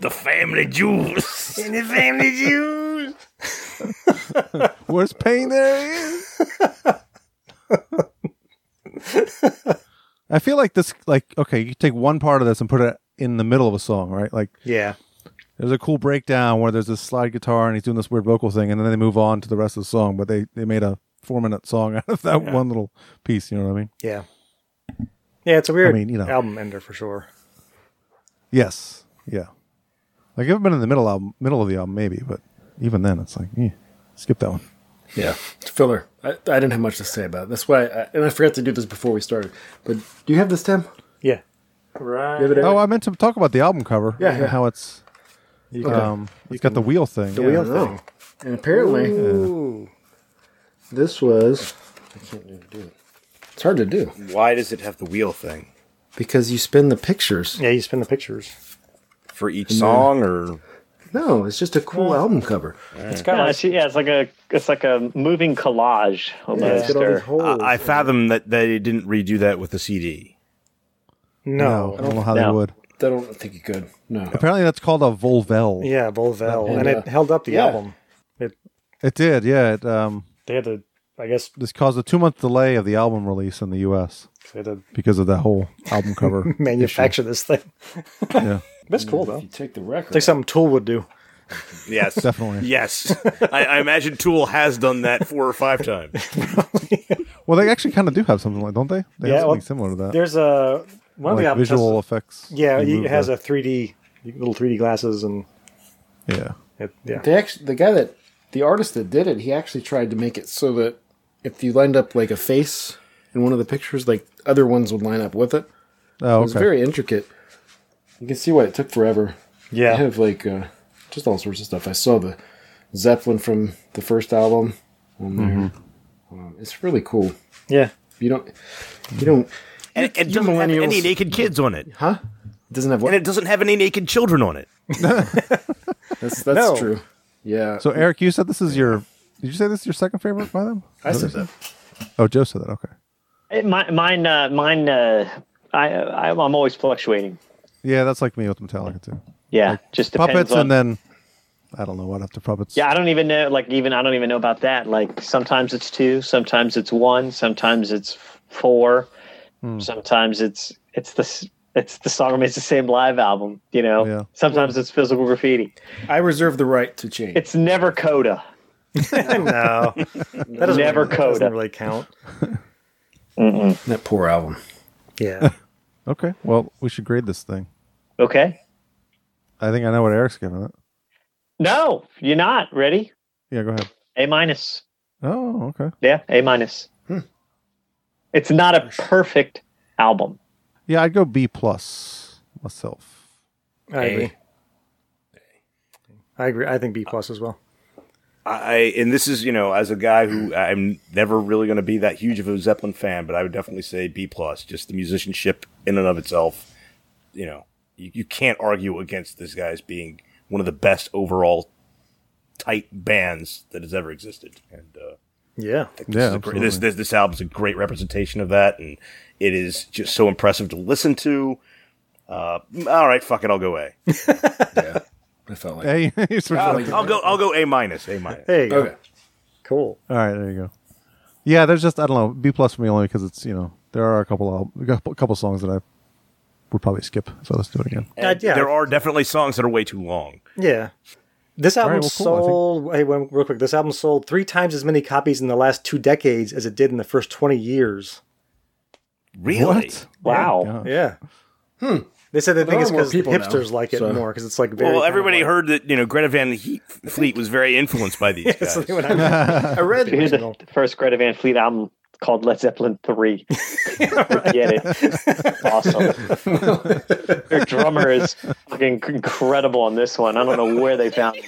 K: the family *laughs* jewels.
C: In the family Jews.
A: Where's pain? There he is.
C: *laughs*
A: I feel like this. Like okay, you take one part of this and put it in the middle of a song, right? Like
C: Yeah.
A: there's a cool breakdown where there's this slide guitar and he's doing this weird vocal thing and then they move on to the rest of the song but they they made a four minute song *laughs* out of that one little piece you know what i mean
C: Yeah. Yeah, it's a weird
A: mean, you know.
C: album ender for sure.
A: yes Yeah. Like if it'd been in the middle album, middle of the album, maybe, but even then, it's like, eh, skip that one.
D: Yeah, it's filler. I, I didn't have much to say about it. That's why, I, and I forgot to do this before we started. But do you have this, Tim?
C: Yeah.
D: Right.
A: Oh, I meant to talk about the album cover.
D: Yeah,
A: and
D: yeah.
A: how it's,
D: You
A: um, it's got the wheel thing.
D: the
A: yeah.
D: wheel thing. And apparently, this was. I can't even do it. It's hard to do
K: Why does it have the wheel thing
D: because you spin the pictures.
C: Yeah, you spin the pictures.
K: for each
D: And then-
K: song or?
D: No, it's just a cool album cover.
C: It's
B: Yeah,
C: kind of like,
B: it's, yeah, it's like a it's like a moving collage almost.
D: Get all these
B: or,
D: holes.
K: I, I fathom that they didn't redo that with the CD.
A: No,
D: Oh,
C: no.
A: I don't know how they
B: No.
A: would.
D: I don't think you could. No.
A: Apparently, that's called a Volvel.
C: Yeah, Bolvel.
D: And,
C: And, it
D: uh,
C: held up the
D: yeah.
C: album.
A: It did, yeah. It um,
C: They had to, I guess,
A: this caused a two month delay of the album release in the U.S.
C: they had to
A: because of that whole album cover.
D: *laughs*
C: manufacture this thing.
A: yeah,
C: *laughs* That's cool, though.
D: If you take the record.
C: It's like something Tool would do.
K: Yes,
A: definitely.
K: yes. I, I imagine Tool has done that four or five times.
A: Well, they actually kind of do have something like, don't they? They
C: Yeah,
A: have something
C: well,
A: similar to that.
C: There's a one of
A: like
C: the album
A: visual
C: covers-
A: effects.
C: Yeah,
A: you
C: it
A: move
C: has
A: the-
C: a 3D little 3D glasses and
A: yeah.
C: it, yeah.
D: They actually, the guy that, the artist that did it, he actually tried to make it so that if you lined up like a face in one of the pictures, like other ones would line up with it.
A: Oh,
D: It was
A: okay.
D: very intricate. You can see why it took forever. I
C: Yeah.
D: have like uh, just all sorts of stuff. I saw the Zeppelin from the first album on there. Um, it's really cool.
C: Yeah.
D: You don't, you don't,
K: And it, it
D: You
K: doesn't have
D: millennials.
K: any naked kids on it,
D: huh? It doesn't have what?
K: and it doesn't have any naked children on it.
D: that's that's
C: No.
D: true. Yeah.
A: So, Eric, you said this is your. Did you say this is your second favorite by them?
D: I said that.
A: Oh, Joe said that. Okay.
B: It- mi- mine, uh, mine. Uh, I, I I'm always fluctuating.
A: Yeah, that's like me with Metallica too.
B: Yeah, just depends
A: Puppets
B: on
A: and then I don't know what after puppets.
B: Yeah, I don't even know. Like, even I don't even know about that. Like, sometimes it's two, sometimes it's one, sometimes it's f- four,
C: Hmm.
B: sometimes it's it's the s- it's the song remains the same live album. You know,
A: Yeah.
B: sometimes it's physical graffiti.
D: I reserve the right to change.
B: It's never coda.
C: *laughs* no. That doesn't
B: Never
C: really, that doesn't
B: coda.
C: really count.
D: that poor album.
A: *laughs*
C: Yeah.
A: Okay. Well, we should grade this thing.
B: Okay,
A: I think I know what Eric's giving it.
B: no, you're not ready.
A: Yeah, go ahead.
B: A minus.
A: Oh, okay.
B: Yeah, A minus.
C: Hmm.
B: It's not a perfect album.
A: Yeah, I'd go B plus myself. *laughs*
C: I agree. I agree. I think B plus as well.
K: I and this is you know as a guy who I'm never really going to be that huge of a Zeppelin fan, but I would definitely say B plus. Just the musicianship in and of itself, you know, you, you can't argue against this guy's being one of the best overall tight bands that has ever existed. And uh,
C: Yeah.
K: I think this
A: Yeah,
K: is a great,
A: absolutely.
K: this, this this album's a great representation of that, and it is just so impressive to listen to. Uh, all right, fuck it, I'll go A.
D: I felt like.
A: Hey, you switched it up.
K: I'll go I'll go A minus, A minus.
C: There you go.
D: Okay.
C: Cool.
A: All right, there you go. Yeah, there's just I don't know B plus for me only because it's you know there are a couple al- a couple- couple songs that I would probably skip if I listened to it again.
K: And
C: Uh, yeah.
K: There are definitely songs that are way too long.
C: Yeah. This album
A: right, well, cool, I think-
C: sold. Hey, one, real quick. This album sold three times as many copies in the last two decades as it did in the first twenty years.
K: Really?
A: What?
B: Wow.
A: Yeah.
C: Yeah. Hmm. They said they
D: there
C: think it's
D: are more
C: because
D: people now,
C: hipsters like it
D: so-
C: more because it's like very
K: Well,
C: *laughs*
K: everybody
C: kind
K: heard that you know Greta Van Heat, Fleet was very influenced by
D: *laughs*
K: these
C: of like-
K: guys.
C: So they went out-
D: I read
B: Here's the, the first Greta Van Fleet album called Led Zeppelin 3. Forget it. awesome. Their drummer is fucking incredible on this one. I don't know where they found him.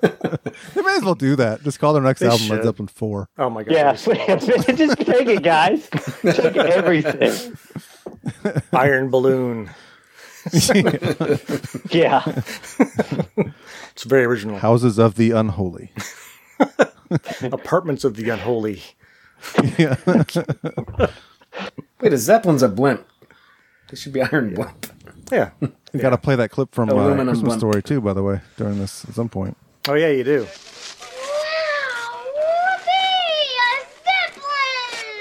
A: They may as well do that. Just call their next
C: They
A: album
C: should.
A: Led Zeppelin Four. *laughs*
C: oh my
B: *laughs*
C: god.
B: Yeah, just take it, guys. Take everything.
C: *laughs* Iron Balloon.
B: Yeah.
C: It's very original.
A: Houses of the Unholy.
C: Apartments of the Unholy.
A: yeah.
D: Wait, a Zeppelin's a blimp. This should be Iron Blimp.
C: Yeah.
A: You got to play that clip from uh,
D: Aluminum
A: Christmas
D: blimp.
A: Story too, by the way, during this at some point.
C: Oh yeah, you do.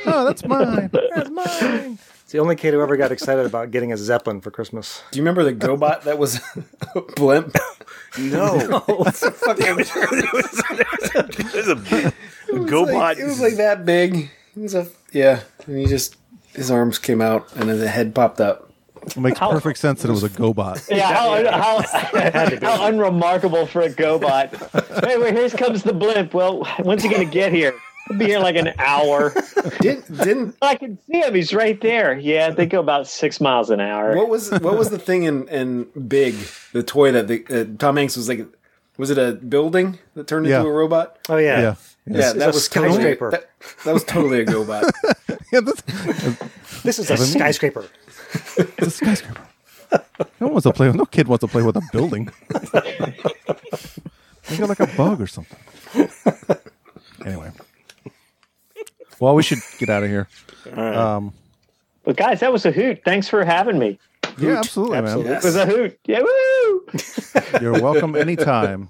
A: Oh, that's mine.
C: That's mine. It's the only kid who ever got excited about getting a Zeppelin for Christmas.
D: Do you remember the GoBot that was *laughs* a *laughs* blimp?
K: No,
D: Fucking-
K: *laughs* it was, it was a
D: Like,
K: GoBot.
D: it was like that big. It was a yeah, and he just his arms came out and then the head popped up.
A: It makes
B: How-
A: perfect sense that it was a GoBot.
B: Yeah, how, how, *laughs* how unremarkable for a GoBot. hey, well, here comes the blimp. Well, when's he going to get here? He'll be here in like an hour.
D: didn't, didn't
B: I can see him? He's right there. Yeah, they go about six miles an hour.
D: What was what was the thing in in Big the toy that the uh, Tom Hanks was like? Was it a building that turned
A: Yeah.
D: into a robot?
C: *laughs* Oh yeah.
A: Yeah.
D: Yeah,
C: It's-
D: that
C: it's a
D: was totally-
C: skyscraper.
D: That, that was totally a GoBot.
A: *laughs*
C: This is a
A: Seven.
C: skyscraper.
A: It's a skyscraper. No one wants to play. No kid wants to play with a building. Think of like a bug or something. Anyway, well, we should get out of here. Um,
B: But guys, that was a hoot. Thanks for having me.
A: yeah, absolutely,
C: Absolutely.
A: man.
B: It was a hoot. Yeah, woo!
A: *laughs* You're welcome anytime.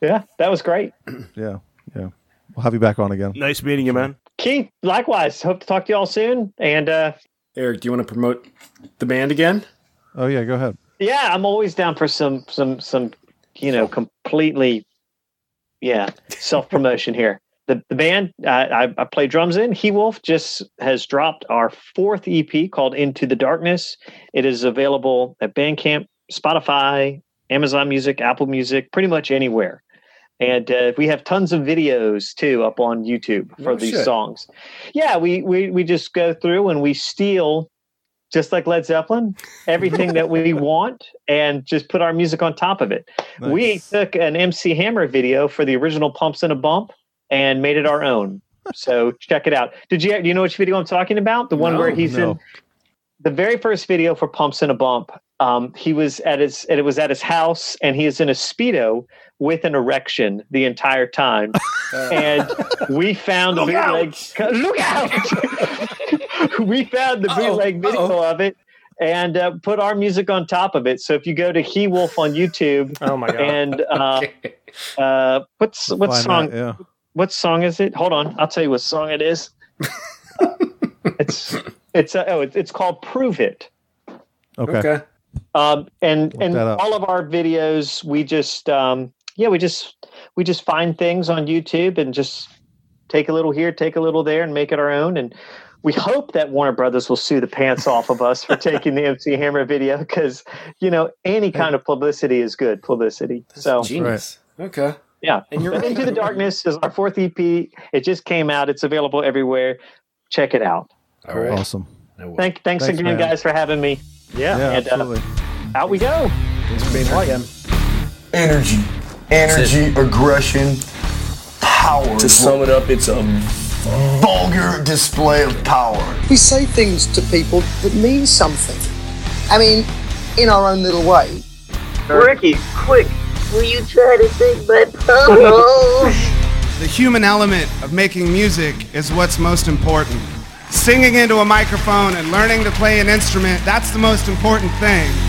B: Yeah, that was great.
A: Yeah, yeah. We'll have you back on again.
K: Nice meeting you, man.
B: Keith, likewise. Hope to talk to y'all soon. And uh,
D: Eric, do you want to promote the band again?
A: Oh yeah, go ahead.
B: yeah, I'm always down for some some some you know completely yeah self promotion here. The the band uh, I, I play drums in. He Wolf just has dropped our fourth EP called Into the Darkness. It is available at Bandcamp, Spotify, Amazon Music, Apple Music, pretty much anywhere. And uh, we have tons of videos too up on YouTube for
D: No
B: these
D: shit.
B: songs. Yeah, we, we we just go through and we steal, just like Led Zeppelin, everything that we want, and just put our music on top of it. We
A: Nice.
B: took an MC Hammer video for the original Pumps and a Bump and made it our own.
D: *laughs*
B: so check it out. Did you do you know which video I'm talking about? The one
D: No,
B: where he's
A: no.
B: in the very first video for Pumps and a Bump. Um, he was at his and it was at his house, and he is in a speedo with an erection the entire time.
D: *laughs*
B: and we found the bootleg. co- Look *laughs* out! *laughs* we found the
D: Uh-oh,
B: bootleg video
D: uh-oh.
B: of it. And uh, put our music on top of it. So if you go to He Wolf on YouTube
C: Oh my
B: *laughs*
C: god.
B: and uh, uh, what's what
A: Find
B: song?
A: that, yeah.
B: What song is it? Hold on, I'll tell you what song
A: *laughs*
B: it is. it's it's uh, oh it's, it's called Prove It.
A: Okay.
B: Um, and
A: Look
B: and
A: that up.
B: all of our videos, we just um, yeah, we just we just find things on YouTube and just take a little here, take a little there, and make it our own. And we hope that Warner Brothers will sue the pants off of us for taking the MC Hammer video because you know any kind of publicity is good publicity. So
D: Genius. Okay.
B: yeah.
D: And you're
B: But Into the Darkness is our fourth EP. It just came out. It's available everywhere. Check it out.
D: All right.
A: Awesome.
D: I will.
B: Thank, thanks,
A: Thanks,
B: again,
A: man.
B: guys, for having me.
A: Yeah,
B: and, uh,
A: absolutely.
B: Out we go.
D: Thanks for being here again.
L: energy, energy, aggression, power. To sum it up, it's a vulgar display of power.
G: We say things to people that mean something. I mean, in our own little way.
M: Ricky, quick, will you try to take my pulse?
L: The human element of making music is what's most important. Singing into a microphone and learning to play an instrument, that's the most important thing.